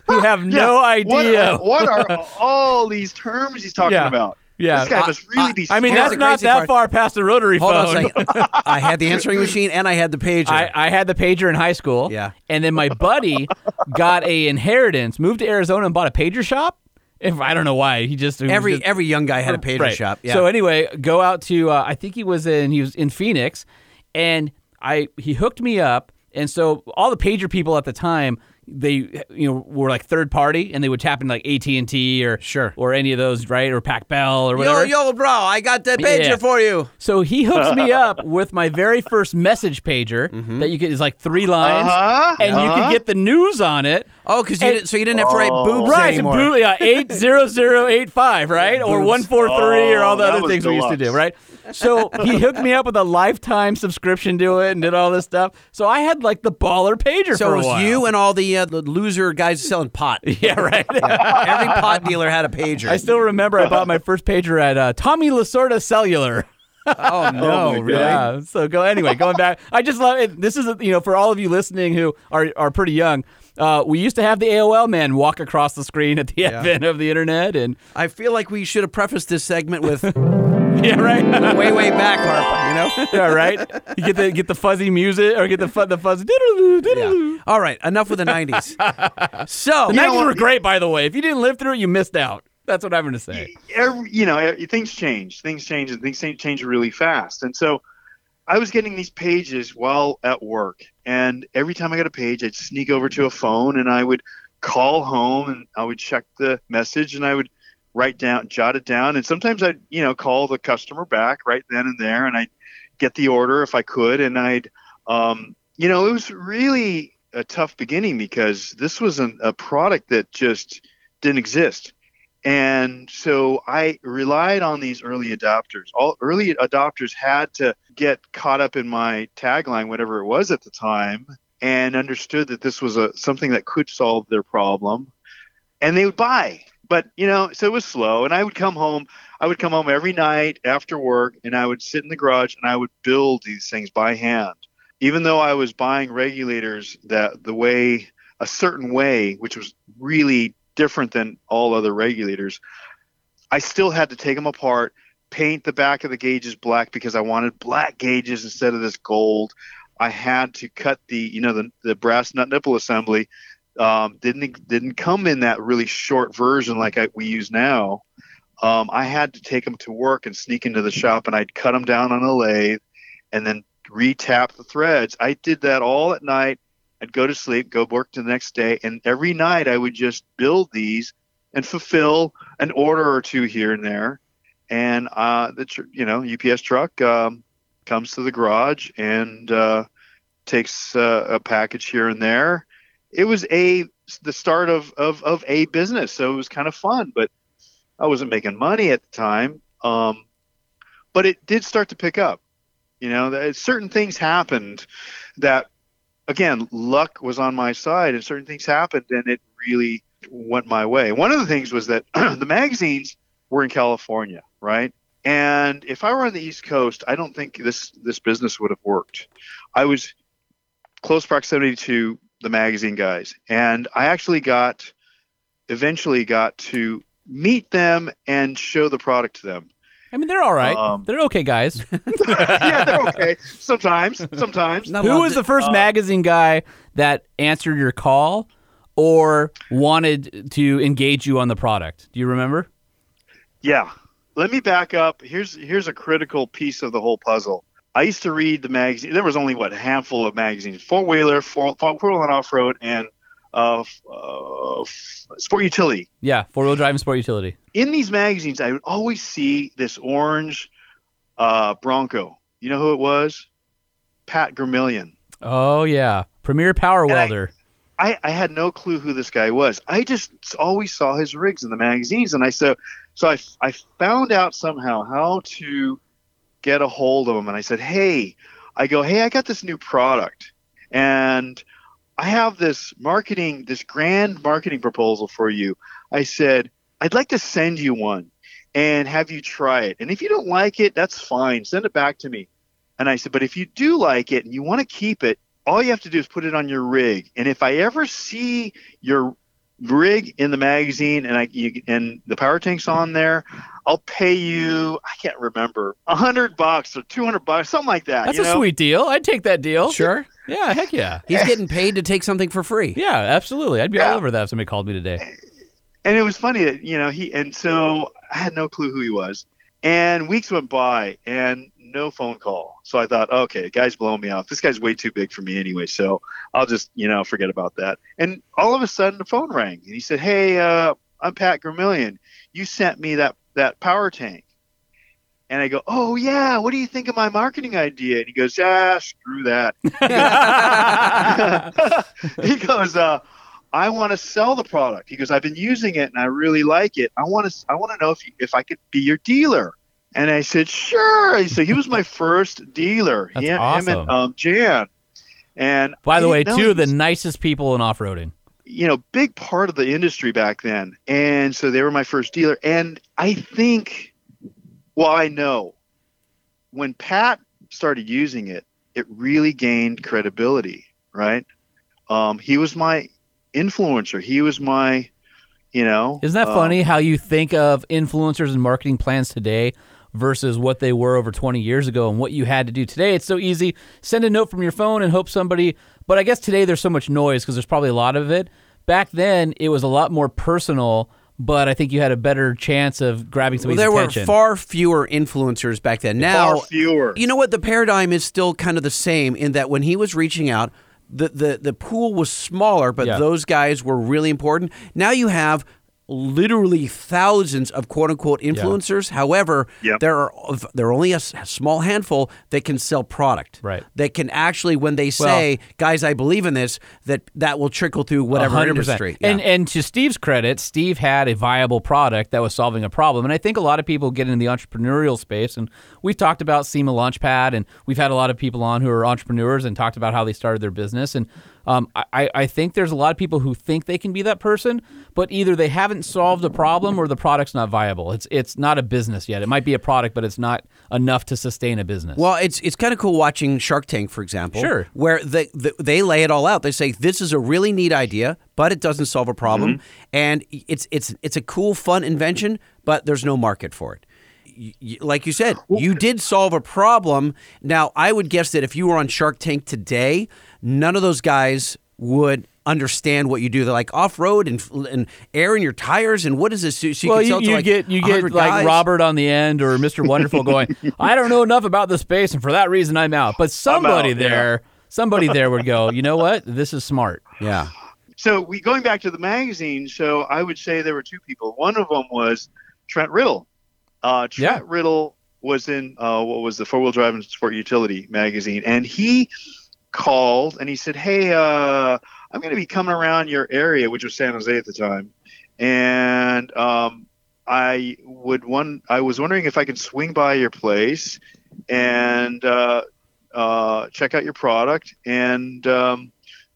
B: now who have no
I: what
B: idea.
I: are, what are all these terms he's talking
B: Yeah.
I: about
B: yeah.
I: this guy
A: I-
I: must really be
B: I mean,
A: Here's
I: smart.
B: that's
A: the
B: not
A: crazy
B: that
A: part.
B: far past the rotary
A: Hold on a
B: phone.
A: second. I had the answering machine and I had the pager.
B: Oh, I, I had the pager in high school.
A: Yeah.
B: And then my buddy got a inheritance, moved to Arizona and bought a pager shop. If I don't know why. He just he was
A: every
B: just-
A: every young guy had a pager
B: Right.
A: shop. Yeah.
B: So anyway, go out to uh, I think he was in he was in Phoenix, and I he hooked me up, and so all the pager people at the time they you know were like third party, and they would tap into like AT and T or
A: Sure.
B: or any of those right or Pac Bell or
A: yo
B: whatever.
A: yo bro, I got the pager
B: Yeah.
A: for you.
B: So he hooks me up with my very
A: Mm-hmm.
B: first message pager that you get is like three lines,
I: Uh-huh.
B: and you
I: Uh-huh.
B: can get the news on it
A: Oh, because you
B: And-
A: didn't. So you didn't have to write
I: Oh.
A: boobs
B: right,
A: anymore.
B: boob, Oh, yeah, eight zero zero eight five, right, or
A: boobs.
B: one four three, or all the
I: Oh, that
B: other
I: was
B: things we used to do,
I: deluxe.
B: right? So he hooked me up with a lifetime subscription to it and did all this stuff. So I had like the baller pager
A: so
B: for
A: it
B: a
A: was
B: while.
A: you and all the, uh, the loser guys selling pot.
B: yeah, right.
A: Every pot dealer had a pager.
B: I still remember I bought my first pager at uh, Tommy Lasorda Cellular.
A: oh no,
I: my
A: really?
B: Yeah. So go anyway. Going back, I just love it. This is you know for all of you listening who are are pretty young. Uh, we used to have the AOL man walk across the screen at the advent of the internet, and
A: I feel like we should have prefaced this segment with
B: yeah, right.
A: way, way back, Harp. You know.
B: yeah, right. You get the get the fuzzy music or get the fu- the fuzzy. diddle-doo, diddle-doo.
A: Yeah. All right, enough with the '90s. So
B: The nineties were great, by the way. If you didn't live through it, you missed out. That's what I'm going to say.
I: every, you know, e- things change, things change, and things change- change really fast. And so I was getting these pages while at work. And every time I got a page, I'd sneak over to a phone and I would call home and I would check the message and I would write down, jot it down. And sometimes I'd, you know, call the customer back right then and there and I'd get the order if I could. And I'd, um, you know, it was really a tough beginning because this was an, a product that just didn't exist. And so I relied on these early adopters. All early adopters had to get caught up in my tagline, whatever it was at the time, and understood that this was a something that could solve their problem, and they would buy. But you know, so it was slow. And I would come home. I would come home every night after work, and I would sit in the garage and I would build these things by hand, even though I was buying regulators that the way a certain way, which was really different than all other regulators. I still had to take them apart, paint the back of the gauges black because I wanted black gauges instead of this gold. I had to cut the you know the, the brass nut nipple assembly um, didn't didn't come in that really short version like I, we use now. Um, I had to take them to work and sneak into the shop, and I'd cut them down on a lathe, and then re-tap the threads. I did that all at night. I'd go to sleep, go work the next day, and every night I would just build these and fulfill an order or two here and there. And uh, the tr- you know UPS truck um, comes to the garage and uh, takes uh, a package here and there. It was a the start of, of of a business, so it was kind of fun, but I wasn't making money at the time. Um, but it did start to pick up. You know, that certain things happened that again, luck was on my side, and certain things happened, and it really went my way. One of the things was that the magazines were in California, right? And if I were on the East Coast, I don't think this this business would have worked. I was close proximity to the magazine guys, and I actually got eventually got to meet them and show the product to them.
B: I mean, they're all right.
I: Um,
B: they're okay guys.
I: yeah, they're okay. Sometimes, sometimes.
A: Not
B: Who
A: well,
B: was
A: th-
B: the first
I: Uh,
B: magazine guy that answered your call or wanted to engage you on the product? Do you remember?
I: Yeah. Let me back up. Here's here's a critical piece of the whole puzzle. I used to read the magazine. There was only what a handful of magazines: Four Wheeler, Four Wheel and Off Road, and uh, f- uh, f- Sport Utility.
B: Yeah, four wheel drive and sport utility.
I: In these magazines, I would always see this orange uh, Bronco. You know who it was? Pat Vermillion.
B: Oh yeah, Premier Power
I: And I-
B: Welder.
I: I, I had no clue who this guy was. I just always saw his rigs in the magazines, and I so so I, I found out somehow how to get a hold of him. And I said, hey, I go, hey, I got this new product, and I have this marketing, this grand marketing proposal for you. I said, I'd like to send you one, and have you try it. And if you don't like it, that's fine. Send it back to me. And I said, but if you do like it and you want to keep it all you have to do is put it on your rig. And if I ever see your rig in the magazine and I you, and the power tank's on there,
B: Mm-hmm.
I: I'll pay you. I can't remember a hundred bucks or two hundred bucks, something like that.
B: That's
I: uh, you
B: a
I: know?
B: sweet deal. I'd take that deal.
A: sure.
B: Yeah, heck yeah.
A: He's getting paid to take something for free.
B: Yeah, absolutely. I'd be all
I: Yeah.
B: over that if somebody called me today.
I: and it was funny that you know he and so i had no clue who he was and weeks went by and no phone call so i thought okay guy's blowing me off this guy's way too big for me anyway so i'll just you know forget about that and all of a sudden the phone rang and he said hey uh, i'm pat Gramillion. you sent me that that power tank and i go oh yeah what do you think of my marketing idea and he goes ah screw that he goes, uh, I want to sell the product. He goes, I've been using it and I really like it. I want to I want to know if you, if I could be your dealer. And I said, sure. He said he was my first dealer.
B: That's
I: him, him
B: awesome.
I: and um, Jan. And
B: By the
I: I
B: way,
I: didn't know
B: two
I: he
B: of the
I: was-
B: nicest people in off roading.
I: you know, big part of the industry back then. And so they were my first dealer. And I think, well, I know when Pat started using it, it really gained credibility, right? Um, he was my influencer. He was my, you know.
B: Isn't
A: Oh.
B: that
I: um,
B: funny how you think of influencers and marketing plans today versus what they were over 20 years ago and what you had to do today? It's so easy. Send a note from your phone and hope somebody, but I guess today there's so much noise because there's probably a lot of it. Back then, it was a lot more personal, but I think you had a better chance of grabbing
A: Well,
B: somebody's
A: there
B: attention.
A: were far fewer influencers back then. Now,
I: Far fewer.
A: you know what? The paradigm is still kind of the same in that when he was reaching out, the the, the pool was smaller, but
B: Yeah.
A: those guys were really important. Now you have literally thousands of quote unquote influencers. However,
I: Yep.
A: there are there are only a s- small handful that can sell product.
B: Right.
A: That can actually, when they say, "Guys, I believe in this," that that will trickle through whatever
B: 100%.
A: industry.
B: And
A: Yeah.
B: and to Steve's credit, Steve had a viable product that was solving a problem. And I think a lot of people get into the entrepreneurial space and we've talked about SEMA Launchpad and we've had a lot of people on who are entrepreneurs and talked about how they started their business. And um, I- I, I think there's a lot of people who think they can be that person, but either they haven't solved a problem or the product's not viable. It's it's not a business yet. It might be a product, but it's not enough to sustain a business.
A: Well, it's it's kind of cool watching Shark Tank, for example.
B: Sure.
A: Where they, they they lay it all out. They say this is a really neat idea, but it doesn't solve a problem,
B: Mm-hmm.
A: and it's it's it's a cool, fun invention, but there's no market for it. Y- y- Like you said, you did solve a problem. Now, I would guess that if you were on Shark Tank today, none of those guys would understand what you do. They're like off road and and air in your tires and what is this? So you
B: well,
A: could
B: you,
A: sell to,
B: you
A: like,
B: get you get
A: 100
B: like
A: guys.
B: Robert on the end or Mr. Wonderful going, I don't know enough about the space, and for that reason I'm out. But somebody
I: out, yeah.
B: there, somebody there would go, you know what? This is smart.
A: Yeah.
I: so we going back to the magazine. So I would say there were two people. One of them was Trent Riddle. Uh, Trent
B: Yeah.
I: Riddle was in uh, what was the four wheel drive and sport utility magazine, and he called and he said, "Hey, uh, I'm going to be coming around your area, which was San Jose at the time, and um, I would one I was wondering if I could swing by your place and uh, uh, check out your product and." Um,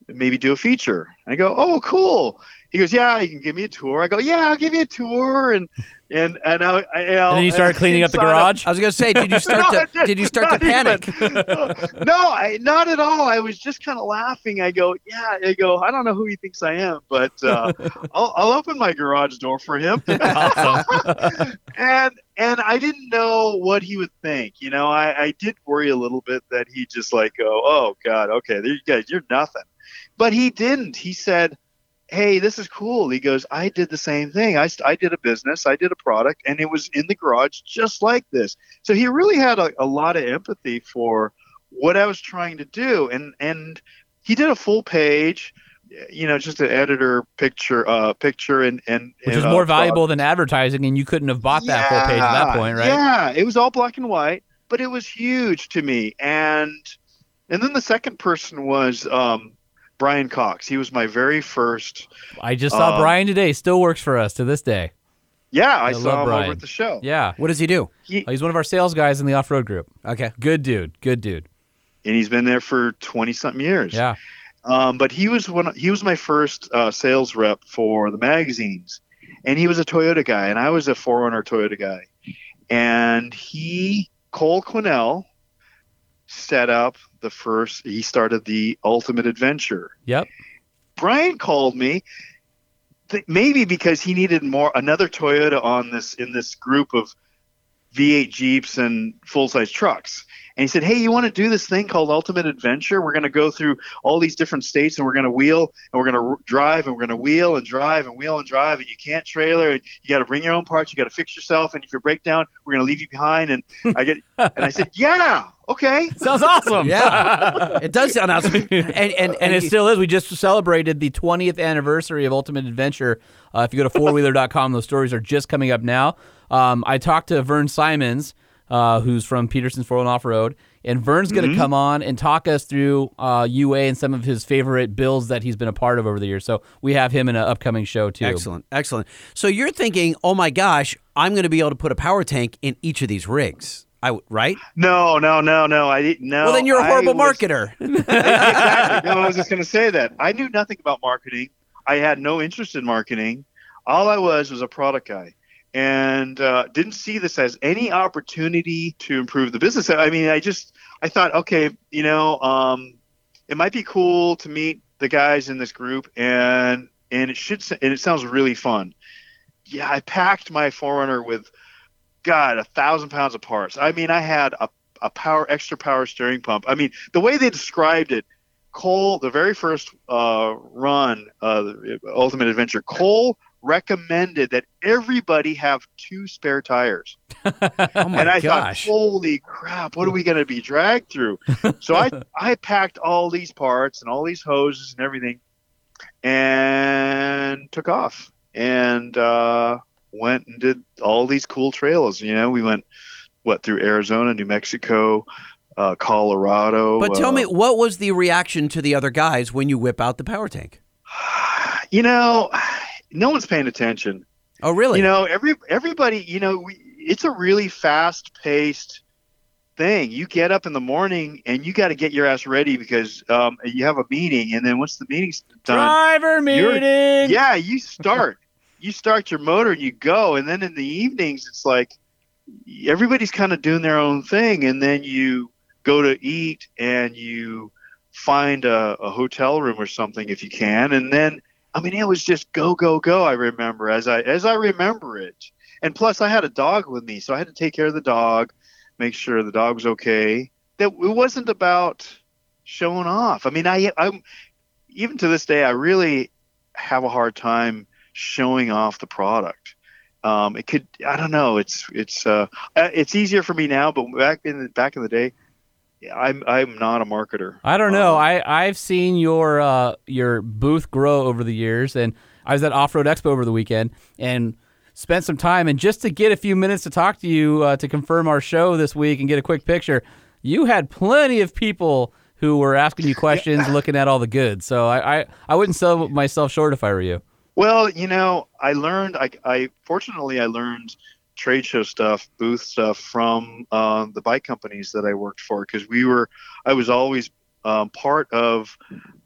I: maybe do a feature. And I go, oh, cool. He goes, yeah, you can give me a tour. I go, yeah, I'll give you a tour. And and and I, I
B: And then you started cleaning up the garage.
A: I was gonna say, did you start
I: No, I
A: to
I: didn't.
A: did you start to
I: Not
A: panic?
I: even. no, I, not at all. I was just kind of laughing. I go, yeah. I go, I don't know who he thinks I am, but uh, I'll, I'll open my garage door for him. and and I didn't know what he would think. You know, I, I did worry a little bit that he would just like go, oh God, okay, there you guys, you're nothing. But he didn't. He said, hey, this is cool. He goes, I did the same thing. I, I did a business, I did a product, and it was in the garage just like this. So he really had a, a lot of empathy for what I was trying to do. And, and he did a full page, you know, just an editor picture, uh, picture and, and,
B: Which
I: and,
B: is
I: uh,
B: more
I: product.
B: valuable than advertising, and you couldn't have bought that full page at that point, right?
I: Yeah, it was all black and white, but it was huge to me. And and then the second person was um, Brian Cox. He was my very first.
B: I just saw
I: Um,
B: Brian today, still works for us to this day.
I: Yeah, I,
B: I love
I: saw him
B: Brian.
I: over at the show.
B: Yeah.
A: What does he do?
B: He's one of our sales guys in the off road group.
A: Okay.
B: Good dude. Good dude.
I: and he's been there for twenty something years.
B: Yeah.
I: Um, but he was one. He was my first uh, sales rep for the magazines, and he was a Toyota guy, and I was a Forerunner Toyota guy, and he Cole Quinnell set up the first. He started the Ultimate Adventure.
B: Yep.
I: Brian called me, th- maybe because he needed more another Toyota on this in this group of V8 Jeeps and full size trucks. And he said, "Hey, you want to do this thing called Ultimate Adventure? We're going to go through all these different states, and we're going to wheel, and we're going to r- drive, and we're going to wheel and drive and wheel and drive. And you can't trailer. And you got to bring your own parts. You got to fix yourself. And if you break down, we're going to leave you behind." And I get, and I said, "Yeah, okay."
B: Sounds awesome.
A: Yeah. it does sound awesome. And and and,
B: and it still is. We just celebrated the 20th anniversary of Ultimate Adventure. Uh, if you go to fourwheeler.com, those stories are just coming up now. Um, I talked to Vern Simons, uh, who's from Peterson's Four and Off Road, And Vern's going to come on and talk us through uh, UA and some of his favorite builds that he's been a part of over the years. So we have him in an upcoming show too.
A: Excellent, excellent. So you're thinking, oh my gosh, I'm going to be able to put a power tank in each of these rigs. I w- right?
I: No, no, no, no. I didn't. No.
A: well, then you're a
I: I
A: horrible
I: was-
A: marketer.
I: exactly. No, I was just going to say that. I knew nothing about marketing. I had no interest in marketing. All I was was a product guy and uh, didn't see this as any opportunity to improve the business. I mean, I just, I thought, okay, you know, um, it might be cool to meet the guys in this group and, and it should, s- and it sounds really fun. Yeah. I packed my Forerunner with, God, a thousand pounds of parts. I mean, I had a, a power, extra power steering pump. I mean, the way they described it, Cole, the very first uh, run, uh, Ultimate Adventure, Cole recommended that everybody have two spare tires.
A: oh my
I: and I
A: gosh.
I: thought, holy crap, what are we going to be dragged through? so I, I packed all these parts and all these hoses and everything and took off and uh, went and did all these cool trails. You know, we went, what, through Arizona, New Mexico, uh, Colorado.
A: but tell
I: uh,
A: me, what was the reaction to the other guys when you whip out the power tank?
I: you know, no one's paying attention.
A: Oh, really?
I: You know, every everybody, you know, we, it's a really fast-paced thing. You get up in the morning and you got to get your ass ready because um, you have a meeting, and then once the meeting's done,
B: Driver
I: You're-
B: meeting.
I: yeah, you start. you start your motor and you go, and then in the evenings, it's like everybody's kind of doing their own thing, and then you go to eat and you find a, a hotel room or something if you can, and then I mean, it was just go go go. I remember as I as I remember it, and plus I had a dog with me, so I had to take care of the dog, make sure the dog was okay. That it wasn't about showing off. I mean, I I'm even to this day, I really have a hard time showing off the product. Um, it could, I don't know. It's it's uh, uh, it's easier for me now, but back in the, back in the day, I'm I'm not a marketer.
B: I don't know.
I: Um,
B: I I've seen your uh, your booth grow over the years, and I was at Off Road Expo over the weekend and spent some time. And just to get a few minutes to talk to you uh, to confirm our show this week and get a quick picture, you had plenty of people who were asking you questions, looking at all the goods. So I, I I wouldn't sell myself short if I were you.
I: Well, you know, I learned. I, I fortunately I learned trade show stuff, booth stuff from uh, the bike companies that I worked for because we were. I was always um, part of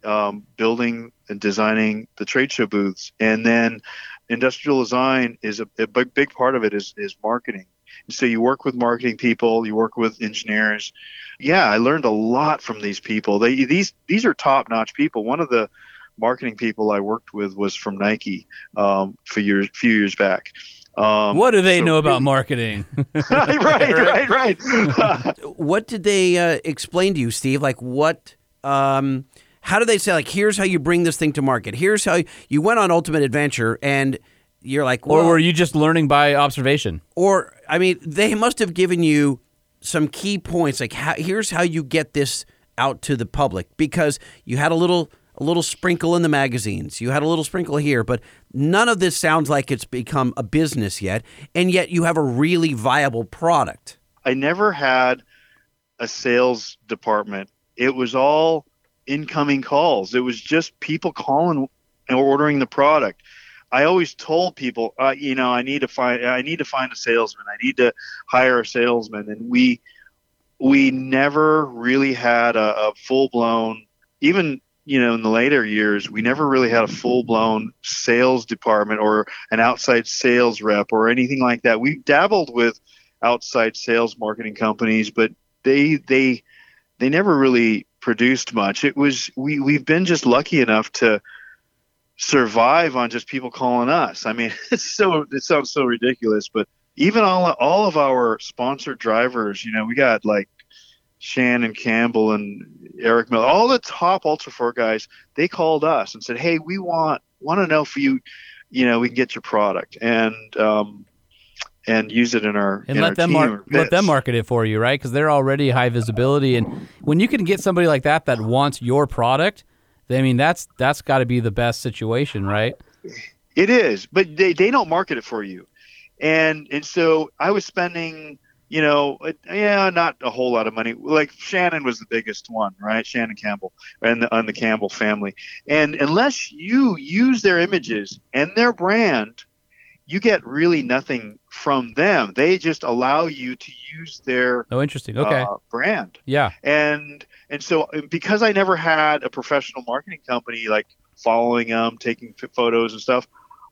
I: um, building and designing the trade show booths, and then industrial design is a, a big, big part of it is is marketing. So you work with marketing people, you work with engineers. Yeah, I learned a lot from these people. They these these are top notch people. One of the marketing people I worked with was from Nike um, for years, few years back. Um,
B: What do they
I: so-
B: know about marketing?
I: right, right, right, right.
A: what did they uh, explain to you, Steve? Like what? Um, how do they say? Like here's how you bring this thing to market. Here's how you went on Ultimate Adventure, and you're like,
B: or
A: well,
B: were you just learning by observation?
A: or I mean, they must have given you some key points. Like how, here's how you get this out to the public because you had a little a little sprinkle in the magazines. You had a little sprinkle here, but none of this sounds like it's become a business yet, and yet you have a really viable product.
I: I never had a sales department. It was all incoming calls. It was just people calling and ordering the product. I always told people, uh, you know, I need to find, I need to find a salesman. I need to hire a salesman, and we, we never really had a, a full blown, even you know, in the later years, we never really had a full blown sales department or an outside sales rep or anything like that. We dabbled with outside sales marketing companies, but they they they never really produced much. It was we we've been just lucky enough to survive on just people calling us. I mean, it's so it sounds so ridiculous, but even all all of our sponsored drivers, you know, we got like Shannon Campbell and Eric Miller, all the top Ultra Four guys, they called us and said, "Hey, we want want to know if you, you know, we can get your product and um, and use it in our
B: and
I: in
B: let
I: our
B: them
I: team
B: mar-
I: or
B: let them
I: bits."
B: market it for you, right? Because they're already high visibility, and when you can get somebody like that that wants your product, then, I mean that's that's got to be the best situation, right?
I: It is, but they, they don't market it for you. And and so I was spending you know, it, yeah, not a whole lot of money. Like Shannon was the biggest one, right? Shannon Campbell and the, on the Campbell family. And unless you use their images and their brand, you get really nothing from them. They just allow you to use their
B: Oh, interesting. Okay.
I: uh, brand
B: yeah.
I: and and so because I never had a professional marketing company like following them, taking f- photos and stuff,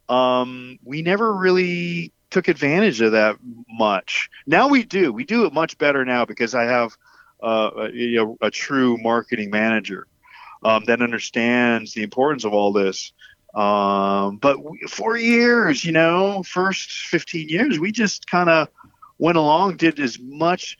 I: um, we never really took advantage of that much. Now we do. We do it much better now because I have uh, a, you know, a true marketing manager um, that understands the importance of all this. Um, but we, for years, you know, first 15 years, we just kind of went along, did as much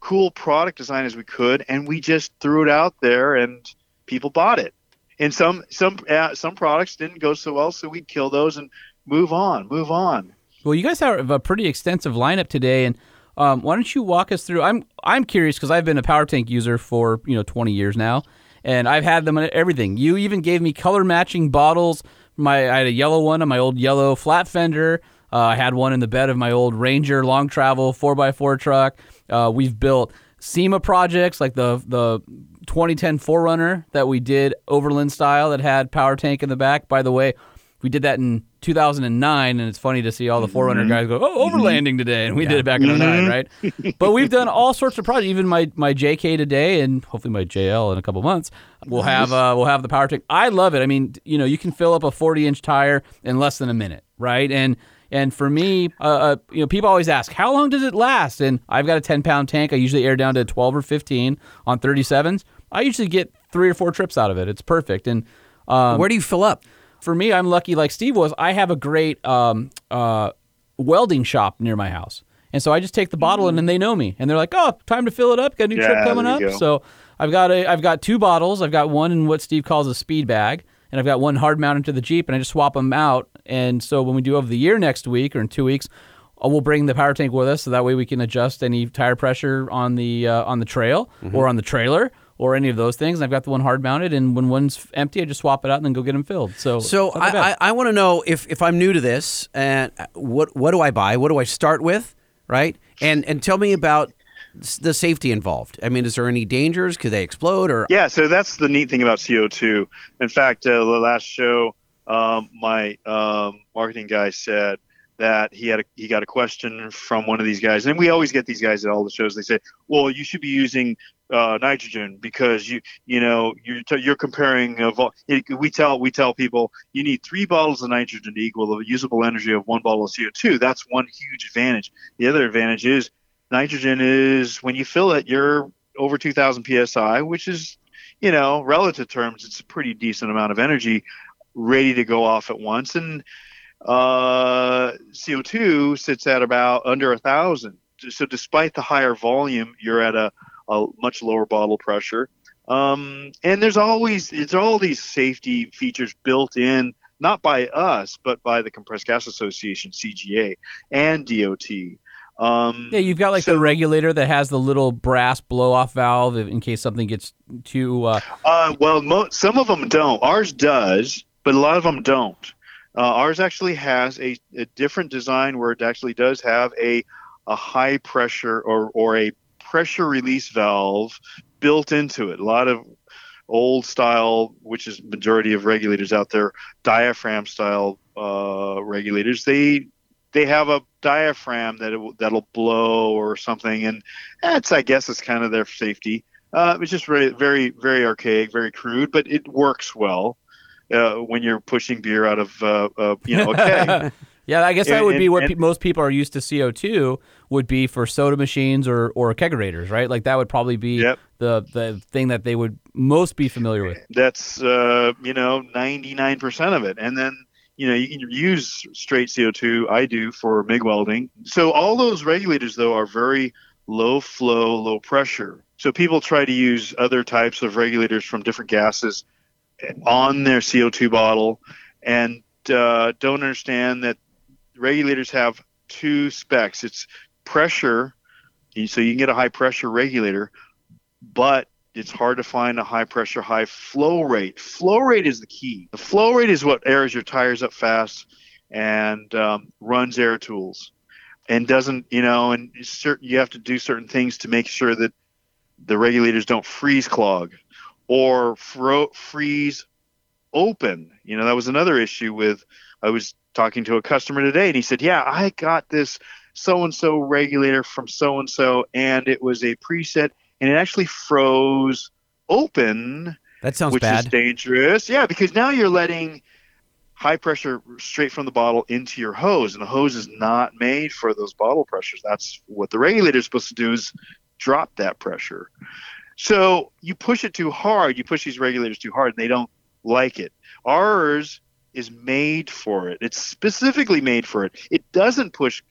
I: cool product design as we could, and we just threw it out there, and people bought it. And some some uh, some products didn't go so well, so we'd kill those and move on, move on.
B: Well, you guys have a pretty extensive lineup today, and um, why don't you walk us through? I'm I'm curious because I've been a Power Tank user for you know 20 years now, and I've had them in everything. You even gave me color matching bottles. My I had a yellow one on my old yellow flat fender. Uh, I had one in the bed of my old Ranger long travel 4x4 truck. Uh, we've built SEMA projects like the the 2010 Forerunner that we did Overland style that had Power Tank in the back. By the way, we did that in 2009, and it's funny to see all the Forerunner guys go, "Oh, overlanding today," and we did it back in 09, right? but we've done all sorts of projects. Even my my JK today, and hopefully my JL in a couple months, we'll have uh, we'll have the power tank. I love it. I mean, you know, you can fill up a 40 inch tire in less than a minute, right? And and for me, uh, uh, you know, people always ask, "How long does it last?" And I've got a 10 pound tank. I usually air down to 12 or 15 on 37s. I usually get three or four trips out of it. It's perfect. And um,
A: Where do you fill up?
B: for me, I'm lucky like Steve was. I have a great um, uh, welding shop near my house. And so I just take the bottle in and they know me. And they're like, oh, time to fill it up. Got a new
I: Yeah,
B: trip coming
I: there
B: up.
I: you go.
B: So I've got a, I've got two bottles. I've got one in what Steve calls a speed bag. And I've got one hard mounted to the Jeep. And I just swap them out. And so when we do over the year next week or in two weeks, uh, we'll bring the power tank with us. So that way we can adjust any tire pressure on the, uh, on the trail
A: Mm-hmm.
B: or on the trailer. Or any of those things, and I've got the one hard mounted, and when one's empty, I just swap it out and then go get them filled. So,
A: So
B: it's not that bad.
A: I, I, I want to know if, if I'm new to this and uh, what what do I buy? What do I start with? Right? And and tell me about s- the safety involved. I mean, is there any dangers? Could they explode? Or
I: Yeah, so that's the neat thing about CO2. In fact, uh, the last show, um, my um, marketing guy said that he had a, he got a question from one of these guys, and we always get these guys at all the shows. They say, "Well, you should be using uh, nitrogen because you you know you're t- you're comparing." A vol- it, we tell we tell people you need three bottles of nitrogen to equal the usable energy of one bottle of CO2. That's one huge advantage. The other advantage is nitrogen is when you fill it, you're over 2,000 psi, which is you know, relative terms, it's a pretty decent amount of energy ready to go off at once. And uh, CO2 sits at about under a thousand. So despite the higher volume, you're at a, a much lower bottle pressure. Um, and there's always it's all these safety features built in, not by us, but by the Compressed Gas Association (CGA) and DOT. Um,
B: Yeah, you've got like the
I: So-
B: regulator that has the little brass blow off valve in case something gets too. Uh,
I: Uh, well, mo- some of them don't. Ours does, but a lot of them don't. Uh, ours actually has a, a different design where it actually does have a a high pressure or or a pressure release valve built into it. A lot of old style, which is majority of regulators out there, diaphragm style uh, regulators. They they have a diaphragm that it, will- that'll blow or something, and that's I guess it's kind of their safety. Uh, it's just very, very, very archaic, very crude, but it works well uh, when you're pushing beer out of, uh, uh, you know, a keg.
B: yeah, I guess that
I: And-
B: would be what
I: and-
B: pe- most people are used to. CO two would be for soda machines or or kegerators, right? Like that would probably be
I: Yep.
B: the the thing that they would most be familiar with.
I: That's, uh, you know, 99% of it. And then, you know, you can use straight CO2. I do for MIG welding. So all those regulators, though, are very low flow, low pressure. So people try to use other types of regulators from different gases on their CO2 bottle and uh, don't understand that regulators have two specs. It's pressure, so you can get a high pressure regulator, but it's hard to find a high pressure, high flow rate. Flow rate is the key. The flow rate is what airs your tires up fast and um, runs air tools. and doesn't you know and certain you have to do certain things to make sure that the regulators don't freeze clog or fro- freeze open you know that was another issue with i was talking to a customer today and he said yeah i got this so and so regulator from so and so and it was a preset and it actually froze open
A: That sounds
I: which
A: bad.
I: is dangerous. Yeah, because now you're letting high pressure straight from the bottle into your hose, and the hose is not made for those bottle pressures. That's what the regulator is supposed to do is drop that pressure. So you push it too hard, you push these regulators too hard, and they don't like it. Ours is made for it. It's specifically made for it. It doesn't push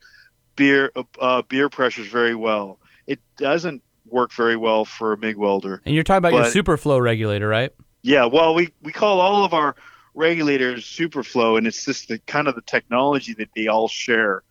I: beer uh, beer pressures very well. It doesn't work very well for a MIG welder.
B: And you're talking about your
I: But-
B: super flow regulator, right?
I: Yeah, well, we, we call all of our regulators Superflow, and it's just the kind of the technology that they all share.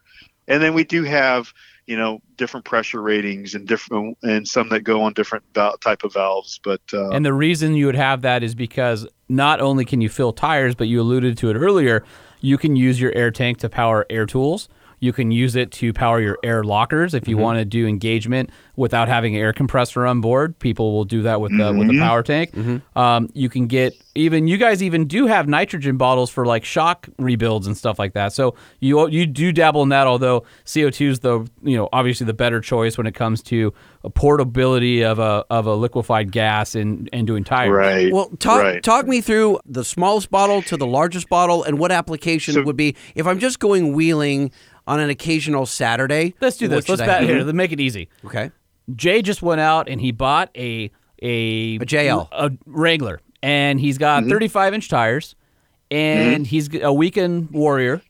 I: And then we do have, you know, different pressure ratings and different and some that go on different val- type of valves. But uh,
B: And the reason you would have that is because not only can you fill tires, but you alluded to it earlier, you can use your air tank to power air tools. You can use it to power your air lockers if you
I: Mm-hmm.
B: want to do engagement without having an air compressor on board. People will do that with the with the
I: Mm-hmm.
B: power tank. Um, you can get even you guys even do have nitrogen bottles for like shock rebuilds and stuff like that. So you you do dabble in that. Although CO two is the you know obviously the better choice when it comes to a portability of a of a liquefied gas and and doing tires.
I: right,
A: Well, talk
I: right.
A: talk me through the smallest bottle to the largest bottle, and what application would be if I'm just going wheeling on an occasional Saturday.
B: Let's do
A: what
B: this.
A: should
B: Let's
A: I-
B: bat here. Let's make it easy.
A: Okay.
B: Jay just went out and he bought a a,
A: A JL.
B: a Wrangler, and he's got 35 inch tires, and he's a weekend warrior,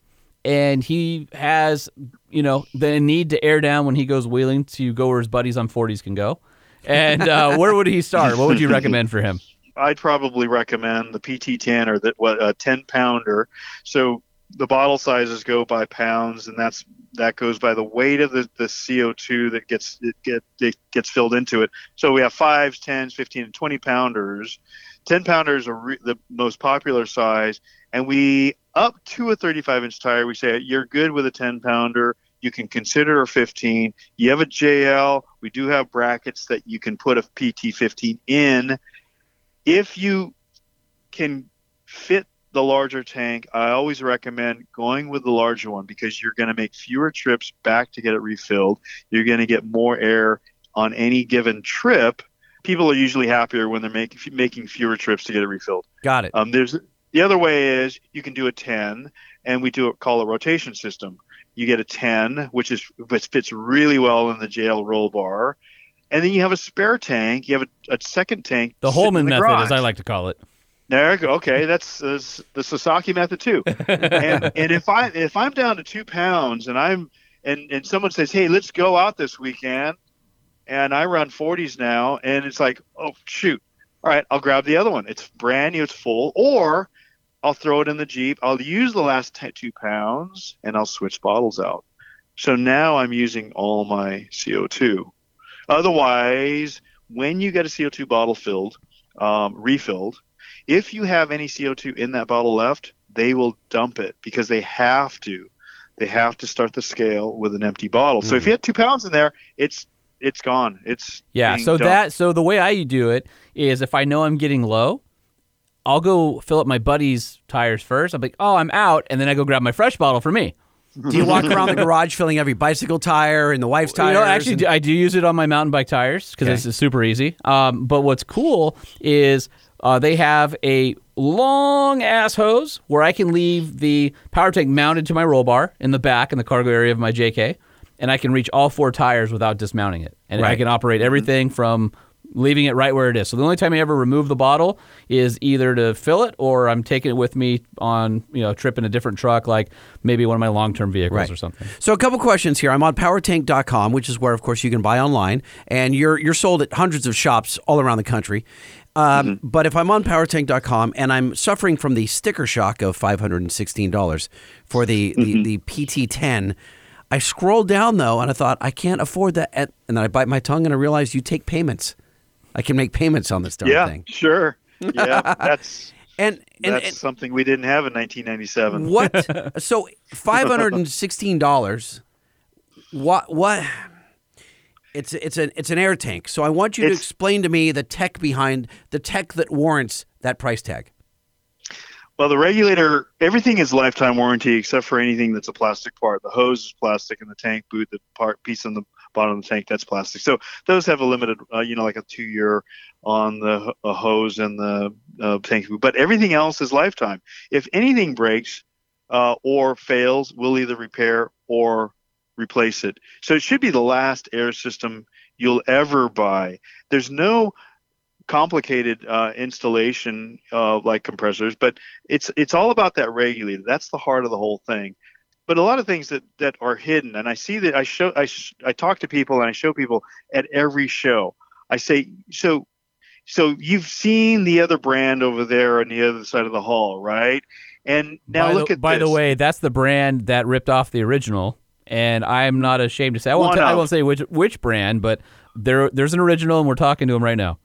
B: and he has you know the need to air down when he goes wheeling to go where his buddies on 40s can go. And uh, where would he start? What would you recommend for him?
I: I'd probably recommend the PT10 or the what, a 10 pounder. So the bottle sizes go by pounds, and that's that goes by the weight of the, the CO2 that gets it get it gets filled into it. So we have fives, tens, 15, and 20 pounders. 10 pounders are re- the most popular size, and we up to a 35 inch tire. We say you're good with a 10 pounder. You can consider a 15. You have a JL. We do have brackets that you can put a PT 15 in if you can fit the larger tank, I always recommend going with the larger one because you're going to make fewer trips back to get it refilled. You're going to get more air on any given trip. People are usually happier when they're make, making fewer trips to get it refilled.
A: Got it.
I: Um, there's the other way is you can do a 10, and we do a, call a rotation system. You get a 10, which is which fits really well in the JL roll bar, and then you have a spare tank. You have a, a second tank.
B: The
I: sitting in
B: Holman method,
I: garage.
B: as I like to call it.
I: There you go. Okay, that's uh, the Sasaki method too. and, and if I if I'm down to two pounds and I'm and and someone says, hey, let's go out this weekend, and I run 40s now, and it's like, oh shoot, all right, I'll grab the other one. It's brand new, it's full, or I'll throw it in the Jeep. I'll use the last t- two pounds, and I'll switch bottles out. So now I'm using all my CO2. Otherwise, when you get a CO2 bottle filled, um, refilled, if you have any CO2 in that bottle left, they will dump it because they have to. They have to start the scale with an empty bottle.
B: Mm.
I: So if you had two pounds in there, it's it's gone. It's
B: Yeah.
I: being
B: So
I: dumped.
B: that so the way I do it is if I know I'm getting low, I'll go fill up my buddy's tires first. I'm like, oh, I'm out, and then I go grab my fresh bottle for me.
A: Do you walk around the garage filling every bicycle tire and the wife's tire?
B: You know, actually, I do use it on my mountain bike tires because it's super easy. Um, but what's cool is uh, they have a long ass hose where I can leave the power tank mounted to my roll bar in the back in the cargo area of my JK, and I can reach all four tires without dismounting it, and I
A: Right. Mm-hmm.
B: can operate everything from leaving it right where it is. So the only time I ever remove the bottle is either to fill it or I'm taking it with me on, you know, a trip in a different truck like maybe one of my long-term vehicles
A: Right.
B: or something.
A: So a couple questions here. I'm on powertank.com, which is where, of course, you can buy online, and you're you're sold at hundreds of shops all around the country. Um,
I: Mm-hmm.
A: But if I'm on powertank.com and I'm suffering from the sticker shock of $516 for the
I: Mm-hmm.
A: the, the PT10, I scroll down though and I thought I can't afford that, at, and then I bite my tongue and I realize you take payments. I can make payments on this darn
I: yeah,
A: thing.
I: sure. Yeah, that's
A: And and, Mm-hmm.
I: that's
A: and
I: something we didn't have in 1997.
A: What? so five hundred and sixteen dollars. what what it's it's an it's an air tank. So I want you to
I: It's-
A: explain to me the tech behind the tech that warrants that price tag.
I: Well, the regulator, everything is lifetime warranty except for anything that's a plastic part. The hose is plastic, and the tank boot, the part piece on the bottom of the tank, that's plastic. So those have a limited, uh, you know, like a two-year on the h- a hose and the uh, tank boot. But everything else is lifetime. If anything breaks uh, or fails, we'll either repair or replace it. So it should be the last air system you'll ever buy. There's no complicated uh, installation uh, like compressors, but it's it's all about that regulator. That's the heart of the whole thing. But a lot of things that, that are hidden, and I see that I show I, sh- I talk to people and I show people at every show. I say so so you've seen the other brand over there on the other side of the hall, right? And now
B: by
I: look
B: the,
I: at
B: by the
I: this.
B: way, that's the brand that ripped off the original, and I'm not ashamed to say I won't.
I: One
B: T- I
I: of.
B: won't say which which brand, but there there's an original, and we're talking to him right now.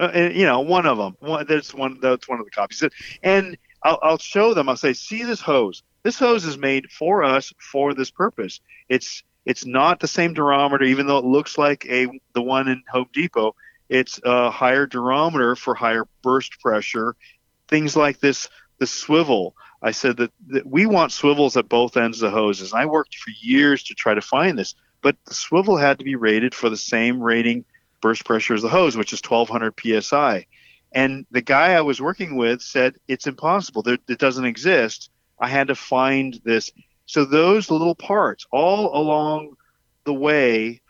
I: uh, and, you know, one of them. One, there's one. That's one of the copies. And I'll, I'll show them. I'll say, see this hose. This hose is made for us for this purpose. It's it's not the same durometer, even though it looks like a the one in Home Depot. It's a higher durometer for higher burst pressure. Things like this, the swivel. I said that, that we want swivels at both ends of the hoses. And I worked for years to try to find this, but the swivel had to be rated for the same rating burst pressure is the hose, which is 1200 psi. And the guy I was working with said, It's impossible. There, it doesn't exist. I had to find this. So those little parts all along the way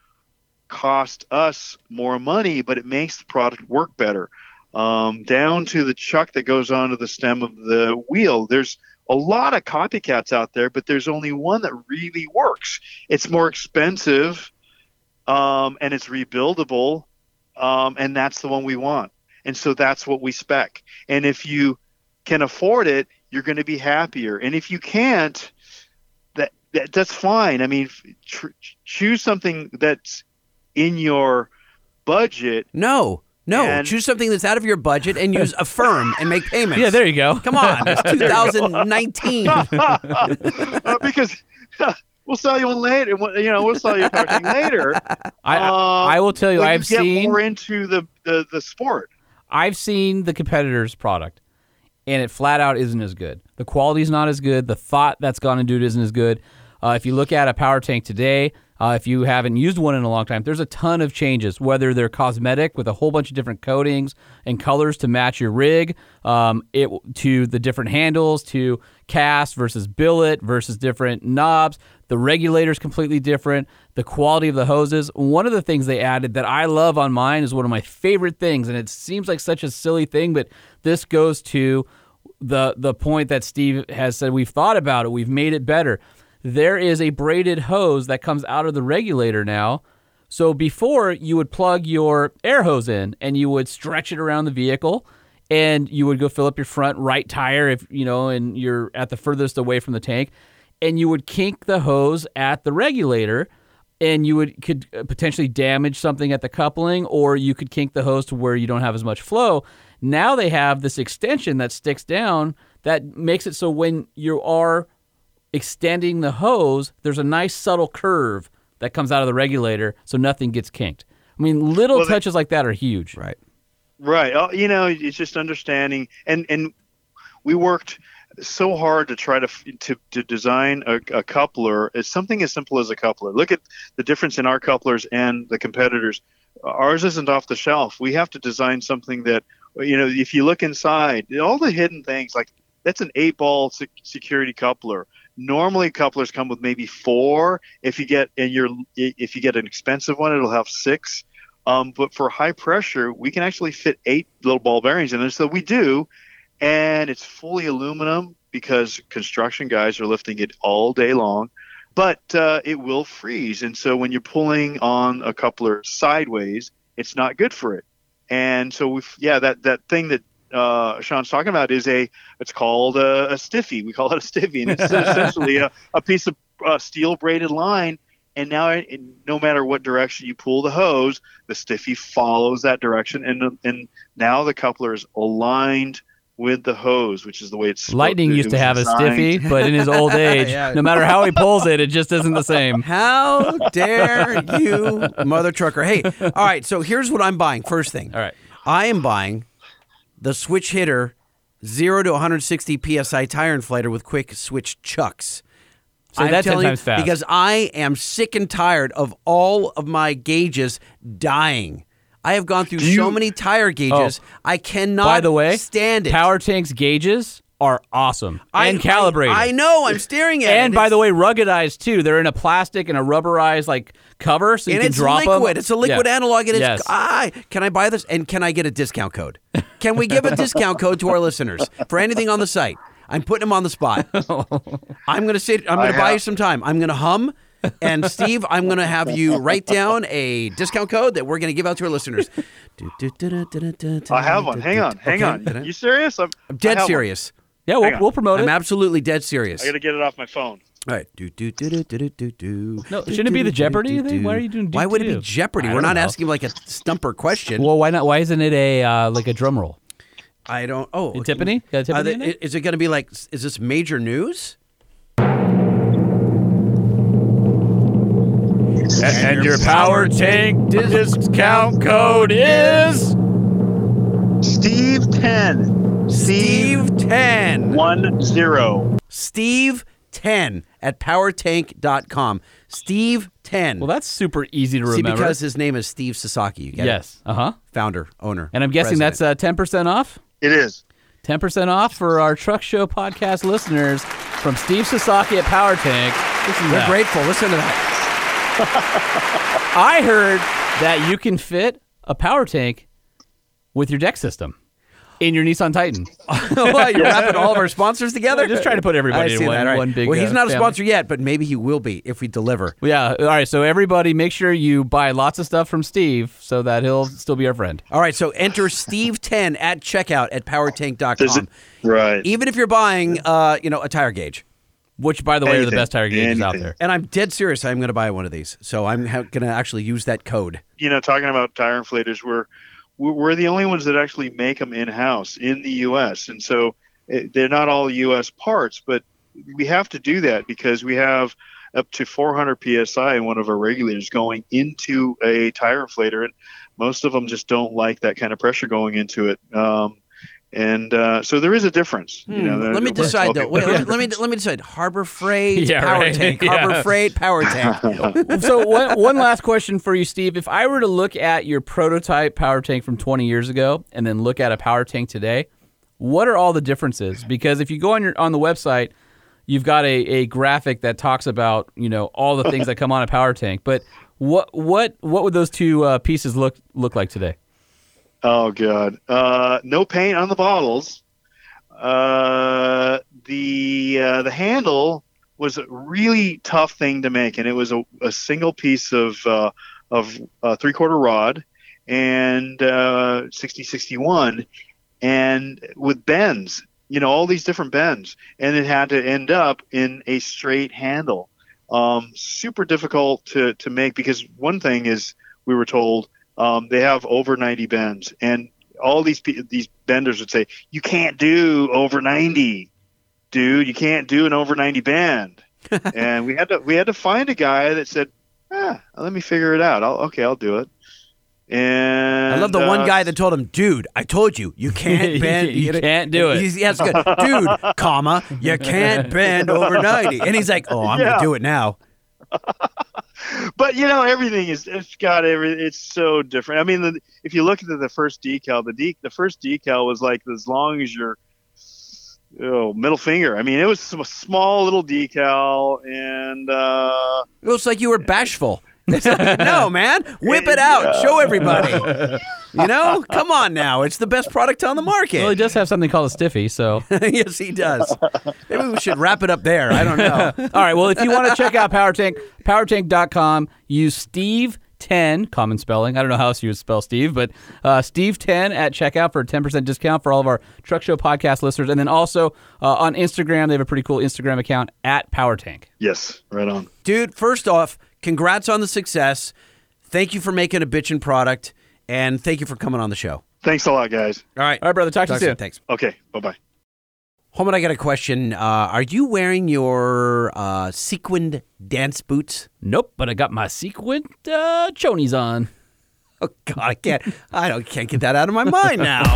I: cost us more money, but it makes the product work better. Um, down to the chuck that goes onto the stem of the wheel. There's a lot of copycats out there, but there's only one that really works. It's more expensive um, and it's rebuildable, um, and that's the one we want. And so that's what we spec. And if you can afford it, you're going to be happier. And if you can't, that, that that's fine. I mean, f- tr- choose something that's in your budget.
A: No, no.
I: And-
A: Choose something that's out of your budget and use Affirm and make payments.
B: Yeah, there you go.
A: Come on, it's 2019.
I: Uh, because we'll sell you one later. We'll- You know, we'll sell you a power tank later.
B: I I will tell you,
I: Uh, when
B: I've
I: get
B: seen-
I: more into the, the the sport.
B: I've seen the competitor's product, and it flat out isn't as good. The quality's not as good. The thought that's gone into it isn't as good. Uh, if you look at a power tank today, uh, if you haven't used one in a long time, there's a ton of changes, whether they're cosmetic with a whole bunch of different coatings and colors to match your rig, um, it to the different handles, to cast versus billet versus different knobs. The regulator's completely different. The quality of the hoses. One of the things they added that I love on mine is one of my favorite things, and it seems like such a silly thing, but this goes to the the point that Steve has said we've thought about it, we've made it better. There is a braided hose that comes out of the regulator now. So before you would plug your air hose in and you would stretch it around the vehicle and you would go fill up your front right tire if you know and you're at the furthest away from the tank and you would kink the hose at the regulator and you would could uh, potentially damage something at the coupling or you could kink the hose to where you don't have as much flow now they have this extension that sticks down that makes it so when you are extending the hose there's a nice subtle curve that comes out of the regulator so nothing gets kinked i mean little
I: Well, they-
B: touches like that are huge
A: right
I: Right. Uh, You know, it's just understanding, and and we worked so hard to try to f- to, to design a, a coupler. It's something as simple as a coupler. Look at the difference in our couplers and the competitors. Ours isn't off the shelf. We have to design something that you know. If you look inside, all the hidden things like that's an eight ball sec- security coupler. Normally, couplers come with maybe four. If you get and you're if you get an expensive one, it'll have six. Um, but for high pressure, we can actually fit eight little ball bearings in there. So we do, and it's fully aluminum because construction guys are lifting it all day long. But uh, it will freeze, and so when you're pulling on a coupler sideways, it's not good for it. And so we, yeah, that that thing that uh, Sean's talking about is a it's called a, a stiffy. We call it a stiffy, and it's essentially a, a piece of uh, steel braided line. And now, it, no matter what direction you pull the hose, the stiffy follows that direction, and and now the coupler is aligned with the hose, which is the way it's supposed
B: Lightning
I: to- it
B: used to
I: was
B: have a
I: designed-
B: stiffy, but in his old age,
A: Yeah.
B: no matter how he pulls it, it just isn't the same.
A: How dare you, mother trucker? Hey, all right. So here's what I'm buying. First thing.
B: All right.
A: I am buying the switch hitter zero to 160 psi tire inflator with quick switch chucks.
B: Say
A: I'm
B: that ten
A: telling you,
B: times fast.
A: Because I am sick and tired of all of my gauges dying. I have gone through so many tire gauges. I cannot
B: Oh. By the way,
A: stand it.
B: Power Tank's gauges are awesome
A: I-
B: and calibrated.
A: I, I know. I'm staring at it.
B: And by
A: It's-
B: the way, ruggedized too. They're in a plastic and a rubberized like cover, so you
A: and
B: can
A: it's
B: drop
A: liquid.
B: them.
A: It's a liquid
B: Yeah.
A: analog, and it's
B: Yes.
A: ah, can I buy this? And can I get a discount code? Can we give a discount code to our listeners for anything on the site? I'm putting him on the spot. I'm gonna sit. I'm gonna
I: I
A: buy
I: have-
A: you some time. I'm gonna hum. And Steve, I'm going to have you write down a discount code that we're going to give out to our listeners.
I: I have one. Hang on, hang on. You serious? I'm,
A: I'm
I: I
A: dead
I: have one.
A: serious.
B: yeah,
I: Hang
B: we'll,
I: on.
B: we'll promote
A: I'm
B: it.
A: absolutely dead serious.
I: I gotta get it off my phone.
A: All right. Do, do, do, do, do, do, do, do.
B: No, shouldn't it be the Jeopardy
A: Do, do,
B: thing? Why are you doing do,
A: Why would it
B: do?
A: be Jeopardy?
B: I
A: We're
B: don't
A: not
B: know.
A: asking like a stumper question.
B: well, why not? Why isn't it a uh, like a drum roll?
A: I don't. Oh, okay.
B: Tiffany? Got a
A: Are
B: Tiffany in
A: they-
B: there?
A: is it going to be like? Is this major news?
B: And your power tank discount code is
I: Steve ten. Steve,
A: Steve ten.
I: one zero.
A: Steve ten at powertank.com. Steve ten.
B: well. That's super easy to
A: See,
B: remember.
A: because his name is Steve Sasaki. You get it?
B: yes, uh huh.
A: Founder, owner,
B: And I'm guessing
A: president.
B: that's uh, ten percent off.
I: It is.
B: 10% off for our Truck Show podcast listeners from Steve Sasaki at Power Tank. Listen to
A: We're
B: that.
A: grateful. Listen to that.
B: I heard that you can fit a power tank with your deck system in your Nissan Titan.
A: well, you're wrapping all of our sponsors together.
B: Just trying to put everybody
A: I
B: in
A: see
B: one-
A: that. all right.
B: one big,
A: Well, he's
B: uh,
A: not a
B: family.
A: sponsor yet, but maybe he will be if we deliver.
B: Yeah. All right. So, everybody, make sure you buy lots of stuff from Steve so that he'll still be our friend.
A: All right, so enter Steve ten at checkout at powertank.com.
I: Does it? Right.
A: Even if you're buying, uh, you know, a tire gauge.
B: Which, by the way, are the
I: Anything.
B: best tire gauges out
I: Anything.
B: there.
A: And I'm dead serious. I'm going to buy one of these. So I'm ha- going to actually use that code.
I: you know, talking about tire inflators, we're we're we're the only ones that actually make them in house in the U.S. And so it, they're not all U.S. parts, but we have to do that because we have up to 400 psi in one of our regulators going into a tire inflator, and most of them just don't like that kind of pressure going into it. Um, and uh, so there is a difference. you know,
A: Hmm. let me
I: we're
A: decide though.
I: helping-
A: Wait, let, me- let me let me decide. Harbor Freight,
B: Yeah,
A: Power
B: right.
A: Tank. Harbor
B: Yeah.
A: Freight, Power Tank.
B: so one, one last question for you, Steve. If I were to look at your prototype power tank from 20 years ago and then look at a power tank today, what are all the differences? Because if you go on your on the website, you've got a, a graphic that talks about you know all the things that come on a power tank. But what what what would those two uh, pieces look look like today?
I: Oh god. Uh, no paint on the bottles. Uh, the uh, the handle was a really tough thing to make, and it was a, a single piece of uh, of uh, three quarter rod and uh, sixty sixty one, and with bends, you know, all these different bends, and it had to end up in a straight handle. Um, super difficult to to make because one thing is we were told um, they have over 90 bends and all these pe- these benders would say you can't do over 90 dude you can't do an over 90 bend and we had to we had to find a guy that said ah, let me figure it out I'll, okay i'll do it and
A: I love the
I: uh,
A: one guy that told him, "Dude, I told you, you can't bend.
B: You can't do it."
A: He's, yeah, it's good. Dude, comma, you can't bend over ninety. And he's like, "Oh, I'm
I: Yeah.
A: gonna do it now."
I: but you know everything is it's got every it's so different i mean the, if you look at the, the first decal the de- the first decal was like as long as your oh middle finger i mean it was a small little decal and uh
A: It looks like you were bashful. It's like, no, man, whip it out, show everybody. You know, come on now, it's the best product on the market.
B: Well, it does have something called a stiffy. So
A: yes, he does. Maybe we should wrap it up there. I don't know.
B: All right. Well, if you want to check out Power Tank, powertank.com, use Steve. 10 common spelling. I don't know how else you would spell Steve, but uh, Steve 10 at checkout for a 10% discount for all of our Truck Show podcast listeners. And then also uh, on Instagram, they have a pretty cool Instagram account at Power Tank.
I: yes right on
A: Dude, first off, congrats on the success. Thank you for making a bitchin' product, and thank you for coming on the show.
I: Thanks a lot, guys.
A: All right.
B: All right, brother. Talk,
A: Talk
B: to you soon.
A: Thanks.
I: Okay. Bye bye.
A: Holman, I got a question. Uh, are you wearing your uh, sequined dance boots?
B: Nope, but I got my sequined uh, chonies on.
A: Oh God, I can't. I don't can't get that out of my mind now.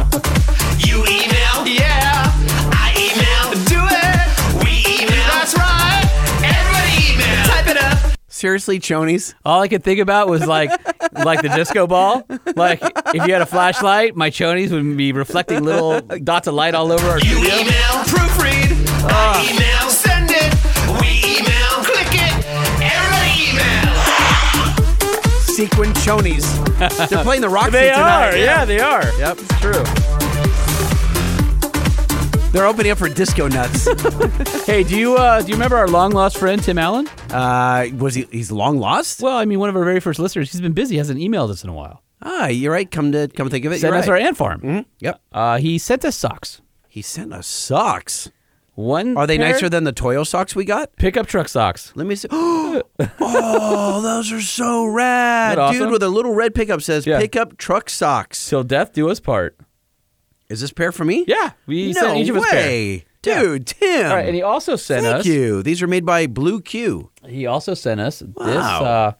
C: You email, yeah. I email, do it. We email, that's right. Everybody email. Type it up.
A: Seriously, chonies.
B: All I could think about was like, like the disco ball. Like if you had a flashlight, my chonies would be reflecting little dots of light all over our
C: You
B: studio.
C: email, proofread. I email, send it. We email, click it. Everybody email.
A: Sequined chonies. They're playing the Roxy tonight.
B: they are.
A: Yep, it's true. They're opening up for Disco Nuts.
B: Hey, do you uh, do you remember our long lost friend Tim Allen?
A: uh, was he? He's long lost.
B: Well, I mean, one of our very first listeners. He's been busy, hasn't emailed us in a while.
A: Ah, you're right. Come to come think of it.
B: Sent
A: you're
B: us our
A: right. Mm-hmm.
B: ant farm.
A: Yep.
B: Uh, he sent us socks.
A: He sent us socks.
B: One.
A: Are they
B: pair-
A: nicer than the Toyo socks we got?
B: pickup truck socks?
A: Let me see. oh, those are so rad,
B: Isn't that
A: dude!
B: awesome?
A: With a little red pickup says
B: Yeah.
A: "pickup truck socks."
B: Till death do us part.
A: Is this pair for me?
B: Yeah, we
A: no
B: sent each of us a pair.
A: way, dude, Tim.
B: All right, and he also sent
A: Thank
B: us.
A: you. These are made by Blue Q.
B: He also sent us this
A: Wow.
B: uh,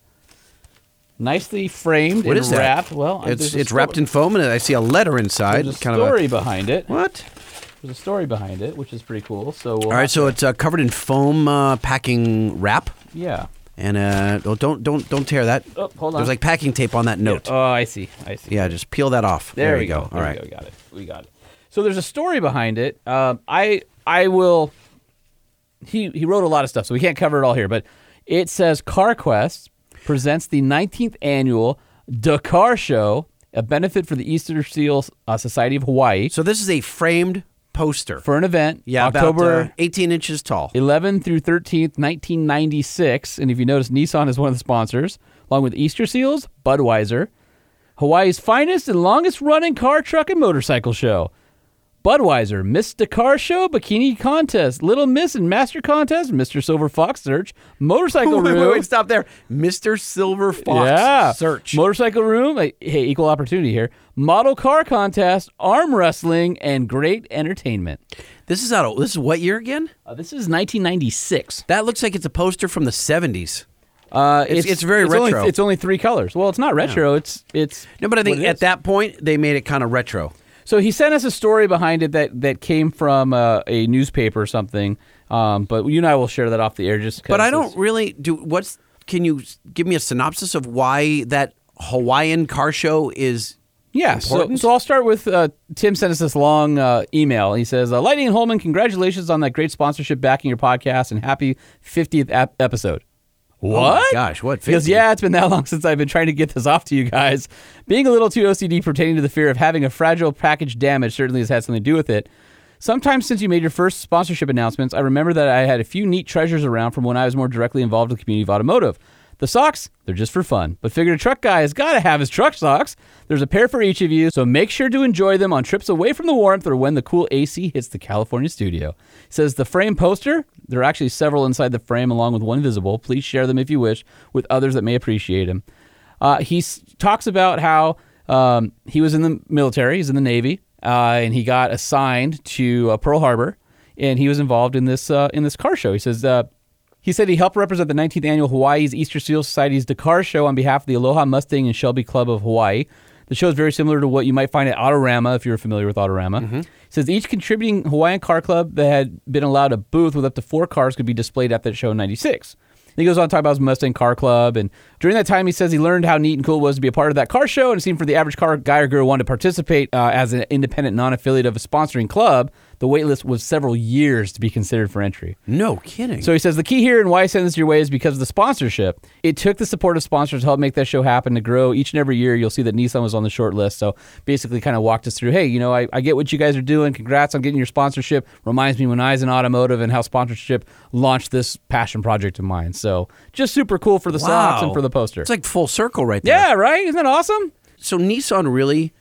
B: nicely framed
A: What
B: and
A: is that?
B: wrapped. Well, I-
A: it's
B: there's a
A: it's
B: sto-
A: wrapped in foam, and I see a letter inside.
B: There's a
A: kind
B: story
A: of
B: behind it.
A: a what?
B: There's a story behind it, which is pretty cool. So we'll
A: All right, so it's uh, covered in foam uh, packing wrap,
B: yeah.
A: and uh, oh, don't don't don't tear that.
B: Oh, hold on.
A: There's like packing tape on that note. Yeah,
B: Oh, I see. I see.
A: just peel that off.
B: There,
A: There,
B: we
A: you
B: go.
A: go.
B: There
A: All
B: we
A: right.
B: go. We got it. We got it. So there's a story behind it. Um, I I will. He he wrote a lot of stuff, so we can't cover it all here. But it says CarQuest presents the 19th annual Dakar Show, a benefit for the Eastern Seal uh, Society of Hawaii,
A: So this is a framed poster.
B: for an event.
A: yeah,
B: October.
A: about uh, 18 inches tall.
B: 11 through 13th, 1996. And if you notice, Nissan is one of the sponsors, along with Easter Seals, Budweiser, Hawaii's finest and longest running car, truck, and motorcycle show. Budweiser, Miss Dakar Show, Bikini Contest, Little Miss and Master Contest, Mr. Silver Fox Search, Motorcycle
A: wait,
B: Room.
A: wait, wait, stop there. Mr. Silver Fox
B: yeah.
A: search.
B: Motorcycle Room, hey, hey, equal opportunity here. Model Car Contest, Arm Wrestling, and Great Entertainment.
A: This is out of this is what year again?
B: Uh, this is 1996.
A: That looks like it's a poster from the 70s.
B: Uh,
A: It's- it's very
B: only-
A: retro.
B: it's only three colors. Well, it's not retro. It's it's
A: No, but I think
B: what it
A: at
B: is.
A: that point they made it kind of retro.
B: So he sent us a story behind it that that came from uh, a newspaper or something. Um, but you and I will share that off the air just. 'cause
A: But I don't
B: it's-
A: really do what's can you s- give me a synopsis of why that Hawaiian car show is
B: Yeah. So,
A: important?
B: so I'll start with uh, Tim sent us this long uh, email. He says, uh, "Lightning and Holman, congratulations on that great sponsorship backing your podcast and happy 50th ap- episode." What?
A: oh my gosh, what,
B: He goes,
A: 50?
B: yeah, it's been that long since I've been trying to get this off to you guys. Being a little too OCD pertaining to the fear of having a fragile package damaged certainly has had something to do with it. Sometimes since you made your first sponsorship announcements, I remember that I had a few neat treasures around from when I was more directly involved with the community of automotive. The socks, they're just for fun, but figured a truck guy has got to have his truck socks. There's a pair for each of you, so make sure to enjoy them on trips away from the warmth or when the cool AC hits the California studio. Says the frame poster, there are actually several inside the frame along with one visible. Please share them if you wish with others that may appreciate them. Uh, he s- talks about how um, he was in the military, he's in the Navy, uh, and he got assigned to uh, Pearl Harbor, and he was involved in this uh, in this car show. He says uh, he said he helped represent the 19th annual Hawaii's Easter Seal Society's Dakar show on behalf of the Aloha Mustang and Shelby Club of Hawaii. The show is very similar to what you might find at Autorama if you're familiar with Autorama. It says each contributing Hawaiian car club that had been allowed a booth with up to four cars could be displayed at that show in 96. And he goes on to talk about his Mustang Car Club. And during that time, he says he learned how neat and cool it was to be a part of that car show. And it seemed for the average car guy or girl who wanted to participate uh, as an independent, non affiliate of a sponsoring club, the wait list was several years to be considered for entry.
A: no kidding.
B: So he says the key here and why I send this your way is because of the sponsorship. It took the support of sponsors to help make that show happen to grow each and every year. You'll see that Nissan was on the short list. So basically, kind of walked us through. Hey, you know, I, I get what you guys are doing. Congrats on getting your sponsorship. Reminds me when I was in automotive and how sponsorship launched this passion project of mine. So just super cool for the socks and
A: Wow.
B: for the poster.
A: It's like full circle right there.
B: yeah, right? Isn't that awesome?
A: so Nissan really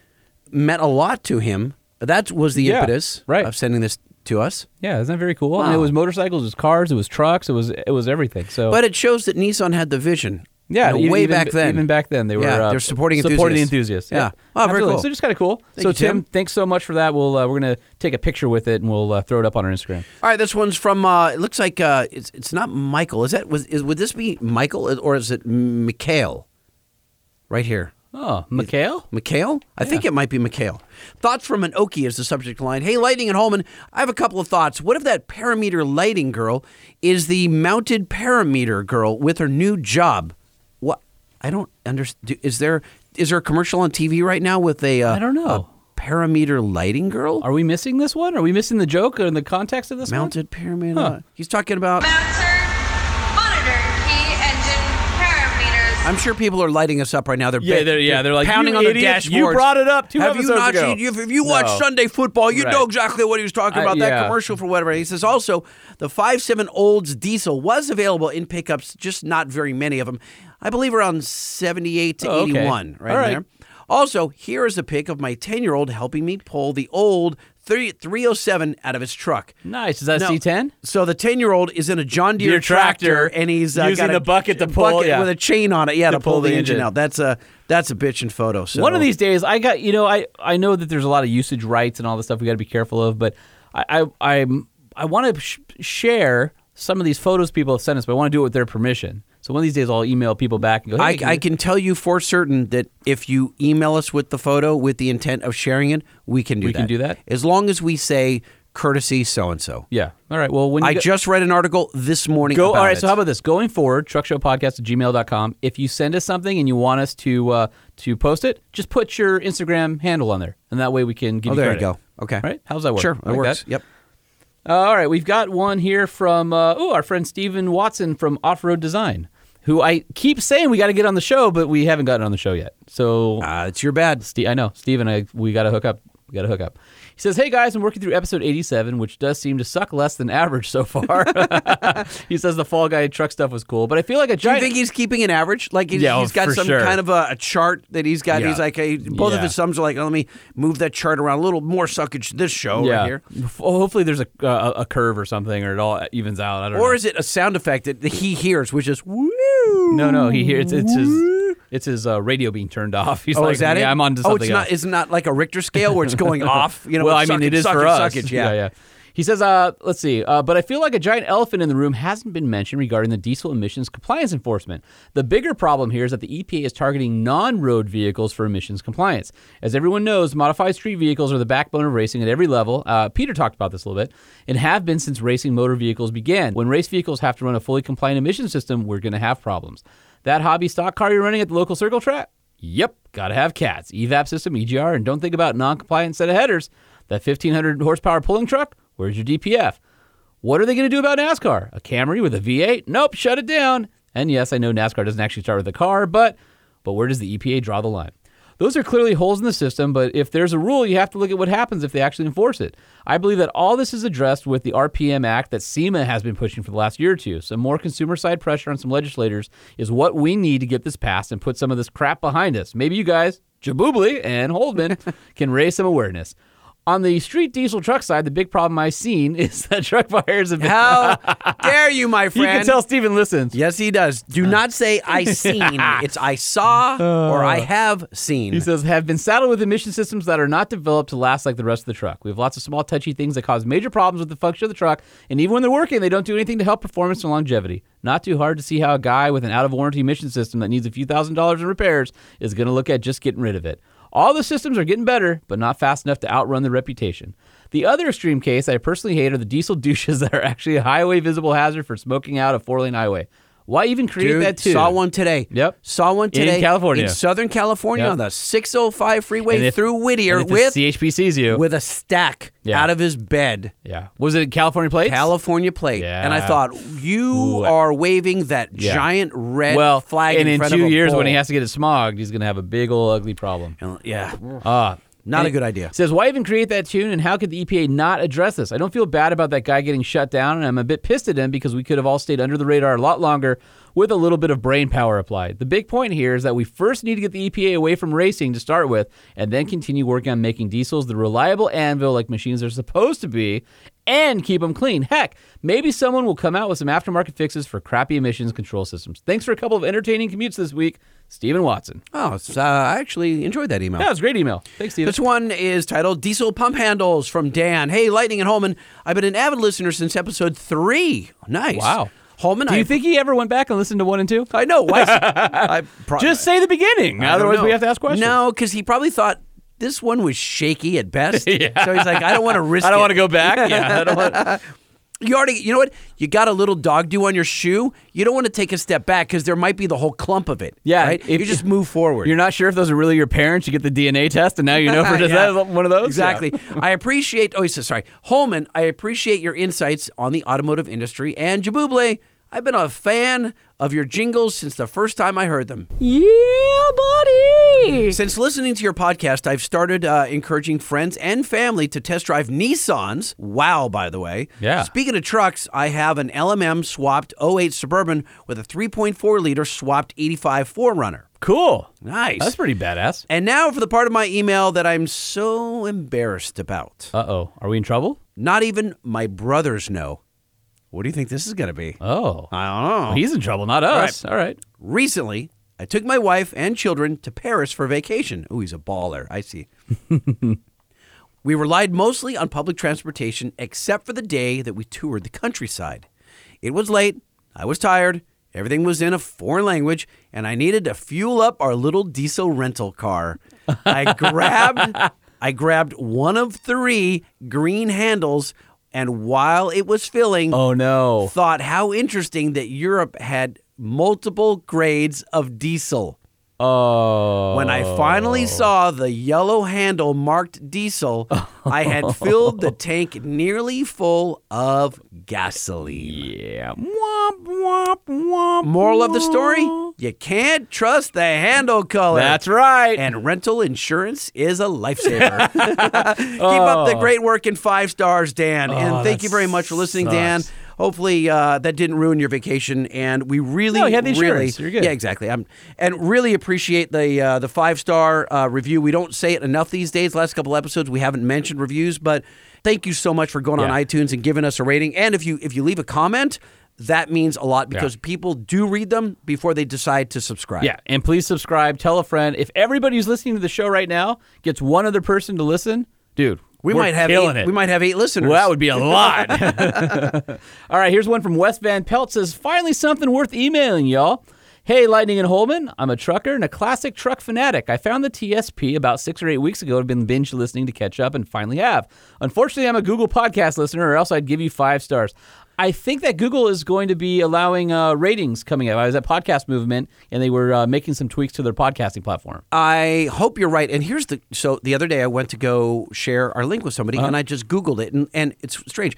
A: meant a lot to him. That was the
B: Yeah,
A: impetus
B: right.
A: of sending this to us.
B: Yeah, isn't that very cool? And it
A: Wow.
B: was motorcycles, it was cars, it was trucks, it was it was everything. So
A: But it shows that Nissan had the vision
B: Oh. Yeah,
A: You know,
B: even-
A: way
B: even-
A: back then.
B: Even back then, they were
A: Yeah,
B: uh,
A: they're supporting
B: supporting
A: enthusiasts.
B: enthusiasts.
A: Yeah. Oh, very
B: absolutely.
A: cool.
B: So just kind of cool.
A: Thank
B: so
A: you,
B: Tim,
A: Tim.
B: thanks so much for that. We'll uh, we're gonna take a picture with it and we'll uh, throw it up on our Instagram.
A: All right, this one's from. Uh, it looks like uh, it's it's not Michael. Is that was is, would this be Michael or is it Mikhail? Right here.
B: Oh, Mikhail.
A: Mikhail? I think it might be Mikhail. Thoughts from an Okie is the subject line. Hey, Lightning and Holman, I have a couple of thoughts. What if that parameter lighting girl is the mounted parameter girl with her new job? What? I don't understand. Is there is there a commercial on TV right now with a uh,
B: I don't know.
A: parameter lighting girl?
B: Are we missing this one? Are we missing the joke in the context of this
A: mounted parameter?
B: Huh.
A: He's talking about.
K: Bouncer, monitor, key, engine, parameters.
A: I'm sure people are lighting us up right now. They're
B: Yeah,
A: ba-
B: they're- yeah, they're like,
A: pounding
B: "You
A: on
B: idiots,
A: the
B: you
A: dashboard.
B: brought it up two
A: Have you
B: episodes
A: not
B: ago."
A: seen- If, if you watch
B: No.
A: Sunday football, you
B: Right.
A: know exactly what he was talking
B: Uh,
A: about.
B: yeah.
A: That commercial for whatever. He says also the five seven Olds diesel was available in pickups, just not very many of them. I believe around seventy eight to
B: Oh, okay.
A: eighty one, right,
B: All right.
A: there. Also, here is a pic of my ten year old helping me pull the old. 30, 307 out of his truck.
B: Nice. Is that a
A: Now,
B: C10?
A: So the ten year old is in a John Deere
B: Deere tractor,
A: and he's uh,
B: using
A: got a
B: the bucket to pull,
A: bucket
B: yeah.
A: with a chain on it. Yeah, to, pull, the engine,
B: engine.
A: out. That's a that's a bitchin' photo. So
B: One of these days, I got you know, I I know that there's a lot of usage rights and all this stuff we got to be careful of, but I I I'm, I want to sh- share some of these photos people have sent us, but I want to do it with their permission. So one of these days, I'll email people back and go,
A: I,
B: hey,
A: I can tell you for certain that if you email us with the photo with the intent of sharing it, we can do
B: We
A: that.
B: can do that?
A: as long as we say courtesy so and so.
B: yeah, all right. Well, when you
A: I
B: go-
A: just read an article this morning.
B: Go,
A: about
B: all right.
A: it.
B: So how about this? Going forward, truckshowpodcast at gmail.com. If you send us something and you want us to uh, to post it, just put your Instagram handle on there, and that way we can give
A: Oh,
B: you
A: there you
B: credit.
A: go. Okay.
B: Right? How's that work?
A: Sure, that
B: Like
A: works.
B: that?
A: Yep.
B: Uh, all right, we've got one here from uh, oh our friend Steven Watson from Off Road Design, who I keep saying we got to get on the show, but we haven't gotten on the show yet. So
A: Uh, it's your bad.
B: Ste- I know, Steven, I, we got to hook up. We got to hook up. He says, "Hey guys, I'm working through episode 87, which does seem to suck less than average so far." he says the Fall Guy truck stuff was cool, but I feel like a
A: Do you
B: giant.
A: think he's keeping an average? Like he's,
B: Yeah,
A: he's
B: oh,
A: got
B: for
A: some
B: sure.
A: kind of a, a chart that he's got.
B: Yeah.
A: He's like, hey, both
B: Yeah.
A: of his thumbs are like, oh, let me move that chart around a little more suckage this show
B: yeah.
A: right here.
B: F- Hopefully, there's a, uh, a a curve or something, or it all evens out. I don't know.
A: Or is it a sound effect that he hears, which is woo?
B: No, no, he hears it's his it's his uh, radio being turned off. He's
A: Oh,
B: like,
A: is that
B: yeah,
A: it?
B: I'm on to
A: oh,
B: something
A: it's not.
B: else.
A: It's not like a Richter scale where it's going off. You know.
B: well, I
A: it's
B: mean, it
A: suckage,
B: is for
A: suckage,
B: us.
A: Suckage, yeah.
B: yeah, He says, uh, let's see, uh, but I feel like a giant elephant in the room hasn't been mentioned regarding the diesel emissions compliance enforcement. The bigger problem here is that the EPA is targeting non road vehicles for emissions compliance. As everyone knows, modified street vehicles are the backbone of racing at every level. Uh, Peter talked about this a little bit and have been since racing motor vehicles began. When race vehicles have to run a fully compliant emission system, we're going to have problems. That hobby stock car you're running at the local circle track? Yep, gotta have cats. E EVAP system, EGR, and don't think about non-compliant set of headers. That 1500 horsepower pulling truck. Where's your DPF? What are they gonna do about NASCAR? A Camry with a V8? Nope, shut it down. And yes, I know NASCAR doesn't actually start with a car, but but where does the EPA draw the line? Those are clearly holes in the system, but if there's a rule, you have to look at what happens if they actually enforce it. I believe that all this is addressed with the RPM Act that SEMA has been pushing for the last year or two. Some more consumer side pressure on some legislators is what we need to get this passed and put some of this crap behind us. Maybe you guys, Jabubli and Holdman, can raise some awareness. On the street diesel truck side, the big problem I've seen is that truck buyers have been.
A: How dare you, my
B: you
A: friend?
B: can tell Uh. Steven listens.
A: Yes, he does. Do not say I seen. it's I saw or I have seen.
B: Uh. He says, have been saddled with emission systems that are not developed to last like the rest of the truck. We have lots of small, touchy things that cause major problems with the function of the truck, and even when they're working, they don't do anything to help performance and longevity. Not too hard to see how a guy with an out of warranty emission system that needs a few thousand dollars in repairs is going to look at just getting rid of it. All the systems are getting better, but not fast enough to outrun their reputation. The other extreme case I personally hate are the diesel douches that are actually a highway visible hazard for smoking out a four lane highway. Why even create
A: Dude,
B: that too?
A: saw one today.
B: Yep.
A: Saw one
B: In
A: today
B: California.
A: in Southern California
B: Yep.
A: on the 605
B: And
A: freeway
B: if-
A: through Whittier
B: and if
A: with
B: the CHPCs you.
A: with a stack
B: Yeah.
A: out of his bed.
B: Yeah. Was it California plates?
A: California plate, and I
B: Yeah.
A: thought you
B: Ooh.
A: are waving that
B: Yeah.
A: giant red
B: well,
A: flag
B: and
A: in,
B: in,
A: front
B: two
A: of a
B: years when he
A: pole.
B: has to get it smogged, he's going to have a big old ugly problem.
A: And- yeah,
B: Ah,
A: not
B: and
A: a good idea.
B: Says, why even create that tune and how could the EPA not address this? I don't feel bad about that guy getting shut down, and I'm a bit pissed at him because we could have all stayed under the radar a lot longer with a little bit of brain power applied. The big point here is that we first need to get the EPA away from racing to start with and then continue working on making diesels the reliable anvil like machines are supposed to be and keep them clean. Heck, maybe someone will come out with some aftermarket fixes for crappy emissions control systems. Thanks for a couple of entertaining commutes this week, Stephen Watson.
A: Oh, it's, uh, I actually enjoyed that email.
B: That was a great email. Thanks, Stephen.
A: This one is titled Diesel Pump Handles from Dan. Hey, Lightning and Holman, I've been an avid listener since episode three. Nice.
B: Wow.
A: Holman,
B: Do
A: I
B: you think he ever went back and listened to one and two?
A: I know. Why? I pro-
B: Just say the beginning.
A: I don't
B: Otherwise,
A: know.
B: we have to ask questions.
A: No, because he probably thought this one was shaky at best. So he's like, I don't want to risk
B: I don't
A: it.
B: want to go back. Yeah, I don't want.
A: You already, you know what? You got a little dog dew on your shoe. You don't want to take a step back because there might be the whole clump of it.
B: Yeah,
A: right?
B: if-
A: you just move forward.
B: You're not sure if those are really your parents. You get the DNA test, and now you know for just
A: Yeah.
B: that one of those.
A: Exactly. I appreciate. Oh, so sorry, Holman. I appreciate your insights on the automotive industry and Jabuble. I've been a fan of your jingles since the first time I heard them.
L: Yeah, buddy.
A: Since listening to your podcast, I've started uh, encouraging friends and family to test drive Nissans. Wow, by the way.
B: Yeah.
A: Speaking of trucks, I have an LMM swapped 08 Suburban with a 3.4 liter swapped 85 4Runner.
B: Cool.
A: Nice.
B: That's pretty badass.
A: and now for the part of my email that I'm so embarrassed about.
B: Uh oh. Are we in trouble?
A: Not even my brothers know. What do you think this is going to be?
B: Oh.
A: I don't know.
B: He's in trouble, not us. All right.
A: Recently, I took my wife and children to Paris for vacation. Oh, he's a baller. I see. we relied mostly on public transportation, except for the day that we toured the countryside. It was late, I was tired, everything was in a foreign language, and I needed to fuel up our little diesel rental car. I grabbed. I grabbed one of three green handles, and while it was filling,
B: Oh no.
A: thought how interesting that Europe had multiple grades of diesel.
B: Oh.
A: When I finally saw the yellow handle marked diesel, I had filled the tank nearly full of gasoline.
B: Yeah. Womp womp womp.
A: Moral of the story you can't trust the handle color.
B: That's right.
A: And rental insurance is a lifesaver. Keep up the great work and five stars, Dan. and thank
B: Oh. that
A: you very much for listening, Dan.
B: sucks.
A: Hopefully uh, that didn't ruin your vacation, and we really,
B: No, you had the
A: really,
B: insurance. You're good.
A: yeah, exactly. i and really appreciate the uh, the five star uh, review. We don't say it enough these days. Last couple episodes, we haven't mentioned reviews, but thank you so much for going
B: Yeah.
A: on iTunes and giving us a rating. And if you if you leave a comment, that means a lot because people do read them before they decide to subscribe.
B: Yeah, and please subscribe, tell a friend. If everybody who's listening to the show right now gets one other person to listen, dude,
A: we
B: we're
A: might have
B: killing
A: eight,
B: it.
A: we might have eight listeners.
B: Well, that would be a lot. All right, here's one from Wes Van Pelt says, finally something worth emailing, y'all. Hey, Lightning and Holman, I'm a trucker and a classic truck fanatic. I found the TSP about six or eight weeks ago and been binge listening to catch up and finally have. Unfortunately, I'm a Google podcast listener or else I'd give you five stars. I think that Google is going to be allowing uh, ratings coming up. I was at Podcast Movement and they were uh, making some tweaks to their podcasting platform.
A: I hope you're right. And here's the so the other day I went to go share our link with somebody
B: Uh-huh.
A: and I just Googled it. And, and it's strange.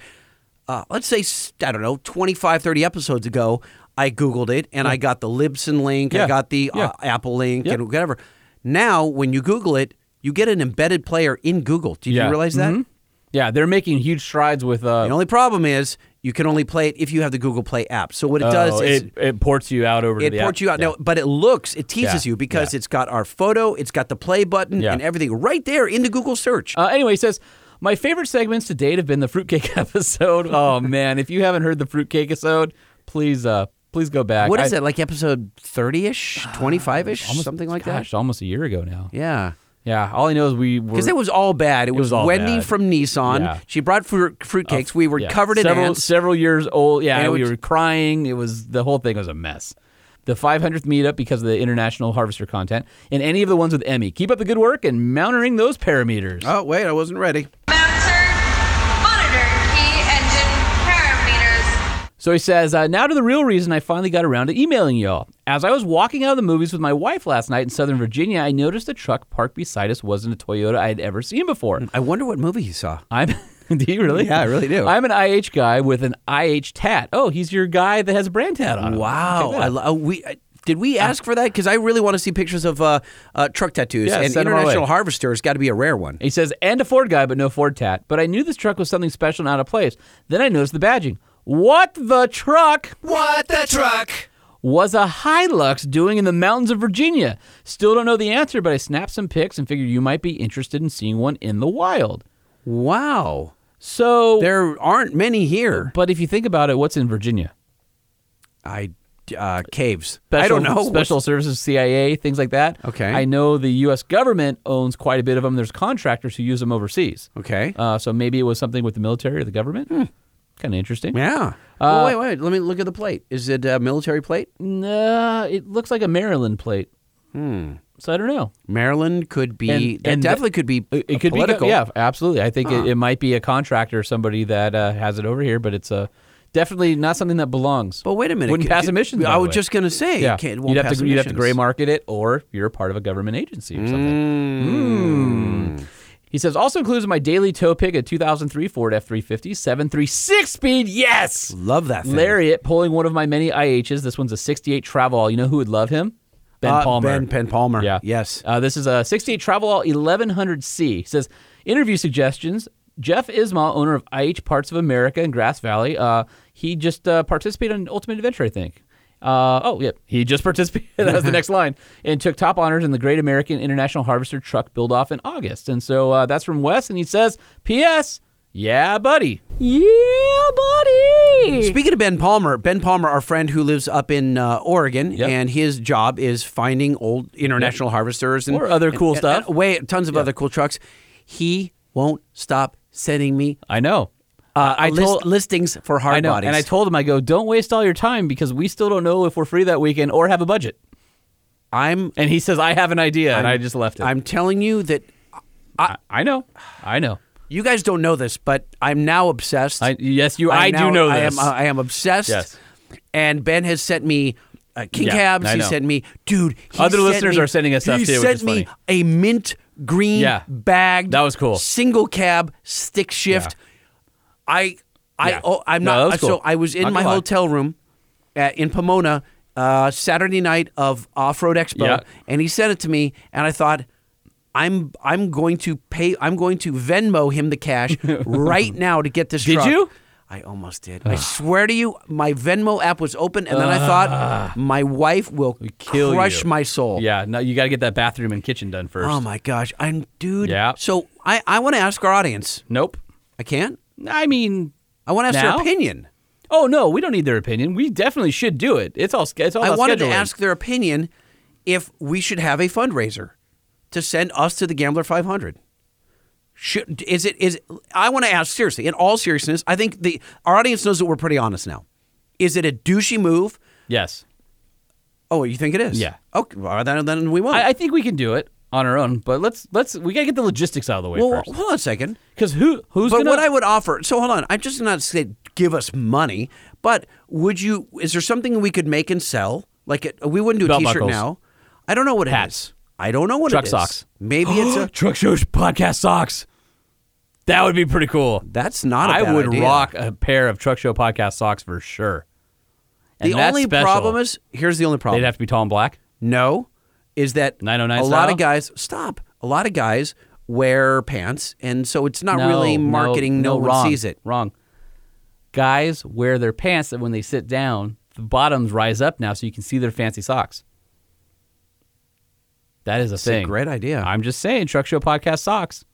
A: Uh, let's say, s- I don't know, 25, 30 episodes ago, I Googled it and I got the Libsyn link,
B: Yeah.
A: I got the
B: Yeah.
A: uh, Apple link,
B: Yep.
A: and whatever. Now, when you Google it, you get an embedded player in Google. Did
B: Yeah. Mm-hmm.
A: you realize that?
B: Yeah, they're making huge strides with. Uh,
A: The only problem is you can only play it if you have the Google Play app. So what it does
B: oh,
A: is
B: it, it ports you out over to
A: it
B: the
A: ports
B: app.
A: you out.
B: Yeah.
A: No, but it looks, it teases
B: Yeah.
A: you because it's got our photo, it's got the play button,
B: Yeah.
A: and everything right there in the Google search.
B: Uh, anyway, he says, My favorite segments to date have been the fruitcake episode. Oh, man. If you haven't heard the fruitcake episode, please uh, please go back.
A: what is
B: I-
A: it like episode 30-ish 25-ish something like
B: Gosh,
A: that
B: almost a year ago now.
A: yeah
B: Yeah. All I know is we were.
A: because it was all bad. It, was,
B: was all
A: Wendy
B: bad.
A: from Nissan.
B: Yeah.
A: She brought fruit fruitcakes. we were
B: yeah,
A: covered in
B: several,
A: ants.
B: Several years old. Yeah.
A: And it
B: we
A: was-
B: were crying. It was the whole thing was a mess. The 500th meetup because of the international harvester content, and any of the ones with Emmy. Keep up the good work and mounting those parameters.
A: Oh wait, I wasn't ready.
K: Mounter, monitor key engine parameters.
B: So he says, uh, now to the real reason I finally got around to emailing y'all. As I was walking out of the movies with my wife last night in Southern Virginia, I noticed a truck parked beside us wasn't a Toyota I had ever seen before.
A: I wonder what movie you saw.
B: I'm. do you really?
A: Yeah, I really do.
B: I'm an IH guy with an IH tat. Oh, he's your guy that has a brand tat on. him.
A: Wow,
B: Check that
A: I
B: out.
A: lo- oh, we. I- did we ask for that? Because I really want to see pictures of uh, uh, truck tattoos.
B: Yeah,
A: and
B: send 'em our way.
A: International Harvester has got to be a rare one.
B: He says, and a Ford guy, but no Ford tat. But I knew this truck was something special and out of place. Then I noticed the badging. What the truck?
C: What the truck?
B: was a Hilux doing in the mountains of Virginia? Still don't know the answer, but I snapped some pics and figured you might be interested in seeing one in the wild.
A: Wow.
B: So
A: there aren't many here.
B: But if you think about it, what's in Virginia?
A: I uh, caves.
B: Special,
A: I don't know.
B: Special services, CIA, things like that.
A: Okay.
B: I know the U.S. government owns quite a bit of them. There's contractors who use them overseas.
A: Okay.
B: Uh, so maybe it was something with the military or the government.
A: Hmm.
B: Kind of interesting.
A: Yeah.
B: Uh,
A: oh, wait, wait. Let me look at the plate. Is it a military plate?
B: Nah, it looks like a Maryland plate.
A: Hmm.
B: So I don't know.
A: Maryland could be.
B: And-
A: that
B: and the-
A: definitely could be. uh,
B: It could
A: political.
B: be, yeah, absolutely. I think
A: Huh.
B: it, it might be a contractor or somebody that uh, has it over here, but it's uh, definitely not something that belongs.
A: But wait a minute.
B: wouldn't pass emissions. by
A: I
B: the
A: was
B: way.
A: just gonna say.
B: yeah,
A: Yeah. Can't, won't
B: you'd have
A: pass
B: to you'd have to
A: emissions.
B: gray market it, or you're part of a government agency or
A: Hmm.
B: something. Mm. He says also includes in my daily tow pick a 2003 Ford F350 736 speed. Yes,
A: Love that. Thing.
B: Lariat pulling one of my many IHs. This one's a 68 Travel. You know who would love him? Ben
A: Uh,
B: Palmer.
A: Ben, ben Palmer.
B: Yeah.
A: Yes.
B: Uh, this is a 68 Travel 1100C. It says interview suggestions. Jeff Ismail, owner of IH Parts of America in Grass Valley, uh, he just uh, participated in Ultimate Adventure, I think. Uh, oh, yep. He just participated. that was the next line. And took top honors in the Great American International Harvester Truck Build Off in August. And so uh, that's from Wes. And he says, P.S. Yeah, buddy.
L: Yeah, buddy.
A: Speaking of Ben Palmer, Ben Palmer, our friend who lives up in uh, Oregon,
B: Yep.
A: and his job is finding old international harvesters and
B: Or other cool
A: and-
B: stuff.
A: and way tons of other cool trucks. He won't stop sending me
B: I know.
A: uh,
B: I
A: list-
B: told-
A: listings for hard
B: I know.
A: bodies.
B: And I told him, I go, don't waste all your time because we still don't know if we're free that weekend or have a budget.
A: I'm
B: And he says, I have an idea. and I just left it.
A: I'm telling you that
B: I, I know. I know.
A: you guys don't know this, but I'm now obsessed.
B: I, yes, you.
A: I'm
B: I,
A: now-
B: do know
A: I
B: this.
A: am, uh, I am obsessed.
B: Yes.
A: And Ben has sent me uh, king
B: Yeah,
A: cabs.
B: I
A: He
B: know.
A: sent me, dude. he
B: Other
A: sent
B: listeners
A: me-
B: are sending us stuff
A: he
B: too, which
A: sent
B: is
A: me
B: funny.
A: a mint green
B: Yeah.
A: bagged.
B: That was cool.
A: Single cab stick shift. I, I,
B: Yeah.
A: oh, I'm
B: No, that
A: not.
B: was cool.
A: So I was in
B: Not
A: my
B: gonna lie.
A: hotel room at, in Pomona uh, Saturday night of Off Road Expo,
B: Yeah.
A: and he sent it to me, and I thought. I'm I'm going to pay I'm going to Venmo him the cash right now to get this
B: Did
A: truck.
B: you? Ah.
A: I almost did. I swear to you, my Venmo app was open, and then I thought my wife will
B: Ah. kill
A: crush
B: you.
A: my soul.
B: yeah. No, you got to get that bathroom and kitchen done first.
A: Oh my gosh, I'm dude.
B: Yeah.
A: So I I want to ask our audience.
B: nope.
A: I can't.
B: I mean,
A: I want to ask
B: Now?
A: their opinion.
B: oh no, we don't need their opinion. We definitely should do it. It's all. sch- It's all.
A: I
B: about
A: wanted to
B: scheduling.
A: ask their opinion if we should have a fundraiser to send us to the Gambler 500. Should is it is I want to ask seriously in all seriousness. I think the our audience knows that we're pretty honest now. Is it a douchey move?
B: Yes.
A: Oh, you think it is?
B: Yeah.
A: Okay. Well, then, then we won't.
B: I, I think we can do it on our own, but let's let's we got to get the logistics out of the way
A: well,
B: first.
A: hold on a second.
B: Because who who's
A: but
B: gonna?
A: what I would offer, so hold on, I'm just not say give us money, but would you? Is there something we could make and sell? Like it, we wouldn't do a
B: Belt
A: T-shirt
B: buckles.
A: now. I don't know what
B: Hats.
A: it is. I don't know what
B: Truck
A: it is.
B: socks.
A: Maybe it's a.
B: truck shows podcast socks. That would be pretty cool.
A: That's not. a
B: I
A: bad
B: would
A: idea.
B: rock a pair of Truck Show Podcast socks for sure. And
A: The
B: that's
A: only
B: special.
A: problem is here's the only problem.
B: they'd have to be tall and black.
A: no, is that
B: 909
A: a lot
B: style?
A: of guys stop. A lot of guys wear pants, and so it's not
B: No,
A: really
B: no,
A: marketing.
B: No,
A: one
B: wrong,
A: sees it.
B: Wrong. Guys wear their pants that when they sit down, the bottoms rise up now, so you can see their fancy socks. That is a
A: It's
B: thing.
A: a great idea.
B: I'm just saying, Truck Show Podcast socks.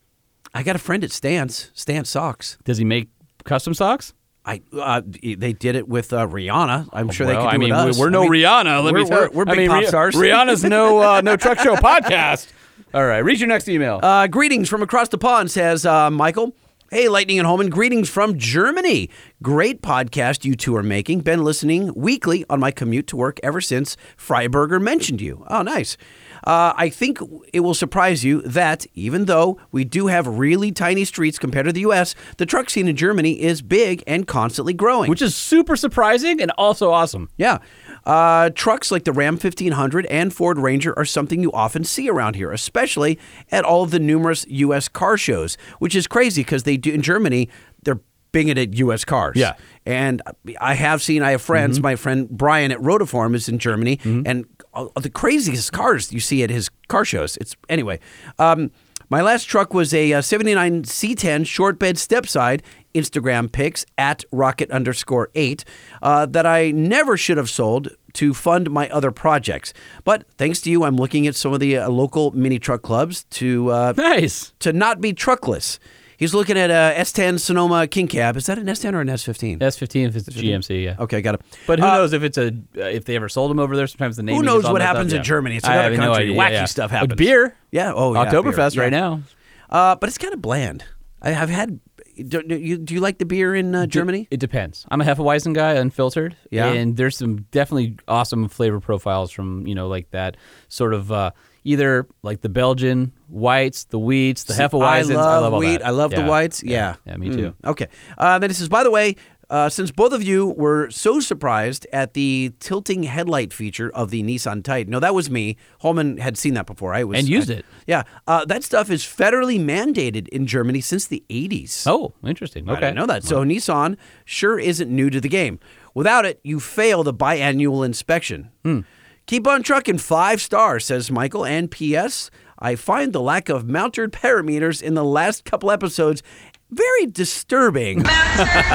A: I got a friend at Stance, Stance Socks.
B: Does he make custom socks?
A: I uh, they did it with uh, Rihanna. I'm sure they
B: Well,
A: could do
B: I mean,
A: it
B: we-
A: with us.
B: we're no
A: I mean,
B: Rihanna. Let
A: we're,
B: me tell
A: we're, we're
B: I
A: big
B: mean,
A: pop
B: Rih-
A: stars.
B: Rihanna's no uh, no truck show podcast. All right, read your next email.
A: Uh, greetings from across the pond, says uh, Michael. Hey, Lightning and Holman, greetings from Germany. Great podcast you two are making. Been listening weekly on my commute to work ever since Freiberger mentioned you. Oh, nice. Uh, I think it will surprise you that even though we do have really tiny streets compared to the U.S., the truck scene in Germany is big and constantly growing.
B: which is super surprising and also awesome.
A: Yeah. Uh, trucks like the Ram 1500 and Ford Ranger are something you often see around here, especially at all of the numerous U.S. car shows, which is crazy because they do in Germany, they're big at U.S. cars.
B: Yeah.
A: And I have seen, I have friends, my friend Brian at Rotiform is in Germany, and all the craziest cars you see at his car shows. It's anyway. Um, my last truck was a uh, 79 C10 short bed step side, Instagram pics at rocket underscore eight, uh, that I never should have sold to fund my other projects. But thanks to you, I'm looking at some of the uh, local mini truck clubs to uh,
B: Nice.
A: to not be truckless. He's looking at a S10 Sonoma King Cab. Is that an S10 or an S15?
B: S15 if it's GMC, yeah.
A: Okay, got it.
B: But who knows if it's a if they ever sold them over there? Sometimes the name.
A: Who knows what happens in Germany? It's another country. Wacky stuff happens.
B: But beer,
A: Yeah. Oh, yeah,
B: Oktoberfest
A: beer.
B: right
A: Yeah.
B: now.
A: Uh, but it's kind of bland. I have had. Do do you, do you like the beer in uh, Germany?
B: It depends. I'm a Hefeweizen guy, unfiltered.
A: Yeah.
B: And there's some definitely awesome flavor profiles from, you know, like that sort of uh, either like the Belgian whites, the wheats, the
A: See,
B: Hefeweizens.
A: I love
B: all
A: wheat.
B: that.
A: I love
B: Yeah.
A: the whites. Yeah.
B: Yeah, me too.
A: Mm, Okay. Uh, then it says, by the way, uh, since both of you were so surprised at the tilting headlight feature of the Nissan Titan, no, that was me. Holman had seen that before. I was
B: And used
A: I-
B: it.
A: Yeah, uh, that stuff is federally mandated in Germany since the '80s.
B: Oh, interesting.
A: I
B: Okay.
A: didn't know that. So Nissan sure isn't new to the game. Without it, you fail the biannual inspection.
B: Hmm.
A: Keep on trucking five stars, says Michael. And P.S. I find the lack of mounted parameters in the last couple episodes very disturbing.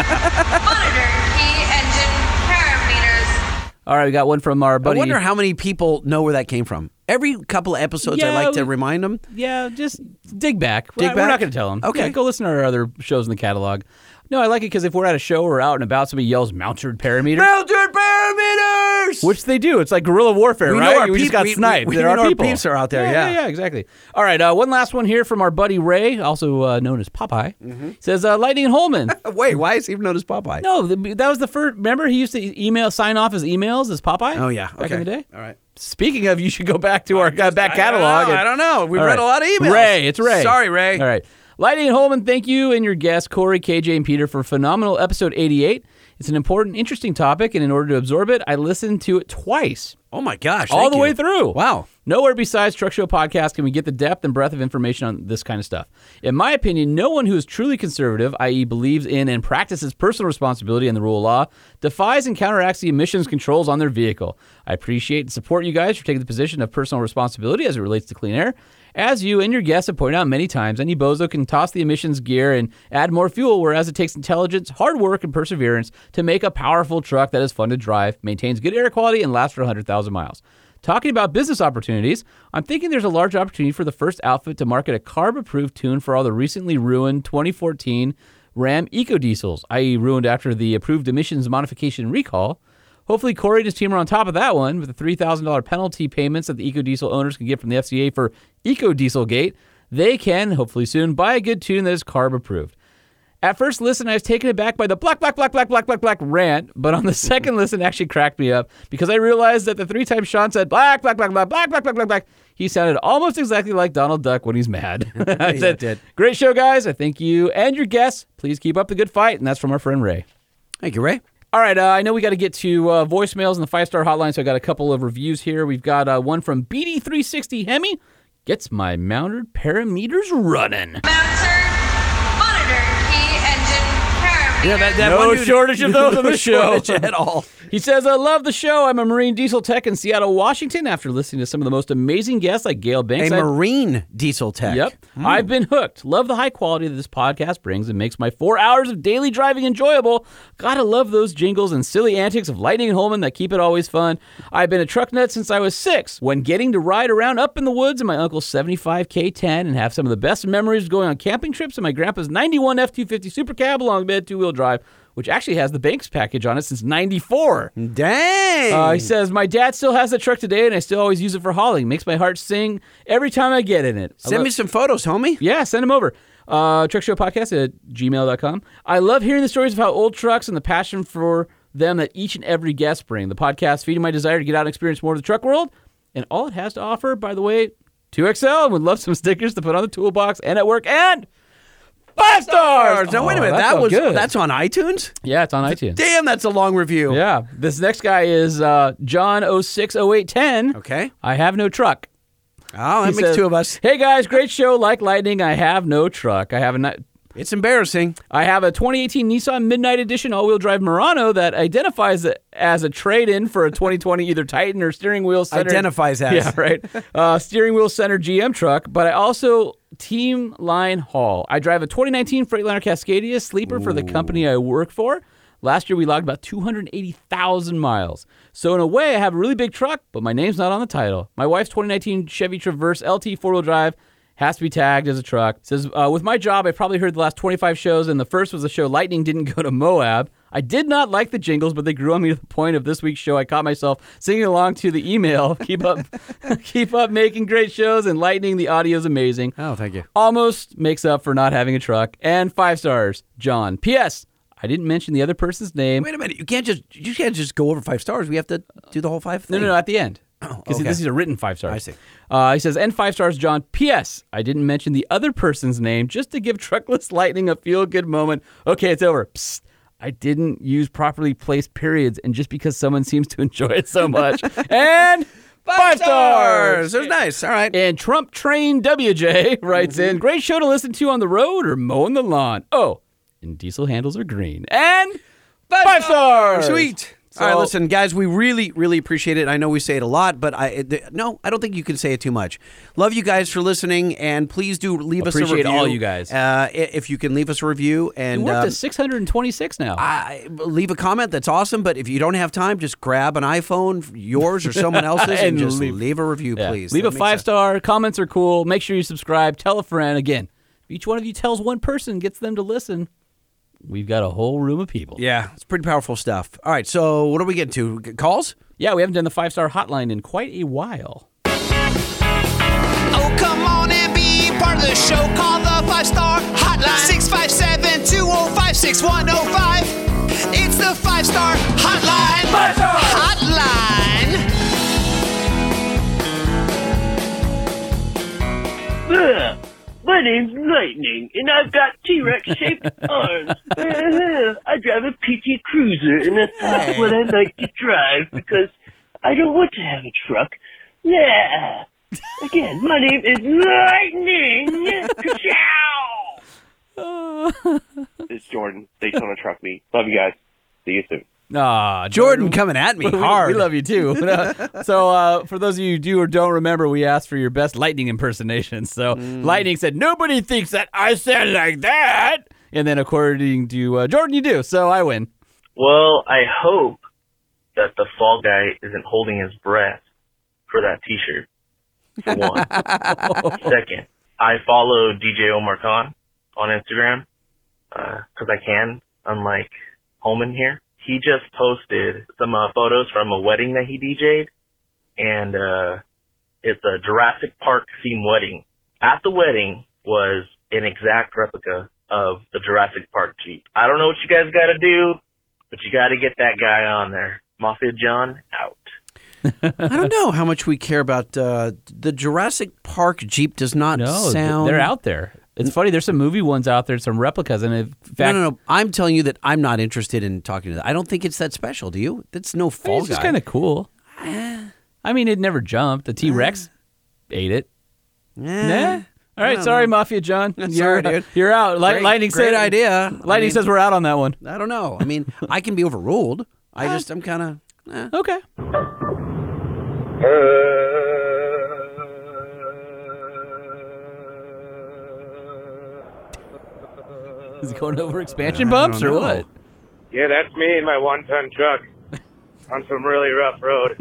K: Monitor key engine parameters.
B: All right, we got one from our
A: I
B: buddy.
A: wonder how many people know where that came from. Every couple of episodes, I
B: Yeah,
A: like to
B: we-
A: remind them.
B: Yeah, just dig back.
A: Dig
B: Dig We're
A: back?
B: not going to tell them.
A: Okay.
B: Yeah, go listen to our other shows in the catalog. No, I like it because if we're at a show or out and about, somebody yells "Mounted Parameter,"
A: Mounted parameters.
B: which they do. It's like guerrilla warfare,
A: We know
B: right?
A: our
B: we
A: peop-
B: just got
A: we- we-
B: sniped.
A: we
B: there
A: know
B: are
A: our
B: people.
A: peeps are out there,
B: Yeah,
A: yeah.
B: yeah, exactly. All right, uh, one last one here from our buddy Ray, also uh, known as Popeye.
A: Mm-hmm.
B: Says uh, Lightning and Holman.
A: Wait, why is he even known as Popeye?
B: no, the, that was the first. Remember, he used to e-, email sign off his emails as Popeye.
A: Oh yeah.
B: back
A: okay.
B: in the day.
A: All right.
B: Speaking of, you should go back to our uh, back catalog.
A: I don't know.
B: and-
A: I don't know. We've
B: All
A: read
B: right.
A: a lot of emails.
B: Ray, it's Ray.
A: Sorry, Ray.
B: All right. Lightning and Holman, thank you and your guests, Corey, KJ, and Peter, for phenomenal episode 88. It's an important, interesting topic, and in order to absorb it, I listened to it twice,
A: Oh my gosh.
B: all
A: thank
B: the
A: you.
B: way through.
A: Wow.
B: Nowhere besides Truck Show Podcast can we get the depth and breadth of information on this kind of stuff. In my opinion, no one who is truly conservative, i.e., believes in and practices personal responsibility and the rule of law, defies and counteracts the emissions controls on their vehicle. I appreciate and support you guys for taking the position of personal responsibility as it relates to clean air. As you and your guests have pointed out many times, any bozo can toss the emissions gear and add more fuel, whereas it takes intelligence, hard work, and perseverance to make a powerful truck that is fun to drive, maintains good air quality, and lasts for 100,000 miles. Talking about business opportunities, I'm thinking there's a large opportunity for the first outfit to market a carb approved tune for all the recently ruined 2014 Ram EcoDiesels, i.e., ruined after the approved emissions modification recall. Hopefully, Corey and his team are on top of that one with the $3,000 penalty payments that the EcoDiesel owners can get from the FCA for EcoDieselgate. They can, hopefully soon, buy a good tune that is carb approved. At first listen, I was taken aback by the black, black, black, black, black, black, black rant, but on the second listen, it actually cracked me up because I realized that the three times Sean said black, black, black, black, black, black, black, black, black, he sounded almost exactly like Donald Duck when he's mad. I
A: Yeah,
B: said,
A: he did.
B: Great show, guys. I thank you and your guests. Please keep up the good fight. And that's from our friend Ray.
A: Thank you, Ray.
B: All right, uh, I know we got to get to uh, voicemails and the five star hotline, so I got a couple of reviews here. We've got uh, one from BD360 Hemi. Gets my mounted parameters running.
K: Bouncer, monitor key engine parameters.
B: no shortage of those on
A: No
B: the show
A: shortage at all.
B: He says, I love the show. I'm a Marine diesel tech in Seattle, Washington. After listening to some of the most amazing guests like Gail
A: A
B: Banks, I-
A: marine Hmm. diesel tech.
B: Yep. I've been hooked. Love the high quality that this podcast brings and makes my four hours of daily driving enjoyable. Gotta love those jingles and silly antics of Lightning and Holman that keep it always fun. I've been a truck nut since I was six when getting to ride around up in the woods in my uncle's 75 K10 and have some of the best memories of going on camping trips in my grandpa's 91 F 250 Super Cab along bed two wheel drive, which actually has the Banks package on it since 94.
A: Dang.
B: Uh, he says, My dad still has that truck today and I still always use it for hauling. Makes my heart sing every time I get in it. I
A: Send
B: love-
A: me some photos, homie.
B: yeah, send them over. Uh, truckshowpodcast at gmail.com. I love hearing the stories of how old trucks and the passion for them that each and every guest bring. The podcast feeding my desire to get out and experience more of the truck world and all it has to offer. By the way, 2XL would love some stickers to put on the toolbox and at work and five stars.
A: Now wait a
B: Oh,
A: minute.
B: that
A: That
B: felt
A: was
B: good.
A: that's on iTunes.
B: yeah, it's on iTunes.
A: Damn, that's a long review.
B: Yeah, this next guy is uh, John 060810.
A: Okay.
B: I have no truck.
A: Oh, that
B: He
A: makes
B: says,
A: two of us.
B: Hey guys, great show. Like lightning, I have no truck. I have a ni-
A: It's embarrassing.
B: I have a 2018 Nissan Midnight Edition all-wheel drive Murano that identifies it as a trade-in for a 2020 either Titan or steering wheel center.
A: Identifies as.
B: Yeah, right. uh, steering wheel center GM truck, but I also team line haul. I drive a 2019 Freightliner Cascadia sleeper for the company I work for. Last year we logged about 280,000 miles. So in a way, I have a really big truck, but my name's not on the title. My wife's 2019 Chevy Traverse LT four-wheel drive Has to be tagged as a truck. Says, uh, with my job, I've probably heard the last 25 shows, and the first was the show Lightning Didn't Go to Moab. I did not like the jingles, but they grew on me to the point of this week's show. I caught myself singing along to the email. Keep up, keep up making great shows and lightning. The audio is amazing.
A: Oh, thank you.
B: Almost makes up for not having a truck. And five stars, John. P.S. I didn't mention the other person's name.
A: Wait a minute. You can't just you can't just go over five stars. We have to do the whole five.
B: No,
A: thing.
B: no, no. At the end.
A: Oh,
B: Because
A: okay.
B: this is a written five stars.
A: I see.
B: Uh, he says, and five stars, John. P.S. I didn't mention the other person's name just to give Truckless Lightning a feel good moment. Okay, it's over. Psst. I didn't use properly placed periods, and just because someone seems to enjoy it so much. and five,
A: stars.
B: stars.
A: It was nice. All right.
B: And Trump Train WJ writes
A: Mm-hmm.
B: in, great show to listen to on the road or mowing the lawn. Oh, and diesel handles are green. And five, stars.
A: Sweet. All right, listen, guys, we really, really appreciate it. I know we say it a lot, but I th- no, I don't think you can say it too much. Love you guys for listening, and please do leave us a
B: Appreciate
A: review.
B: all you guys.
A: Uh, i- if you can leave us a review and
B: We're up
A: um,
B: to 626 now.
A: I, leave a comment, that's awesome. But if you don't have time, just grab an iPhone, yours or someone else's, and,
B: And
A: just leave,
B: leave-
A: a review,
B: Yeah.
A: please.
B: Leave
A: That
B: a
A: makes
B: five
A: sense.
B: star. Comments are cool. Make sure you subscribe. Tell a friend. Again, if each one of you tells one person, gets them to listen. We've got a whole room of people.
A: Yeah, it's pretty powerful stuff. All right, so what are we getting to? G- Calls?
B: Yeah, we haven't done the five star hotline in quite a while.
C: Oh, come on and be part of the show. Call the five star hotline 657 205 6105. It's the five star hotline. Five star hotline.
M: Ugh. My name's Lightning, and I've got T-Rex shaped arms. I drive a PT Cruiser, and that's not what I like to drive because I don't want to have a truck. Yeah. Again, my name is Lightning. Ka-chow!
N: It's Jordan. They just want to truck me. Love you guys. See you soon.
B: Ah,
A: Jordan coming at me
B: We- we-
A: hard.
B: We, love you too. so, uh, for those of you who do or don't remember, we asked for your best lightning impersonations. So,
A: Mm.
B: lightning said, "Nobody thinks that I sound like that." And then, according to uh, Jordan, you do. So I win.
O: Well, I hope that the fall guy isn't holding his breath for that T-shirt. For one. Second, I follow DJ Omar Khan on Instagram because I can, unlike Holman here. He just posted some uh, photos from a wedding that he DJ'd, and uh, it's a Jurassic Park theme wedding. At the wedding was an exact replica of the Jurassic Park Jeep. I don't know what you guys got to do, but you got to get that guy on there. Mafia John out.
A: I don't know how much we care about uh, the Jurassic Park Jeep. Does not
B: No,
A: sound.
B: they're out there. It's funny. There's some movie ones out there, some replicas, and in
A: No,
B: fact,
A: no, no. I'm telling you that I'm not interested in talking to that. I don't think it's that special. Do you? That's no fall
B: it's just
A: guy.
B: kind of cool. Eh. I mean, it never jumped. The T Rex
A: Eh.
B: ate it. Nah. All
A: I
B: right,
A: don't
B: sorry, Mafia John.
A: Eh. Sorry, dude.
B: You're out. Light,
A: Great-
B: lightning
A: great
B: said,
A: idea.
B: Lightning
A: I mean-
B: says we're out on that one.
A: I don't know. I mean, I can be overruled. I just, I'm kind of.
B: Okay.
A: Uh.
B: Is it going over expansion
P: I
B: bumps
P: don't
B: or
P: know.
B: what?
P: Yeah, that's me and my one ton truck on some really rough road.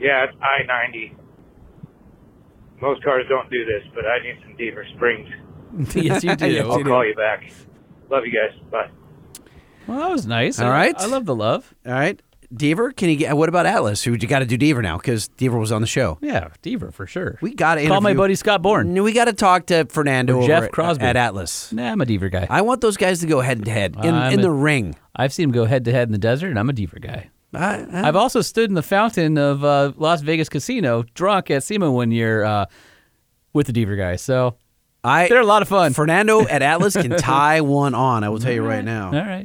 P: yeah, it's I 90. Most cars don't do this, but I need some deeper springs.
B: Yes, you do. Yes,
P: I'll
B: you do.
P: call you back. Love you guys. Bye.
B: Well, that was nice.
A: All
B: I-
A: right.
B: I love the love.
A: All right, Deaver. Can you get? What about Atlas? Who you got to do Deaver now? Because Deaver was on the show.
B: Yeah, Deaver for sure.
A: We got to
B: Call my buddy Scott Bourne.
A: We got to talk to Fernando
B: Or
A: over
B: Jeff
A: at-
B: Crosby.
A: at Atlas.
B: Nah, I'm a Deaver guy.
A: I want those guys to go head to head in,
B: I'm
A: in
B: a-
A: the ring.
B: I've seen him go head to head in the desert, and I'm a Deaver guy.
A: I, I,
B: I've also stood in the fountain of uh, Las Vegas Casino drunk at SEMA one year uh, with the Deaver guy. So
A: I
B: they're a lot of fun.
A: Fernando at Atlas can tie one on. I will tell you right now.
B: All right.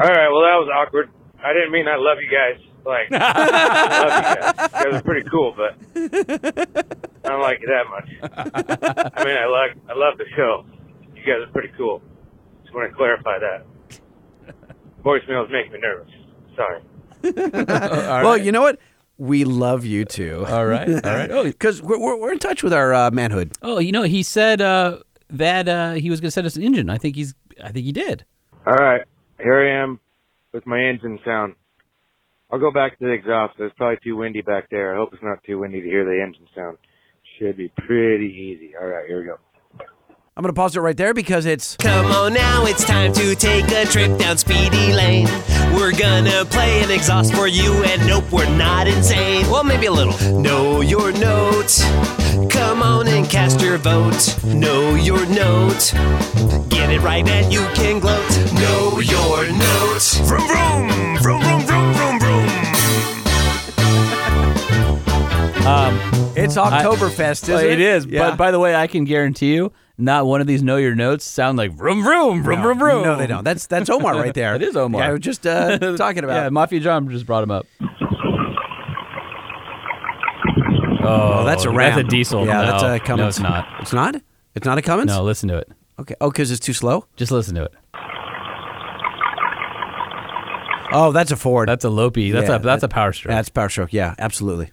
P: All right, well, that was awkward. I didn't mean I love you guys. Like, I love you guys. You guys are pretty cool, but I don't like you that much. I mean, I like I love the show. You guys are pretty cool. Just want to clarify that. Voicemails make me nervous. Sorry.
A: well, you know what? We love you too. All
B: right, all right. Oh.
A: because we're, we're, we're in touch with our uh, manhood.
B: Oh, you know, he said uh, that uh, he was going to send us an engine. I think he's. I think he did.
P: All right, here I am with my engine sound. I'll go back to the exhaust. It's probably too windy back there. I hope it's not too windy to hear the engine sound. Should be pretty easy. All right, here we go.
A: I'm going to pause it right there because it's.
C: Come on now, it's time to take a trip down Speedy Lane. We're gonna play an exhaust for you, and nope, we're not insane. Well, maybe a little. Know your note. Come on and cast your vote. Know your note. Get it right, and you can gloat. Know your note. Vroom, vroom, vroom, vroom, vroom, vroom, vroom.
B: Um,
A: it's Oktoberfest, isn't
B: It
A: it?
B: is.
A: Yeah.
B: But by the way, I can guarantee you, not one of these know your notes sound like vroom vroom vroom
A: No,
B: vroom vroom.
A: no, they don't. That's- that's Omar right there.
B: it is Omar.
A: Yeah, I was just, uh, talking about.
B: Yeah, Mafia John just brought him up.
A: Oh, that's a Ram.
B: That's a diesel.
A: Yeah,
B: No.
A: that's a Cummins.
B: No, it's not.
A: It's not. It's not a Cummins.
B: No, listen to it.
A: Okay. Oh, because it's too slow.
B: Just listen to it.
A: Oh, that's a Ford.
B: That's a Lopi. That's a that's a power stroke.
A: That's power stroke. Yeah, absolutely.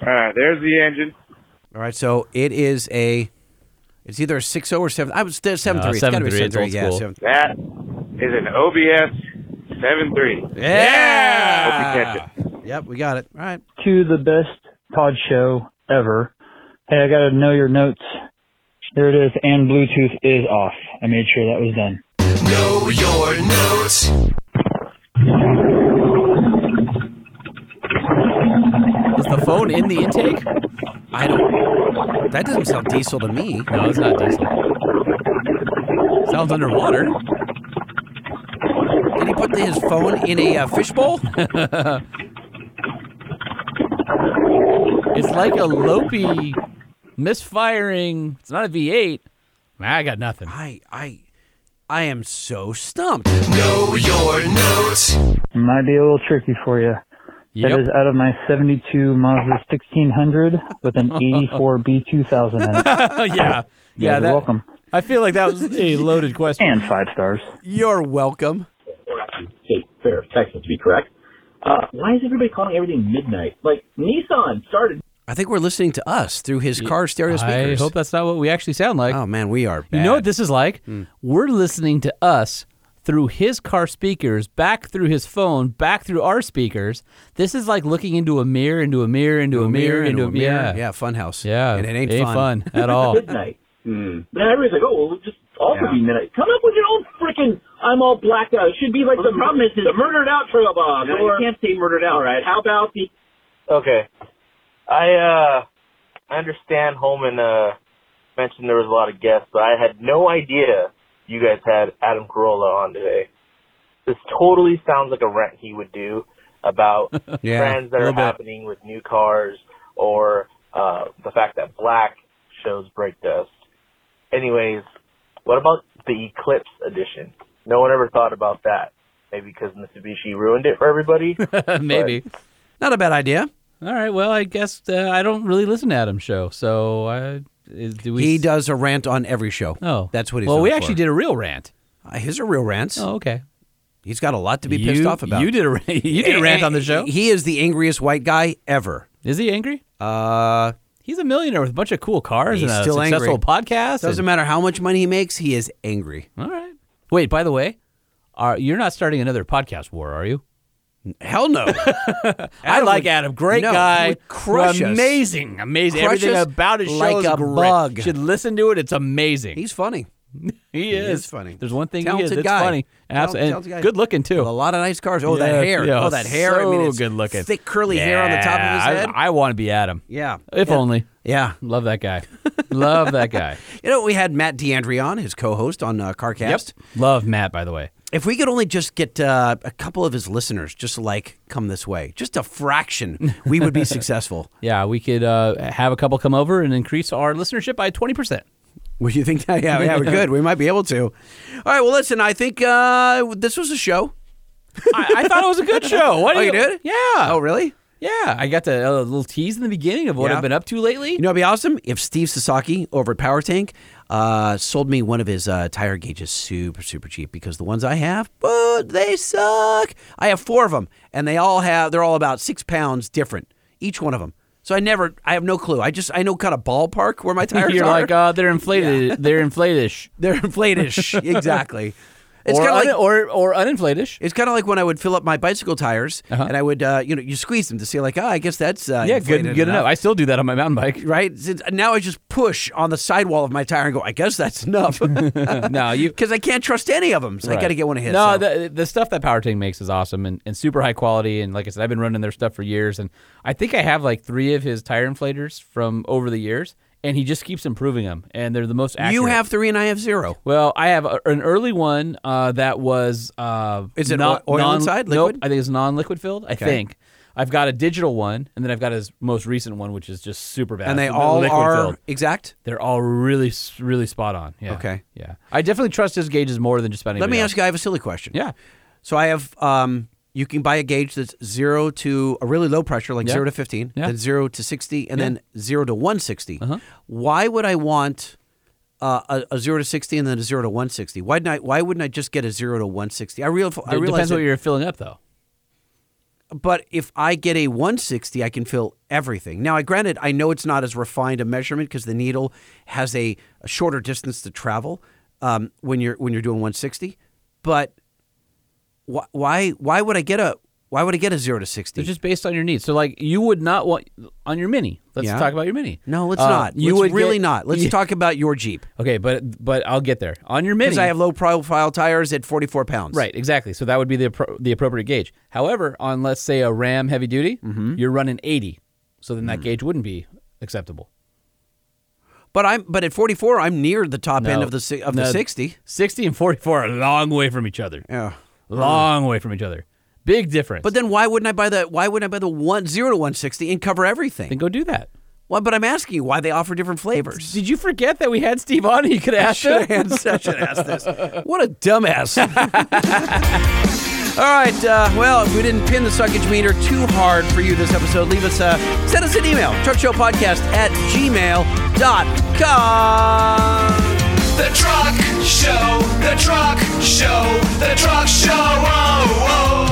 P: All right, there's the engine.
A: All right. So it is a. It's either a six zero or seven. I was seven three. It's gotta be
B: 7.3,
A: seven
B: Uh, it's
A: three.
B: old
A: Yeah.
B: school.
A: Seven,
P: That is an OBS seven three.
A: Yeah. Yep, we got it. All right.
Q: to the best pod show ever. Hey, I gotta know your notes. There it is, and Bluetooth is off. I made sure that was done.
C: Know your notes.
B: Is the phone in the intake?
A: I don't. That doesn't sound diesel to me.
B: No, it's not diesel. Sounds underwater.
A: Did he put his phone in a uh, fishbowl?
B: It's like a Lopi misfiring. It's not a V8. Man, I got nothing.
A: I I I am so stumped.
C: Know your notes.
Q: Might be a little tricky for you.
B: Yep.
Q: That is out of my 72 Mazda 1600 with an 84 B2000 in it.
B: yeah.
Q: Yeah,
B: Yeah,
Q: you're
B: that,
Q: welcome.
B: I feel like that was a loaded question.
Q: And five stars.
A: You're welcome.
R: State Fair of Texas, to be correct. Uh, why is everybody calling everything midnight? Like, Nissan started.
A: I think we're listening to us through his car stereo
B: I
A: speakers.
B: hope that's not what we actually sound like.
A: Oh man, we are.
B: You know what this is like? We're listening to us through his car speakers, back through his phone, back through our speakers. This is like looking into a mirror, into a mirror, into a mirror, into a mirror.
A: Yeah, funhouse.
B: Yeah,
A: and it ain't,
B: fun. at all.
R: Midnight. Hmm. Now everybody's like, oh, well, just also be midnight. Come up with your own freaking I'm all blacked out. It should be like the problem is the murdered out trail bob.
N: No, you
R: or, can't say murdered out. All right. How about the
N: Okay. I uh I understand Holman uh mentioned there was a lot of guests, but I had no idea you guys had Adam Carolla on today. This totally sounds like a rant he would do about
A: Yeah,
N: trends that
A: a
N: are
A: little bit.
N: happening with new cars or uh the fact that black shows brake dust. Anyways, what about the Eclipse edition? No one ever thought about that. Maybe because Mitsubishi ruined it for everybody.
B: Maybe.
A: Not a bad idea.
B: All right. Well, I guess uh, I don't really listen to Adam's show, so I is, do we?
A: He does a rant on every show.
B: Oh,
A: that's what he's.
B: well, we
A: known
B: actually
A: for.
B: did a real rant.
A: Uh, his are real rants.
B: Oh, okay.
A: He's got a lot to be pissed
B: You-
A: off about. Eh,
B: you did a ra- you did a rant on the show?
A: He is the angriest white guy ever.
B: Is he angry?
A: Uh,
B: He's a millionaire with a bunch of cool cars
A: he's
B: and a
A: still
B: successful
A: angry.
B: podcast.
A: Doesn't
B: and-
A: matter how much money he makes, he is angry.
B: All right. Wait, by the way, are you're not starting another podcast war, are you?
A: Hell no.
B: I like Adam. Great
A: no, he
B: guy.
A: would crush us.
B: amazing. Amazing.
A: Crush
B: Everything
A: us
B: about his show
A: like
B: is
A: a
B: great.
A: bug.
B: Should listen to it. It's amazing.
A: He's funny.
B: he,
A: is funny.
B: There's one thing
A: Talented
B: he is. It's
A: guy.
B: funny.
A: Talent-
B: Absolutely.
A: talented guy.
B: Good looking too.
A: A lot of nice cars. Oh, that
B: Yes,
A: hair.
B: yeah,
A: oh, that hair. I mean,
B: so
A: it's
B: good looking.
A: Thick curly hair on the top of his
B: Yeah, I-
A: head.
B: I, want to be Adam.
A: yeah.
B: If
A: Yeah.
B: only.
A: Yeah.
B: Love that guy. Love that guy.
A: You know, we had Matt DeAndre on, his co-host on uh, CarCast.
B: Love Matt, by the way.
A: If we could only just get uh, a couple of his listeners just to, like come this way, just a fraction, we would be successful.
B: Yeah, we could uh, have a couple come over and increase our listenership by 20%.
A: Would you think that? Yeah, yeah, we could. We might be able to. All right. Well, listen. I think uh, this was a show.
B: I, I thought it was a good show. What
A: Oh,
B: do
A: you did?
B: Yeah.
A: Oh, really?
B: Yeah, I got the uh, little tease in the beginning of what
A: Yeah.
B: I've been up to lately.
A: You know, it'd be awesome if Steve Sasaki over at Power Tank uh, sold me one of his uh, tire gauges super, super cheap because the ones I have, oh, they suck. I have four of them, and they all have, they're all about six pounds different, each one of them. So I never, I have no clue. I just, I know kind of ballpark where my tires
B: You're uh,
A: are.
B: like, uh, they're inflated. They're inflatish.
A: they're inflatish. exactly. It's
B: Or
A: kind of
B: un-
A: like
B: or or uninflatish.
A: It's kind of like when I would fill up my bicycle tires and I would uh, you know you squeeze them to see like oh I guess that's uh,
B: Uh-huh. yeah, good,
A: inflated
B: good enough. I still do that on my mountain bike.
A: right? Since- Now I just push on the sidewall of my tire and go, I guess that's enough.
B: no, you
A: because I can't trust any of them. So I
B: Right.
A: got to get one ahead. so.
B: No, the, the stuff that Power Tank makes is awesome and, and super high quality. And like I said, I've been running their stuff for years, and I think I have like three of his tire inflators from over the years, and he just keeps improving them, and they're the most accurate.
A: you have three and I have zero.
B: Well, I have a, an early one uh, that was. Uh,
A: Is it o- oil inside,
B: nope,
A: liquid?
B: I think it's non-liquid filled. I
A: Okay.
B: think. I've got a digital one, and then I've got his most recent one, which is just super bad.
A: And they all
B: liquid
A: are
B: filled.
A: exact.
B: They're all really, s- really spot on. Yeah.
A: Okay.
B: Yeah. I definitely trust his gauges more than just about
A: Let
B: anybody
A: me
B: else.
A: ask you. I have a silly question.
B: Yeah.
A: So I have. Um, you can buy a gauge that's zero to a really low pressure, like
B: Yeah.
A: zero to fifteen,
B: Yeah.
A: then zero to sixty, and
B: Yeah. Uh-huh.
A: then zero to one Why would I want uh, a, a zero to sixty and then a zero to one sixty? Why didn't I? Why wouldn't I just get a zero to one sixty? I real I
B: it
A: realize
B: depends
A: that-
B: what you're filling up, though.
A: but if I get a 160, I can fill everything. Now, I granted, I know it's not as refined a measurement because the needle has a, a shorter distance to travel um, when you're when you're doing 160. But wh- why why would I get a why would I get a zero to
B: They're
A: 60?
B: just based on your needs. So, like, you would not want on your mini. Let's
A: Yeah.
B: talk about your mini.
A: no, let's
B: Uh,
A: not.
B: You
A: Let's
B: would
A: really
B: get-
A: not. Let's
B: Yeah.
A: talk about your Jeep
B: Okay, but but I'll get there on your mini.
A: because I have low profile tires at 44 pounds.
B: Right, exactly. So that would be the appro- the appropriate gauge. However, on let's say a Ram heavy duty,
A: Mm-hmm.
B: you're running 80, so then
A: Mm.
B: that gauge wouldn't be acceptable.
A: But I'm but at 44, I'm near the top end
B: No.
A: of the si- of
B: No.
A: the 60.
B: 60 and 44 are a long way from each other.
A: Yeah.
B: Long way from each other. Big difference.
A: But then why wouldn't I buy the why wouldn't I buy the one zero to 160 and cover everything?
B: then go do that.
A: Well, but I'm asking you why they offer different flavors.
B: Did you forget that we had Steve on? You could ask
A: should
B: him.
A: have asked, I should have asked this. What a dumbass. All right. Uh, well, if we didn't pin the suckage meter too hard for you this episode, leave us, uh, send us an email, truckshowpodcast at gmail.com.
C: The truck show, the truck show, the truck show. Oh, oh.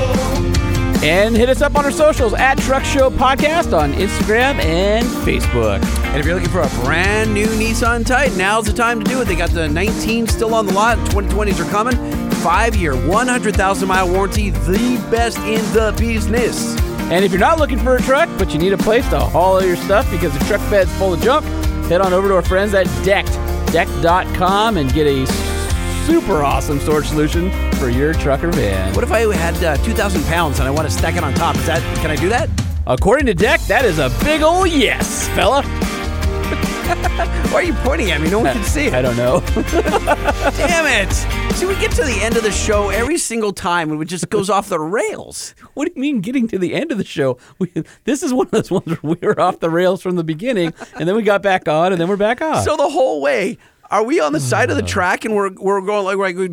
B: And hit us up on our socials at Truck Show Podcast on Instagram and Facebook.
A: And if you're looking for a brand new Nissan Titan, now's the time to do it. They got the 19 still on the lot, 2020s are coming. Five year, 100,000 mile warranty, the best in the business.
B: And if you're not looking for a truck, but you need a place to haul all your stuff because the truck bed's full of junk, head on over to our friends at Decked, decked.com, and get a super awesome storage solution for your trucker van.
A: What if I had uh, 2,000 pounds and I want to stack it on top? Is that, can I do that?
B: According to Deck, that is a big ol' yes, fella.
A: Why are you pointing at me? No one can see
B: I
A: it.
B: don't know.
A: Damn it! See, we get to the end of the show every single time, and it just goes off the rails.
B: What do you mean getting to the end of the show? We, this is one of those ones where we were off the rails from the beginning, and then we got back on, and then we're back off.
A: So the whole way, are we on the side of the track, and we're we're going like like
B: yeah,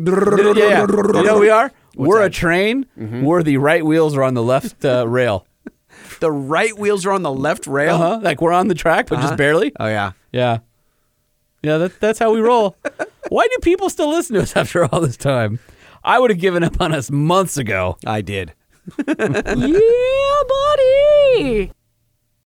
B: yeah. you know we are. we're a
A: that? Mm-hmm.
B: train. Where the right wheels are on the left uh, rail.
A: the right wheels are on the left rail.
B: Uh huh. Like we're on the track, but just barely.
A: Oh yeah.
B: Uh-huh. Uh, Yeah. Yeah, that, that's how we roll. Why do people still listen to us after all this time? I would have given up on us months ago.
A: I did.
L: yeah, buddy.